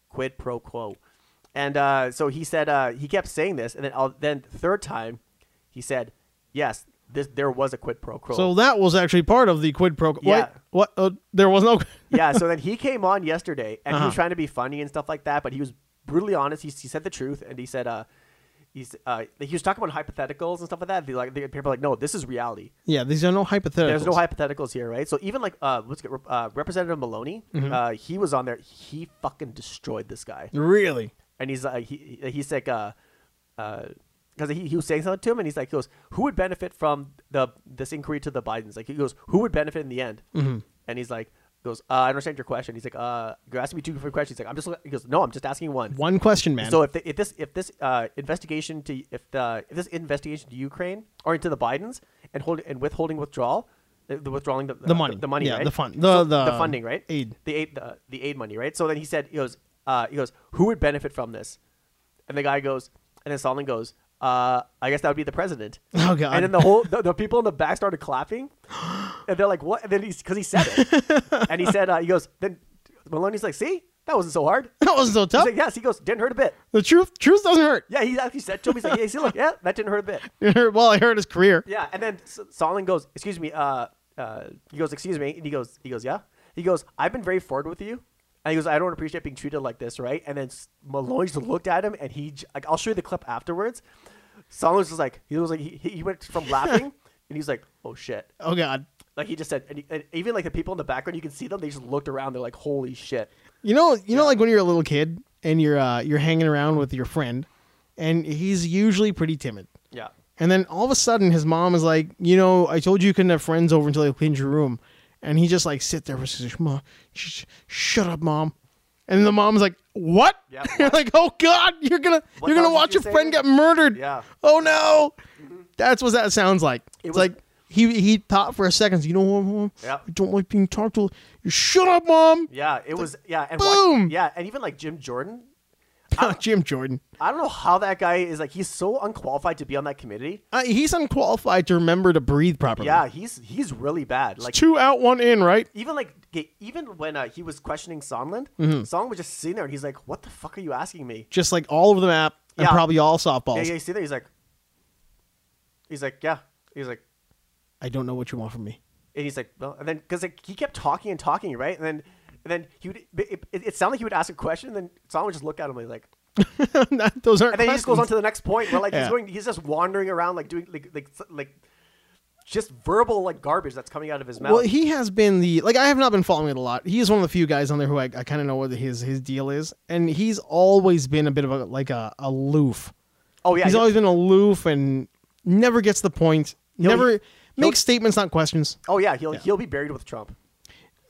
quid pro quo, and uh, so he said uh, he kept saying this, and then uh, then third time he said yes, this there was a quid pro quo.
So that was actually part of the quid pro. quo.
Yeah.
What? Uh, there was no.
yeah, so then he came on yesterday and he
Uh-huh.
was trying to be funny and stuff like that, but he was brutally honest. He, he said the truth and he said, uh, he's, uh, he was talking about hypotheticals and stuff like that. They, like, the people are like, no, this is reality.
yeah. These are no hypotheticals.
There's no hypotheticals here, right? So even like, uh, what's good, uh, Representative Maloney, uh, he was on there. He fucking destroyed this guy.
Really.
And he's like, he, he's like, uh, uh, because he, he was saying something to him, and he's like, he goes, "Who would benefit from the this inquiry to the Bidens?" Like he goes, "Who would benefit in the end?" Mm-hmm. And he's like, goes, uh, "I understand your question." He's like, "Uh, you're asking me two different questions." He's like, "I'm just," look-" he goes, "No, I'm just asking one."
One question, man.
So uh, if, the, if this if this uh, investigation to if the if this investigation to Ukraine or into the Bidens and hold and withholding withdrawal, the, the withdrawing the,
The money.
the, money,
Yeah,
right?
the fund-
So
the- the
funding, right?
aid.
the aid, the, the aid money, right? So then he said, he goes, uh, he goes, who would benefit from this? And the guy goes, and then Solomon goes, uh, I guess that would be the president.
Oh, God.
And then the whole the, the people in the back started clapping, and they're like, what? And then he's because he said it, and he said, uh, he goes, then Maloney's like, see, that wasn't so hard.
that was so
He's
tough.
like, yes, he goes, didn't hurt a bit.
the truth. Truth doesn't hurt.
Yeah, he actually said to him, he's like, yeah, see, look, yeah, that didn't hurt a bit.
well, I hurt his career.
Yeah, and then S- Solin goes, excuse me, uh, uh, he goes, excuse me, and he goes, he goes, yeah, he goes, I've been very forward with you, and he goes, I don't appreciate being treated like this, right? And then S- Malone just looked at him, and he, j- like, I'll show you the clip afterwards. Solin was just like, he was like, he, he went from laughing, and he's like, oh shit,
Oh God.
like he just said, and, he, and even like the people in the background, you can see them, they just looked around, they're like, holy shit,
You know, you know, like when you're a little kid and you're uh, you're hanging around with your friend, and he's usually pretty timid.
yeah,
And then all of a sudden, his mom is like, "You know, I told you you couldn't have friends over until I cleaned your room," and he just like sit there for like, "Mom, sh- sh- shut up, mom." And the mom's like, "What?"
Yeah,
you're like, "Oh God, you're gonna
What
you're
the
gonna
hell did
watch
you
your
say?
friend get murdered."
Yeah. Mm-hmm.
Oh no, that's what that sounds like. it's
was-
like he he thought for a second. You know what, mom?
Yeah.
I don't like being talked to. Shut up, mom.
yeah, it was, yeah, and watch-
boom!
yeah, and even like Jim Jordan,
Jim Jordan.
I don't know how that guy is like. He's so unqualified to be on that committee.
Uh, he's unqualified to remember to breathe properly.
Yeah, he's he's really bad. Like
Two out, one in, right?
even like okay, even when uh, he
Mm-hmm.
was questioning Sondland, Sondland was just sitting there and he's like, "What the fuck are you asking me?"
Just like all over the map. and
Yeah.
probably all softballs.
Yeah, yeah, you see that? He's like, he's like, yeah. He's like,
I don't know what you want from me.
and he's like, well, and then because like he kept talking and talking, right? And then, and then he would. It, it, it sounded like he would ask a question, and then someone would just look at him and be like,
Not- Those aren't.
and then he just goes on to the next point. But like
Yeah.
he's going, he's just wandering around like doing like like like just verbal like garbage that's coming out of his mouth.
Well, he has been the like I have not been following it a lot. He is one of the few guys on there who I, I kind of know what his his deal is, and he's always been a bit of a like a aloof.
oh yeah,
he's
he-
always been aloof and never gets the point. never makes statements, not questions.
oh yeah, he'll he'll be buried with Trump.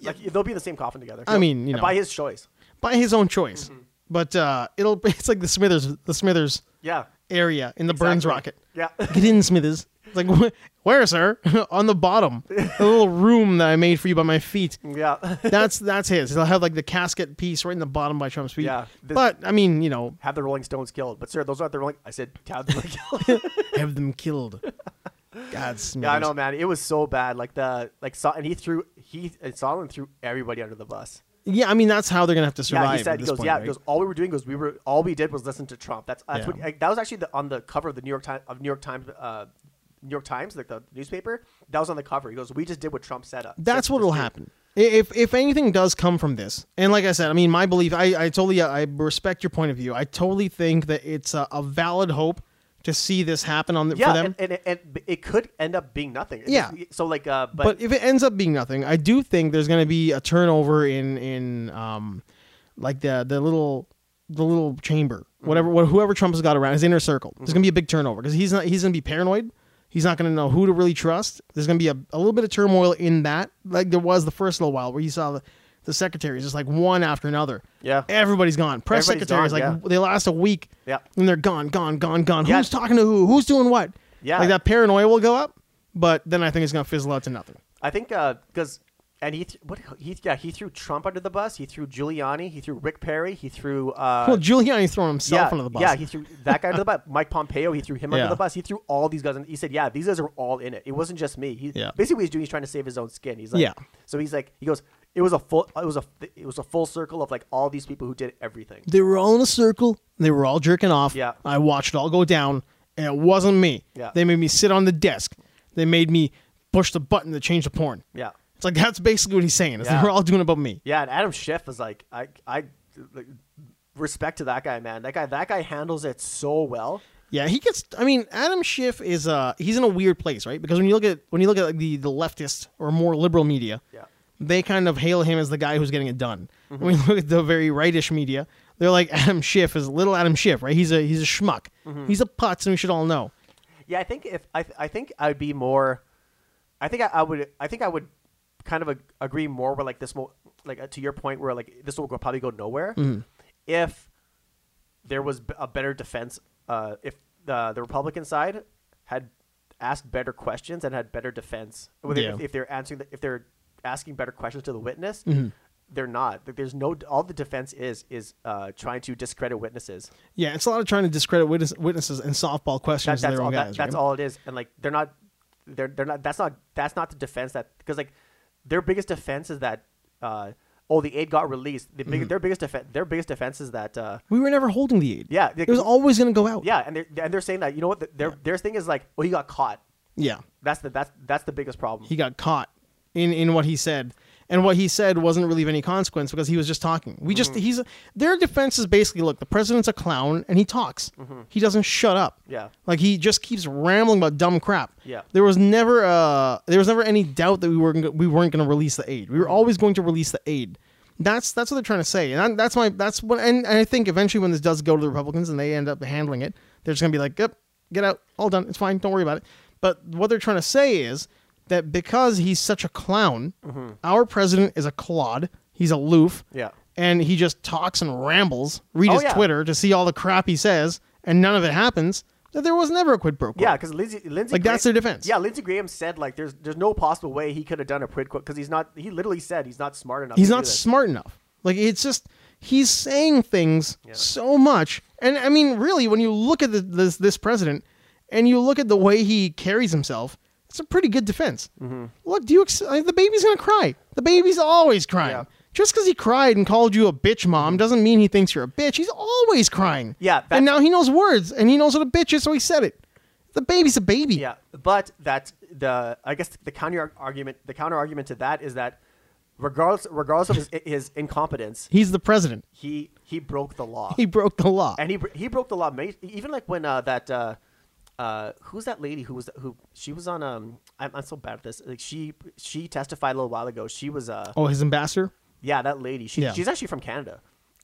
Like they'll be in the same coffin together.
I mean, you know.
by his choice.
by his own choice.
Mm-hmm.
But uh, it'll it's like the Smithers the Smithers
Yeah,
area in the Burns
Exactly.
rocket.
Yeah.
Get in Smithers. It's like "Wh- where, sir? On the bottom, the little room that I made for you by my feet.
yeah.
That's that's his. He'll have like the casket piece right in the bottom by Trump's feet.
Yeah. This-
but I mean, you know,
Have the Rolling Stones killed, but sir, those aren't the Rolling. I said, have them killed.
have them killed. God, Smithers.
Yeah, I know, man. It was so bad. Like the like, so, and he threw he and Solomon threw everybody under the bus.
Yeah, I mean that's how they're gonna have to survive.
yeah, he said,
at
he
this
goes,
point,
yeah,
right?
he goes. All we were doing was we were all we did was listen to Trump. That's that's
Yeah.
what like, that was actually the, on the cover of the New York Times of New York Times. Uh, New York Times, like the newspaper, that was on the cover. He goes, "We just did what Trump said." uh,
that's
said
what will
to do."
happen I- if if anything does come from this and like i said i mean my belief i, I totally i respect your point of view i totally think that it's a, a valid hope to see this happen on the,
Yeah,
for them
and, and, it- and it could end up being nothing. It
Yeah.
just- so like, uh,
but,
but,
if it ends up being nothing i do think there's going to be a turnover in in um like the the little the little chamber
Mm-hmm.
whatever what, whoever trump's got around his inner circle there's going to be a big turnover because he's not he's going to be paranoid he's not going to know who to really trust there's going to be a, a little bit of turmoil in that like there was the first little while where you saw the the secretaries just like one after another
Yeah.
everybody's gone press
Everybody's
secretaries
gone,
like they last a week
Yeah.
and they're gone gone gone gone
Yeah.
who's talking to who who's doing what
Yeah.
like that paranoia will go up but then i think it's going to fizzle out to nothing
I think because and he th- what he yeah he threw Trump under the bus. He threw Giuliani. He threw Rick Perry. He threw uh,
Well, Giuliani's throwing himself
yeah,
under the bus.
Yeah, he threw that guy under the bus. Mike Pompeo, he threw him
Yeah.
under the bus. He threw all these guys. And he said, "Yeah, these guys are all in it. It wasn't just me." He
Yeah.
basically what he's doing. He's trying to save his own skin. He's like,
Yeah.
So he's like, he goes, "It was a full. It was a. It was a full circle of like all these people who did everything."
they were all in a circle. They were all jerking off.
Yeah.
I watched it all go down, and it wasn't me.
Yeah.
They made me sit on the desk. They made me push the button to change the porn.
Yeah.
It's like that's basically what he's saying. Is
Yeah.
they were all doing it about me.
Yeah, and Adam Schiff is like, I, I, like, respect to that guy, man. That guy, that guy handles it so well.
Yeah, he gets. I mean, Adam Schiff is uh he's in a weird place, right? Because when you look at when you look at like, the the leftist or more liberal media,
Yeah. Mm-hmm.
they kind of hail him as the guy who's getting it done. When you look at the very rightish media, they're like Adam Schiff is little Adam Schiff, right? He's a he's a schmuck.
Mm-hmm.
He's a putz, and we should all know.
Yeah, I think if I, I think I'd be more, I think I, I would, I think I would, kind of ag- agree more with like this more like uh, to your point where like this will go, probably go nowhere if there was b- a better defense. Uh, if the the Republican side had asked better questions and had better defense, Whether-
Yeah.
if, if they're answering, the, if they're asking better questions to the witness. They're not. Like, There's no. All the defense is is uh, trying to discredit witnesses.
Yeah, it's a lot of trying to discredit witness, witnesses and softball
That-
questions. to
that's
their
all.
own
that-
guys,
that's
right?
all it is. And like they're not, they're they're not. That's not that's not the defense that because like their biggest defense is that uh, oh the aid got released. The big,
Mm-hmm.
Their biggest defense their biggest defense is that uh,
We were never holding the aid.
Yeah, they-
it was always going to go out.
yeah, and they're and they're saying that you know what th- their their thing is like oh he got caught.
yeah.
That's the that's that's the biggest problem.
He got caught in in what he said, and what he said wasn't really of any consequence because he was just talking. We just he's their defense is basically look, the president's a clown and he talks. He doesn't shut up.
Yeah.
like he just keeps rambling about dumb crap.
Yeah.
there was never uh there was never any doubt that we were not we weren't going to release the aid. We
Mm-hmm.
were always going to release the aid. That's that's what they're trying to say, and I- that's my that's what and, and I think eventually when this does go to the Republicans and they end up handling it, they're just gonna be like, "Yep, get out, all done, it's fine, don't worry about it." But what they're trying to say is that because he's such a clown, our president is a clod, he's aloof,
Mm-hmm. Yeah.
and he just talks and rambles. Read
Oh,
his
yeah.
Twitter to see all the crap he says, and none of it happens. That there was never a quid pro quo.
Yeah, because Lindsey Lindsey
Like, that's
Graham-
their defense.
Yeah, Lindsey Graham said like there's there's no possible way he could have done a quid quo because he's not he literally said he's not smart enough.
he's
to
not
do this.
smart enough. Like it's just he's saying things so much, and I mean, really, when you look at the, this this president and you look at the way he carries himself,
Mm-hmm.
it's a pretty good defense. Look, do you ex- like, the baby's gonna cry? The baby's always crying.
Yeah.
Just because he cried and called you a bitch, mom, doesn't mean he thinks you're a bitch. He's always crying.
Yeah, that's-
and now he knows words and he knows what a bitch is, so he said it. The baby's a baby.
Yeah, but that the I guess the counter argument the counter argument to that is that regardless regardless of his, his incompetence,
He's the president.
he he broke the law.
He broke the law.
and he br- he broke the law. many- Even like when uh, that uh, uh, who's that lady who was who she was on um I'm, I'm so bad at this. Like she she testified a little while ago. She was uh
oh, his ambassador?
yeah that lady. She,
Yeah.
she's actually from Canada.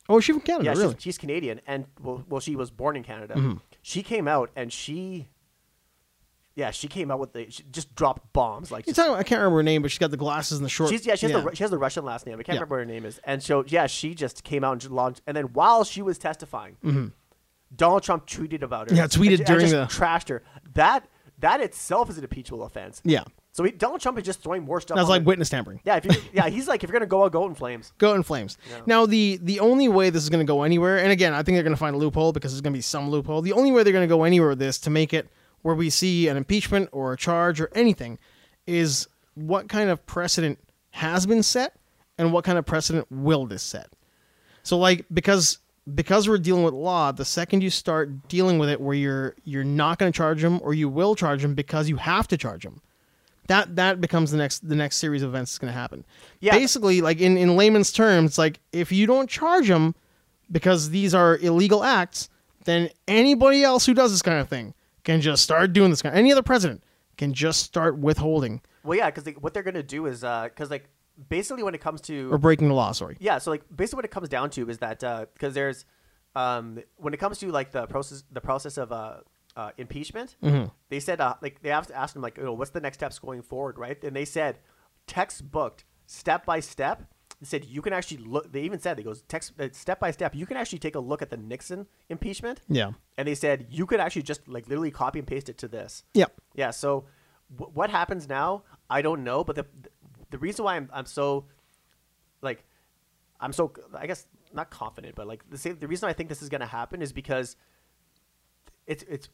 Oh, is she from Canada?
Yeah,
really? Mm-hmm.
she's, she's Canadian, and well, well, she was born in Canada. She came out and she. Yeah, she came out with the she just dropped bombs like
You're
just
talking about- I can't remember her name, but she's got the glasses and the short.
She's yeah, she has, The, Ru- she has the Russian last name. I can't
Yeah.
remember what her name is. And so yeah, she just came out and just launched. And then while she was testifying, Donald Trump tweeted about her.
Mm-hmm. Yeah, tweeted
and,
during
and
the-
just trashed her. That that itself is an impeachable offense.
Yeah.
So he, Donald Trump is just throwing more stuff.
That's
on
like
it.
witness tampering.
yeah, if you, yeah, he's like if you're gonna go out, go out in flames.
Go in flames. Now the the only way this is going to go anywhere, and again, I think they're going to find a loophole because there's going to be some loophole. The only way they're going to go anywhere with this to make it where we see an impeachment or a charge or anything is what kind of precedent has been set and what kind of precedent will this set. So like because because we're dealing with law, the second you start dealing with it where you're you're not going to charge them or you will charge them because you have to charge them. That that becomes the next the next series of events that's going to happen.
Yeah.
Basically like in in layman's terms, like if you don't charge them because these are illegal acts, then anybody else who does this kind of thing can just start doing this kind. Any other president can just start withholding
Well, yeah, because what they're gonna do is because like basically when it comes to
or breaking the law, sorry.
yeah so like basically what it comes down to is that because there's um, when it comes to like the process the process of uh, uh, impeachment they said uh, like they have to ask them like you know what's the next steps going forward right and they said textbooked step by step they said you can actually look they even said they goes text uh, step by step you can actually take a look at the nixon impeachment
Yeah.
and they said you could actually just like literally copy and paste it to this
Yep.
yeah. So w- what happens now? I don't know. But the the reason why I'm I'm so like I'm so I guess not confident, but like the same, the reason I think this is gonna happen is because it's it's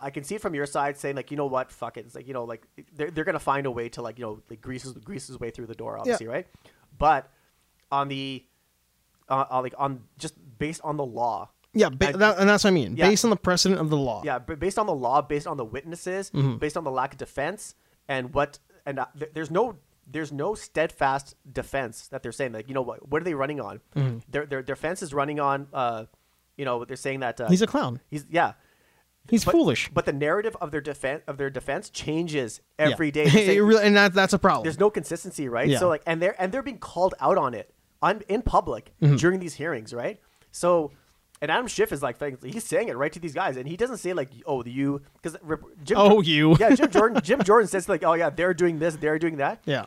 I can see it from your side saying like you know what fuck it it's like you know like they're they're gonna find a way to like you know like grease his- grease his way through the door obviously right, but on the uh, uh, like on just based on the law
Yeah, ba-
I-
that, and that's what I mean.
Yeah.
Based on the precedent of the law.
yeah but based on the law based on the witnesses
Mm-hmm.
based on the lack of defense and what and uh, th- there's no there's no steadfast defense that they're saying like you know what what are they running on
Mm-hmm.
their their defense is running on uh you know they're saying that uh,
He's a clown.
he's yeah
He's
but,
foolish.
but the narrative of their defense of their defense changes every day.
Yeah.
They're saying-
It really- and that, that's a problem.
there's no consistency, right?
Yeah.
So like, and they're and they're being called out on it on in public
Mm-hmm.
during these hearings, right? So, and Adam Schiff is like, thank- he's saying it right to these guys, and he doesn't say like, oh, you, because Jim,
Oh, you.
yeah, Jim Jordan, Jim Jordan says like, oh yeah, they're doing this, they're doing that.
yeah.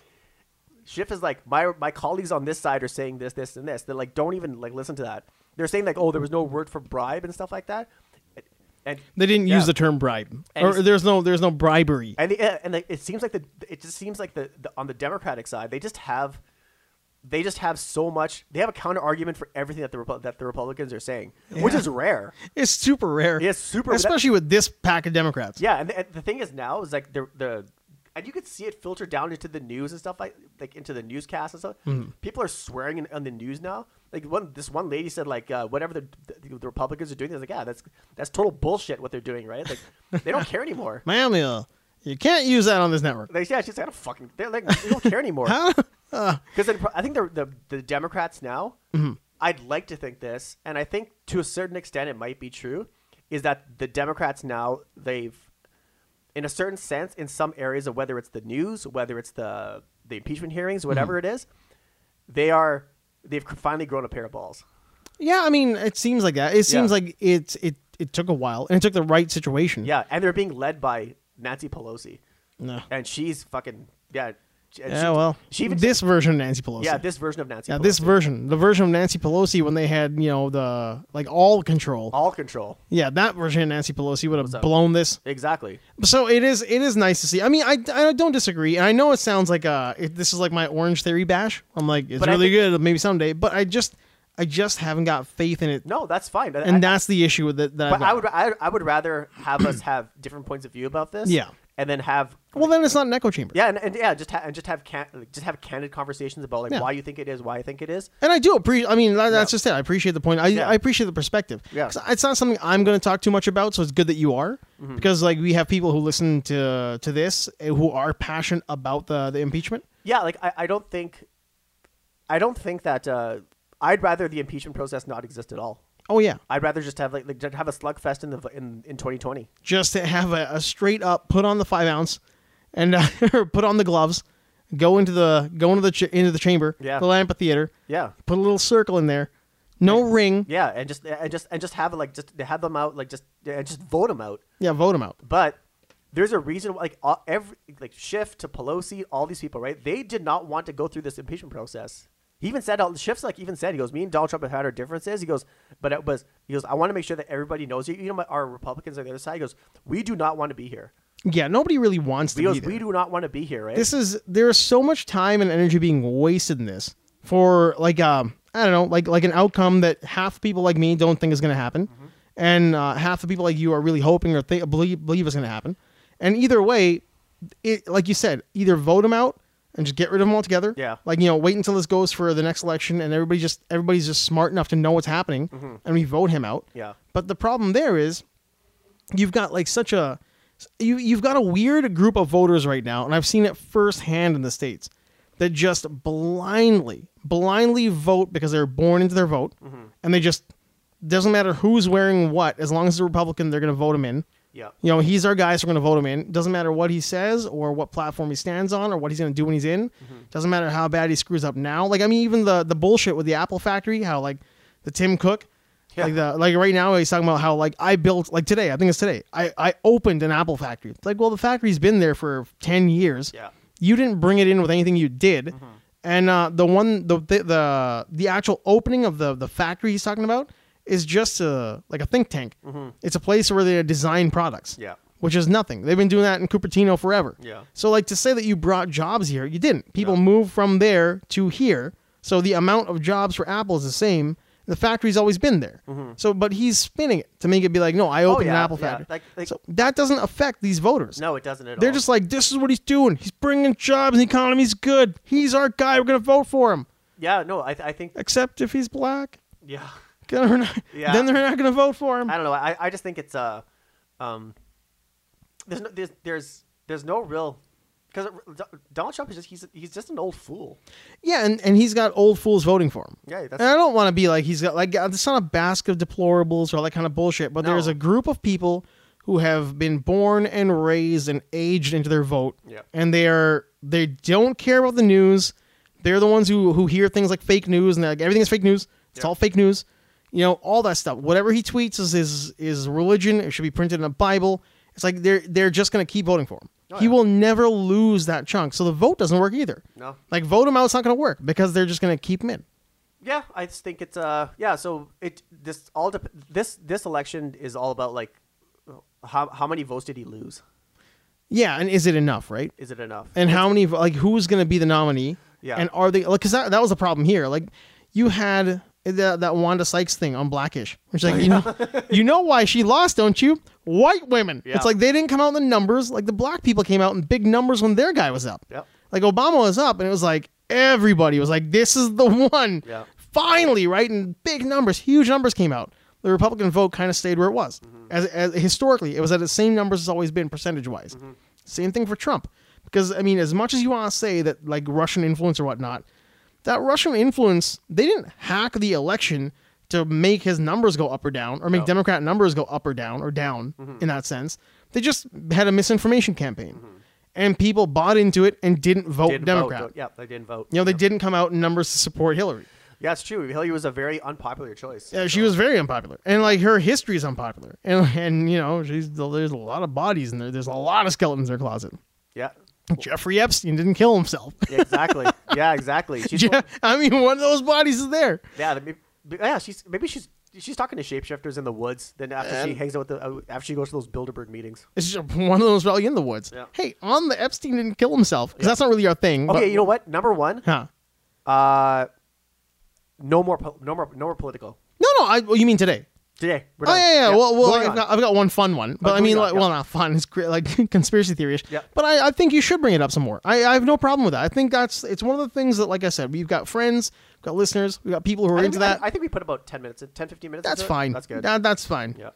Schiff is like, my my colleagues on this side are saying this, this, and this. They're like, don't even like listen to that. They're saying like, oh, there was no word for bribe and stuff like that, and
They didn't
yeah.
use the term bribe.
And
Or
he's-
there's no there's no bribery.
and the, yeah, and like it seems like the it just seems like the, the on the Democratic side they just have they just have so much they have a counter argument for everything that the Repu- that the Republicans are saying, which
Yeah.
is rare.
It's super rare.
It's super-
Especially with this pack of Democrats.
Yeah, and the, and the thing is now is like the the and you can see it filter down into the news and stuff like like into the newscast and stuff. People are swearing in, on the news now. Like one this one lady said like uh, whatever the, the the Republicans are doing, they're like yeah that's that's total bullshit what they're doing right. Like they don't care anymore.
Ma'am, uh, you can't use that on this network.
Like, yeah, she's like, I don't fucking. They're like, they don't care anymore. Because I think the, the the Democrats now.
Mm-hmm.
I'd like to think this, and I think to a certain extent it might be true, is that the Democrats now they've, in a certain sense, in some areas of whether it's the news, whether it's the the impeachment hearings, whatever
Mm-hmm.
it is, they are they've finally grown a pair of balls.
Yeah, I mean, it seems like that. It seems
Yeah.
like it's it it took a while and it took the right situation.
Yeah, and they're being led by Nancy Pelosi,
No.
and she's fucking yeah. she- and
Yeah,
she-
well,
she even
this version of Nancy Pelosi.
yeah this version of Nancy.
Yeah,
Pelosi.
this version, the version of Nancy Pelosi when they had you know the like all control.
all control.
Yeah, that version of Nancy Pelosi would have
up?
blown this.
Exactly.
So it is it is nice to see. I mean, I, I don't disagree, and I know it sounds like uh it, this is like my Orange Theory bash. I'm like it's
But I
really
think-
good, maybe someday, but I just I just haven't got faith in it,
No, that's fine.
and
I,
that's the issue with it. That I've
but I
got.
would I, I would rather have us have different points of view about this.
Yeah.
and then have
Well, then it's not an echo chamber.
yeah, and, and yeah, just ha- and just have can- like, just have candid conversations about like
Yeah.
why you think it is, why I think it is.
And I do appreciate. I mean, that, that's just it. I appreciate the point. I,
Yeah.
I appreciate the perspective.
Yeah.
'Cause it's not something I'm going to talk too much about. So it's good that you are,
Mm-hmm.
because like we have people who listen to to this eh, who are passionate about the the impeachment.
Yeah, like I, I don't think, I don't think that uh, I'd rather the impeachment process not exist at all.
Oh yeah,
I'd rather just have like, like just have a slugfest in the in, in 2020.
just to have a, a straight up put on the five ounce, and uh, or put on the gloves, go into the go into the ch- into the chamber,
Yeah.
the amphitheater,
Yeah.
put a little circle in there, no ring.
Yeah, and just and just and just have it like just have them out like just and just vote them out.
Yeah, vote them out.
But there's a reason why, like all, every like Schiff to Pelosi, all these people, right? They did not want to go through this impeachment process. He even said, uh, Schiff's like even said, he goes, me and Donald Trump have had our differences. He goes, but it was, he goes, I want to make sure that everybody knows. You know, our Republicans on the other side. He goes, we do not want to be here.
Yeah, nobody really wants to
He goes,
be there.
we do not want to be here, right?
this is there is so much time and energy being wasted in this for like um I don't know like like an outcome that half the people like me don't think is going to happen,
Mm-hmm.
and uh, half the people like you are really hoping or th- believe believe is going to happen, and either way, it like you said, either vote them out and just get rid of them altogether.
Yeah.
Like you know, wait until this goes for the next election, and everybody just everybody's just smart enough to know what's happening,
Mm-hmm.
and we vote him out.
Yeah.
But the problem there is you've got like such a you you've got a weird group of voters right now, and I've seen it firsthand in the states that just blindly blindly vote because they're born into their vote, and they just doesn't matter who's wearing what as long as it's a Republican, they're going to vote him in.
yeah.
You know, he's our guy, so we're going to vote him in. Doesn't matter what he says or what platform he stands on or what he's going to do when he's in.
Mm-hmm.
Doesn't matter how bad he screws up now. Like, I mean, even the the bullshit with the Apple factory, how like the Tim Cook,
Yeah.
like the like right now he's talking about how like I built like today, I think it's today. I I opened an Apple factory. It's like, well, the factory's been there for ten years.
Yeah.
You didn't bring it in with anything you did.
Mm-hmm.
And uh, the one the, the the the actual opening of the the factory he's talking about is just a like a think tank. It's a place where they design products
Mm-hmm. Yeah.
which is nothing. They've been doing that in Cupertino forever.
Yeah.
So like to say that you brought jobs here, you didn't. People
No.
move from there to here, so the amount of jobs for Apple is the same. The factory's always been there. So, but he's spinning it to make it be like, no, I opened
Mm-hmm.
an
Oh, yeah,
Apple
yeah.
factory.
Like- like-
so that doesn't affect these voters.
No, it doesn't at
They're
all.
just like, this is what he's doing. He's bringing jobs. The economy's good. He's our guy. We're gonna vote for him.
yeah. No, I, I think.
Except if he's black,
Yeah.
then we're not-
Yeah.
then they're not gonna vote for him.
I don't know. I, I just think it's uh, um, there's no there's there's, there's no real because Donald Trump is just he's he's just an old fool.
Yeah, and, and he's got old fools voting for him.
Yeah, that's-
and I don't want to be like he's got like uh, it's not a basket of deplorables or all that kind of bullshit. But there's
No.
a group of people who have been born and raised and aged into their vote.
Yeah.
and they are they don't care about the news. They're the ones who who hear things like fake news and they're like everything is fake news. It's
Yeah.
all fake news. You know all that stuff. Whatever he tweets is is is religion. It should be printed in a Bible. It's like they're they're just gonna keep voting for him.
Oh,
He
yeah.
will never lose that chunk. So the vote doesn't work either.
No.
Like vote him out, it's not going to work because they're just going to keep him in.
Yeah, I just think it's uh yeah. So it this all dep- this this election is all about like how how many votes did he lose?
Yeah, and is it enough, right?
Is it enough?
And how many like who's going to be the nominee?
Yeah.
And are they like cuz that, that was the problem here. Like you had that that Wanda Sykes thing on Blackish. Which
Oh,
like, you know you know why she lost, don't you? White women.
Yeah.
It's like they didn't come out in the numbers. Like the black people came out in big numbers when their guy was up.
Yep.
Like Obama was up and it was like everybody was like this is the one.
Yeah.
Finally, right? And big numbers, huge numbers came out. The Republican vote kind of stayed where it was.
Mm-hmm.
As, as historically, it was at the same numbers it's always been percentage wise.
Mm-hmm.
Same thing for Trump. Because I mean, as much as you want to say that like Russian influence or whatnot, that Russian influence, they didn't hack the election to make his numbers go up or down, or make
No. Mm-hmm.
Democrat numbers go up or down, or down in that sense. They just had a misinformation campaign, and people bought into it and didn't vote
Didn't
Democrat.
vote. Yeah, they didn't vote.
You know, they didn't come out in numbers to support Hillary.
Yeah, it's true. Hillary was a very unpopular choice.
Yeah, she was very unpopular, and like her history is unpopular, and and you know, she's there's a lot of bodies in there. There's a lot of skeletons in her closet.
Yeah.
Jeffrey Epstein didn't kill himself.
Yeah, exactly. yeah, exactly. She's
Yeah, I mean, one of those bodies is there.
yeah, the- maybe, yeah. She's maybe she's she's talking to shapeshifters in the woods. Then after she
And-
hangs out with the uh, after she goes to those Bilderberg meetings.
It's just one of those probably in the woods.
Yeah.
Hey, on the Epstein didn't kill himself because that's not really our thing.
Okay,
but-
you know what? Number one,
huh?
uh, no more, po- no more, no more political.
No, no. I, well, you mean today?
Today. We're
Oh
done.
yeah, yeah. Well, well
Moving
I've
on.
got, I've got one fun one, but I
moving
mean,
on,
like,
yeah.
well, not fun. It's great, like conspiracy theory-ish.
Yeah.
But I, I think you should bring it up some more. I, I have no problem with that. I think that's it's one of the things that, like I said, we've got friends, we've got listeners, we've got people who are
I think,
into
we- I-
that.
I, think we put about 10 minutes, 10, 15 minutes.
that's
into it.
fine.
That's good.
That, that's fine.
Yeah.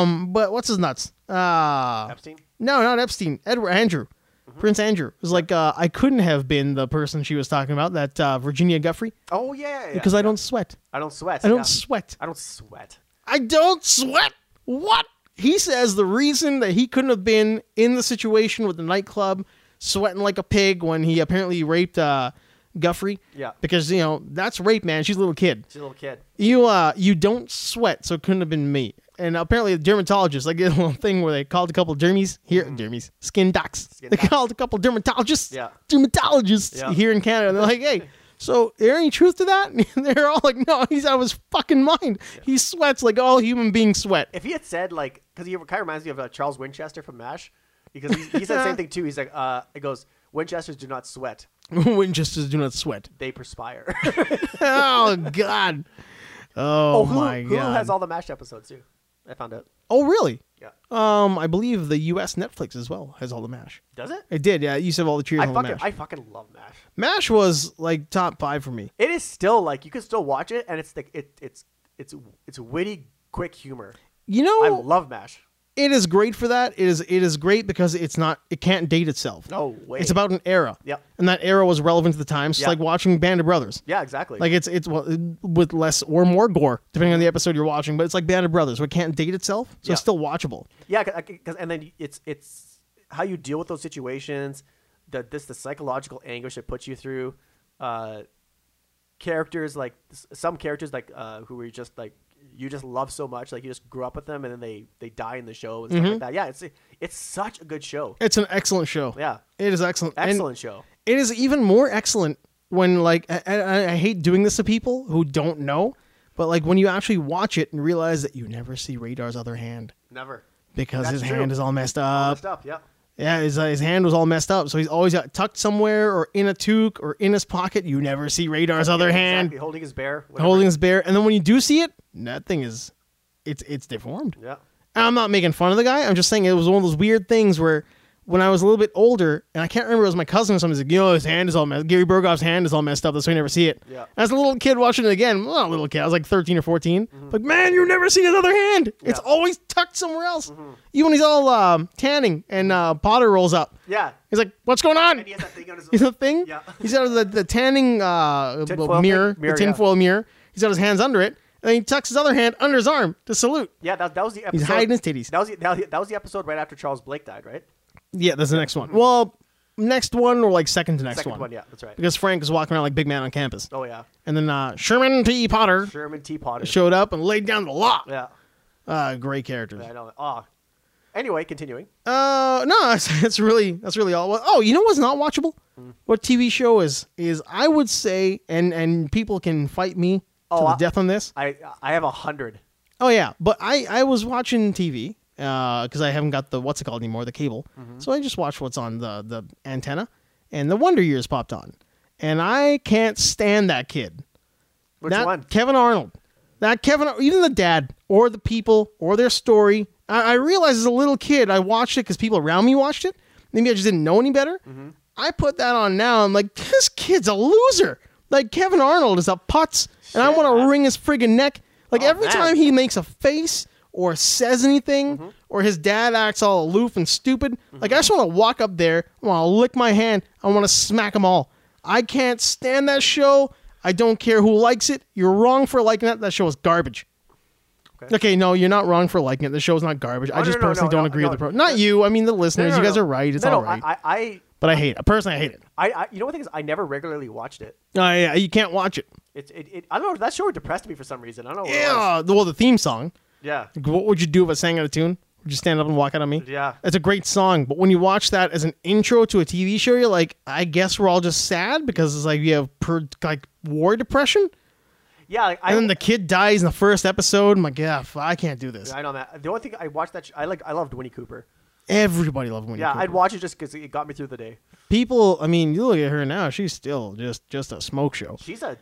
Um, but what's his nuts? Uh,
Epstein?
No, not Epstein. Edward Andrew,
Mm-hmm.
Prince Andrew It was like, uh, I couldn't have been the person she was talking about, that uh, Virginia Guffrey,
Oh, yeah. yeah,
because
yeah.
I don't sweat.
I don't sweat.
I don't
yeah.
sweat.
I don't sweat.
I don't sweat. What? He says the reason that he couldn't have been in the situation with the nightclub, sweating like a pig when he apparently raped uh, Guffrey.
Yeah.
Because you know that's rape, man. She's a little kid.
She's a little kid.
You uh, you don't sweat, so it couldn't have been me. And apparently, the dermatologist, like a little thing where they called a couple dermies here, dermies, skin docs.
Mm. Skin
they
docs.
called a couple dermatologists,
Yeah.
dermatologists
Yeah.
here in Canada. And they're like, hey, so there any truth to that? And they're all like, no, he's out of his fucking mind. He sweats like all human beings sweat.
If he had said, like, because he kind of reminds me of uh, Charles Winchester from MASH, because he, he said the same thing, too. He's like, uh, it goes, Winchesters do not sweat,
Winchesters do not sweat.
they perspire.
Oh God. Oh,
Hulu,
my
Hulu
God.
has all the MASH episodes, too. I found out.
oh really?
Yeah.
Um, I believe the U.S. Netflix as well has all the mash.
Does it?
It did, yeah. You said all the cheers.
I
on the
fucking,
mash.
I fucking love MASH.
Mash was like top five for me.
It is still like you can still watch it, and it's like it, it's it's it's witty, quick humor.
You
I
know,
love Mash.
it is great for that. It is it is great because it's not it can't date itself.
No way.
It's about an era.
Yep.
And that era was relevant to the time. So it's
Yeah.
like watching Band of Brothers.
yeah, exactly.
Like it's it's well, with less or more gore depending on the episode you're watching, but it's like Band of Brothers, where it can't date itself, so
Yeah.
it's still watchable.
yeah, because and then it's it's how you deal with those situations, the this the psychological anguish it puts you through. Uh, characters like s- some characters like uh, who were just like you just love so much, like you just grew up with them, and then they they die in the show and stuff
Mm-hmm.
like that. Yeah, it's it's such a good show.
It's an excellent show.
Yeah,
It is excellent. And
excellent show.
it is even more excellent when like I, I, I hate doing this to people who don't know, but like when you actually watch it and realize that you never see Radar's other hand
Never
because
That's
his
true.
hand is all messed
All
up.
messed up. Yeah,
Yeah, his, uh, his hand was all messed up, so he's always got tucked somewhere or in a toque or in his pocket. You never see Radar's other
Yeah,
hand
exactly. holding his bear. whatever.
holding his bear, and then when you do see it, that thing is, it's it's deformed.
Yeah.
And I'm not making fun of the guy. I'm just saying it was one of those weird things where when I was a little bit older, and I can't remember, it was my cousin or something. He's like, you know, his hand is all messed. Gary Berghoff's hand is all messed up. That's why you never see it.
Yeah.
As a little kid watching it again, well, not a little kid. I was like 13 or 14. Like, man, you never see his other hand. It's
Mm-hmm. Yeah. Mm-hmm.
always tucked somewhere else. Even when he's all um, tanning and uh, Potter rolls up,
Yeah.
he's like, what's going on?
And he has that thing on his.
He's a thing.
Yeah.
He's out of the, the tanning uh,
Tinfoil
well, mirror,
thing- mirror,
the tinfoil mirror. He's got his hands under it, and then he tucks his other hand under his arm to salute.
Yeah, that, that was the episode.
hiding his titties.
That was the, that, was the- that was the episode right after Charles Blake died, right?
Yeah, that's the next one. Well, next one or like second to next
Second
one.
one, yeah, that's right.
Because Frank is walking around like big man on campus,
Oh yeah,
and then uh, Sherman P. Potter
Sherman T. Potter.
showed up and laid down the law.
Yeah,
Uh, great characters.
I know. Ah. Anyway, continuing.
Uh, no, that's, that's really that's really all. Well, oh, you know what's not watchable?
Hmm.
What TV show is is I would say, and and people can fight me
Oh,
to the
I-
death on this.
I I have a hundred.
Oh yeah, but I I was watching TV because I haven't got the what's it called anymore, the cable.
Mm-hmm.
So I just watched what's on the the antenna, and the Wonder Years popped on, and I can't stand that kid.
Which
that
one?
Kevin Arnold. That Kevin, even the dad or the people or their story. I, I realized as a little kid, I watched it because people around me watched it. Maybe I just didn't know any better.
Mm-hmm.
I put that on now. I'm like, this kid's a loser. Like Kevin Arnold is a putz, and I
Shit,
want to
man.
wring his friggin' neck. Like
Oh,
every
man. Mm-hmm.
time he makes a face or says anything, or his dad acts all aloof and stupid, like I just want to walk up there, I want to lick my hand, I want to smack them all. I can't stand that show. I don't care who likes it. You're wrong for liking that. That show is garbage.
Okay. Oh,
Okay, no, you're not wrong for liking it. The show's not garbage. I
no,
just
no, no,
personally
no,
don't
no,
agree
no.
with the pro. Not you. I mean the listeners.
No, no,
you guys
no.
are right. It's
no,
all
no,
right.
I, I,
but I hate. it. Personally, I hate it.
I, I, you know what the thing is? I never regularly watched it.
I, I- you can't watch it.
It's it, it. I don't know. That show depressed me for some reason. I don't know. What it was.
Yeah. Well, the theme song.
Yeah.
Like, What would you do if I sang out of tune? Would you stand up and walk out on me?
Yeah.
It's a great song, but when you watch that as an intro to a TV show, you're like, I guess we're all just sad because it's like we have per, like war depression,
Yeah. Like, I,
and then the kid dies in the first episode. I'm like, yeah, f- I can't do this.
I know that. The only thing I watched that sh- I like. I loved Winnie Cooper.
Everybody loved Winnie
Yeah,
Cooper.
I'd watch it just because it got me through the day.
People, I mean, you look at her now; she's still just just a smoke show.
She's a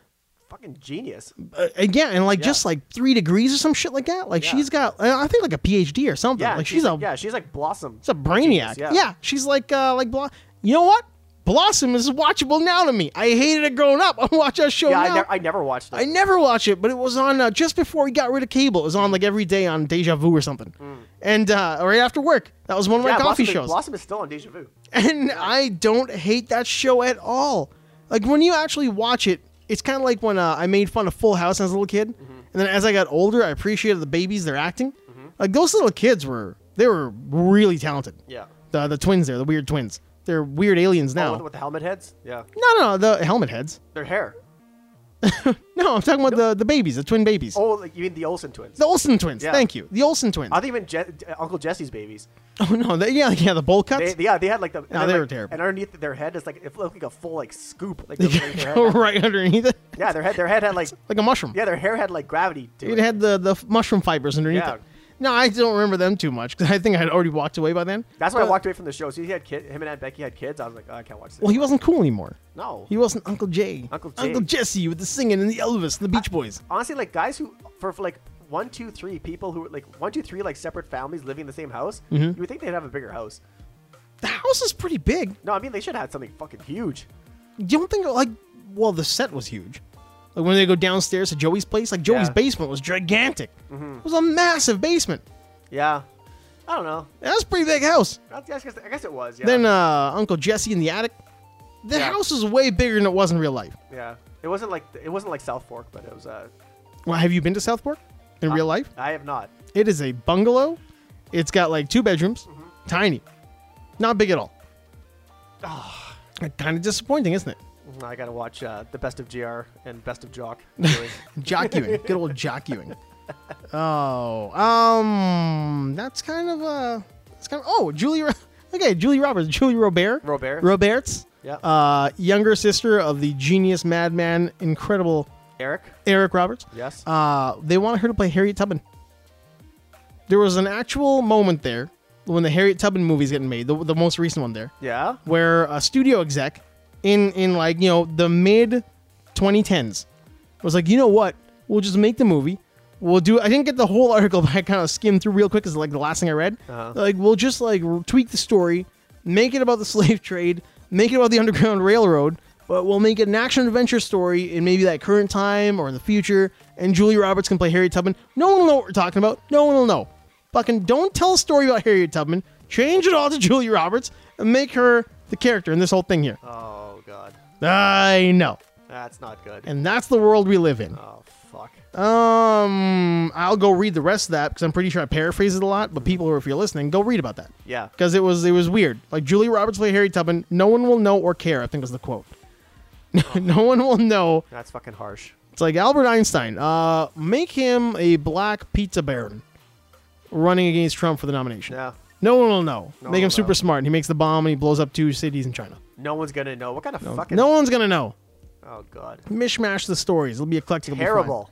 fucking genius.
Uh, and yeah, and like
Yeah.
just like three degrees or some shit like that. Like
Yeah.
she's got, uh, I think like a PhD or something.
Yeah,
like
and
she's, a,
like, yeah, she's like Blossom.
she's a brainiac.
yeah.
yeah. she's like, uh, like Blo- You know what? Blossom is watchable now to me. I hated it growing up. I watch that show
yeah, I,
now.
never I never watched it.
I never watch it, but it was on uh, just before we got rid of cable. It was on like every day on Deja Vu or something, and uh, right after work. That was one of my
Hmm. yeah,
coffee
Blossom, is-
shows,
Blossom is still on Deja Vu.
and I don't hate that show at all. Like when you actually watch it, it's kind of like when uh, I made fun of Full House as a little kid,
Mm-hmm.
and then as I got older, I appreciated the babies they're acting. Like those little kids were they were really talented.
Yeah.
The the twins there, the weird twins. They're weird aliens
Oh,
now.
with, with the helmet heads. Yeah,
no, no, no, the helmet heads.
their hair.
No, I'm talking about the, the babies, the twin babies.
Oh, like, you mean the Olsen twins?
The Olsen twins.
Yeah.
Thank you. The Olsen twins.
I think even Je- Uncle Jesse's babies.
Oh no! They, yeah, yeah, the bowl
They,
cuts.
they- yeah, they had like the. and
No,
then,
they
like-
were terrible.
And underneath their head is like it looked like a full like scoop. Like, their- their head had-
right underneath it,
yeah, their head their head had like
like a mushroom.
yeah their hair had like gravity. To
it had the the f- mushroom fibers underneath
Yeah.
it. No, I don't remember them too much because I think I had already walked away by then.
That's why I
But-
walked away from the show. So he had kid, him and Aunt Becky had kids. I was like, oh, I can't watch this.
Well, he wasn't cool anymore.
no.
He wasn't Uncle Jay.
Uncle
Uncle
Jay.
Jesse with the singing and the Elvis, and the Beach Boys.
honestly like guys who for, for like one two three people who like one two three like separate families living in the same house
Mm-hmm.
you would think they'd have a bigger house
The house is pretty big.
no i mean they should have had something fucking huge
You don't think like well, the set was huge. Like when they go downstairs to Joey's place, like Joey's
Yeah. Mm-hmm.
basement was gigantic. It was a massive basement.
yeah i don't know
That was a pretty big house.
i guess, I guess it was yeah
Then uh, Uncle Jesse in the attic. The
Yeah.
house is way bigger than it was in real life.
yeah it wasn't like it wasn't like south fork but it was uh
Well, have you been to South Park in real life?
i have not
It is a bungalow. It's got like two bedrooms,
Mm-hmm.
tiny, not big at all.
Ah.
Kind of disappointing, isn't it?
i gotta watch uh the best of gr and best of jock really.
Jockeying, good old jockeying. Oh, um, that's kind of uh, that's kind of oh, Julie. Ro- Okay, Julie Roberts, Julie Robert,
Robert.
Roberts,
Yeah.
uh, younger sister of the genius madman, incredible
eric
Eric Roberts.
yes
Uh, they wanted her to play Harriet Tubman. There was an actual moment there when the Harriet Tubman movie's getting made, the, the most recent one there,
yeah
where a studio exec in in like you know the mid 2010s was like, you know what, we'll just make the movie. We'll do. I didn't get the whole article, but I kind of skimmed through real quick. Is like the last thing I read.
Uh-huh.
Like we'll just like r- tweak the story, make it about the slave trade, make it about the Underground Railroad, but we'll make it an action adventure story in maybe that current time or in the future. And Julie Roberts can play Harriet Tubman. No one will know what we're talking about. No one will know. Fucking don't tell a story about Harriet Tubman. Change it all to Julie Roberts and make her the character in this whole thing here.
oh god
I know.
that's not good
And uh, that's the world we live in.
oh fuck
Um, I'll go read the rest of that because I'm pretty sure I paraphrase it a lot. But people who, if you're listening, go read about that
yeah
because it was it was weird. Like Julie Roberts played Harry Tubman. No one will know or care. I think was the quote. no one will know.
that's fucking harsh
It's like Albert Einstein. Uh, make him a black pizza baron, running against Trump for the nomination.
yeah
No one will know.
No one
make
will
him super
know.
smart. And he makes the bomb and he blows up two cities in China.
no one's gonna know what kind of fucking
No one's gonna know.
oh god
Mishmash the stories. It'll be eclectic. It'll be fine.
terrible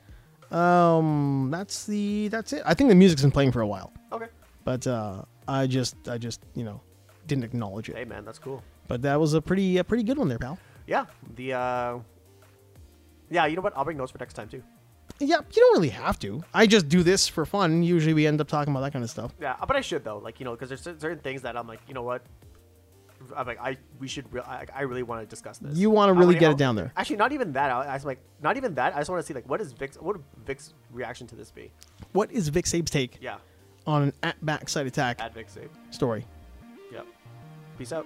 Um, that's the that's it. I think the music's been playing for a while.
okay
but uh, I just I just you know didn't acknowledge
hey
it.
man that's cool
But that was a pretty a pretty good one there, pal.
Yeah, the uh, yeah. You know what? I'll bring those for next time too.
Yeah, you don't really have to. I just do this for fun. Usually we end up talking about that kind of stuff.
Yeah, but I should though. Like you know, because there's cer- certain things that I'm like, you know what? I'm like, I we should. Re- I, I really want to discuss this.
You wanna
I
really
wanna-
get it
I'll-
down there.
Actually, not even that. I, I was like, not even that. I just want to see like, what is Vic's? What would Vic's reaction to this be?
What is Vic Sabe's take
Yeah,
on an at backside attack
at Vic save.
story?
Yep. Peace out.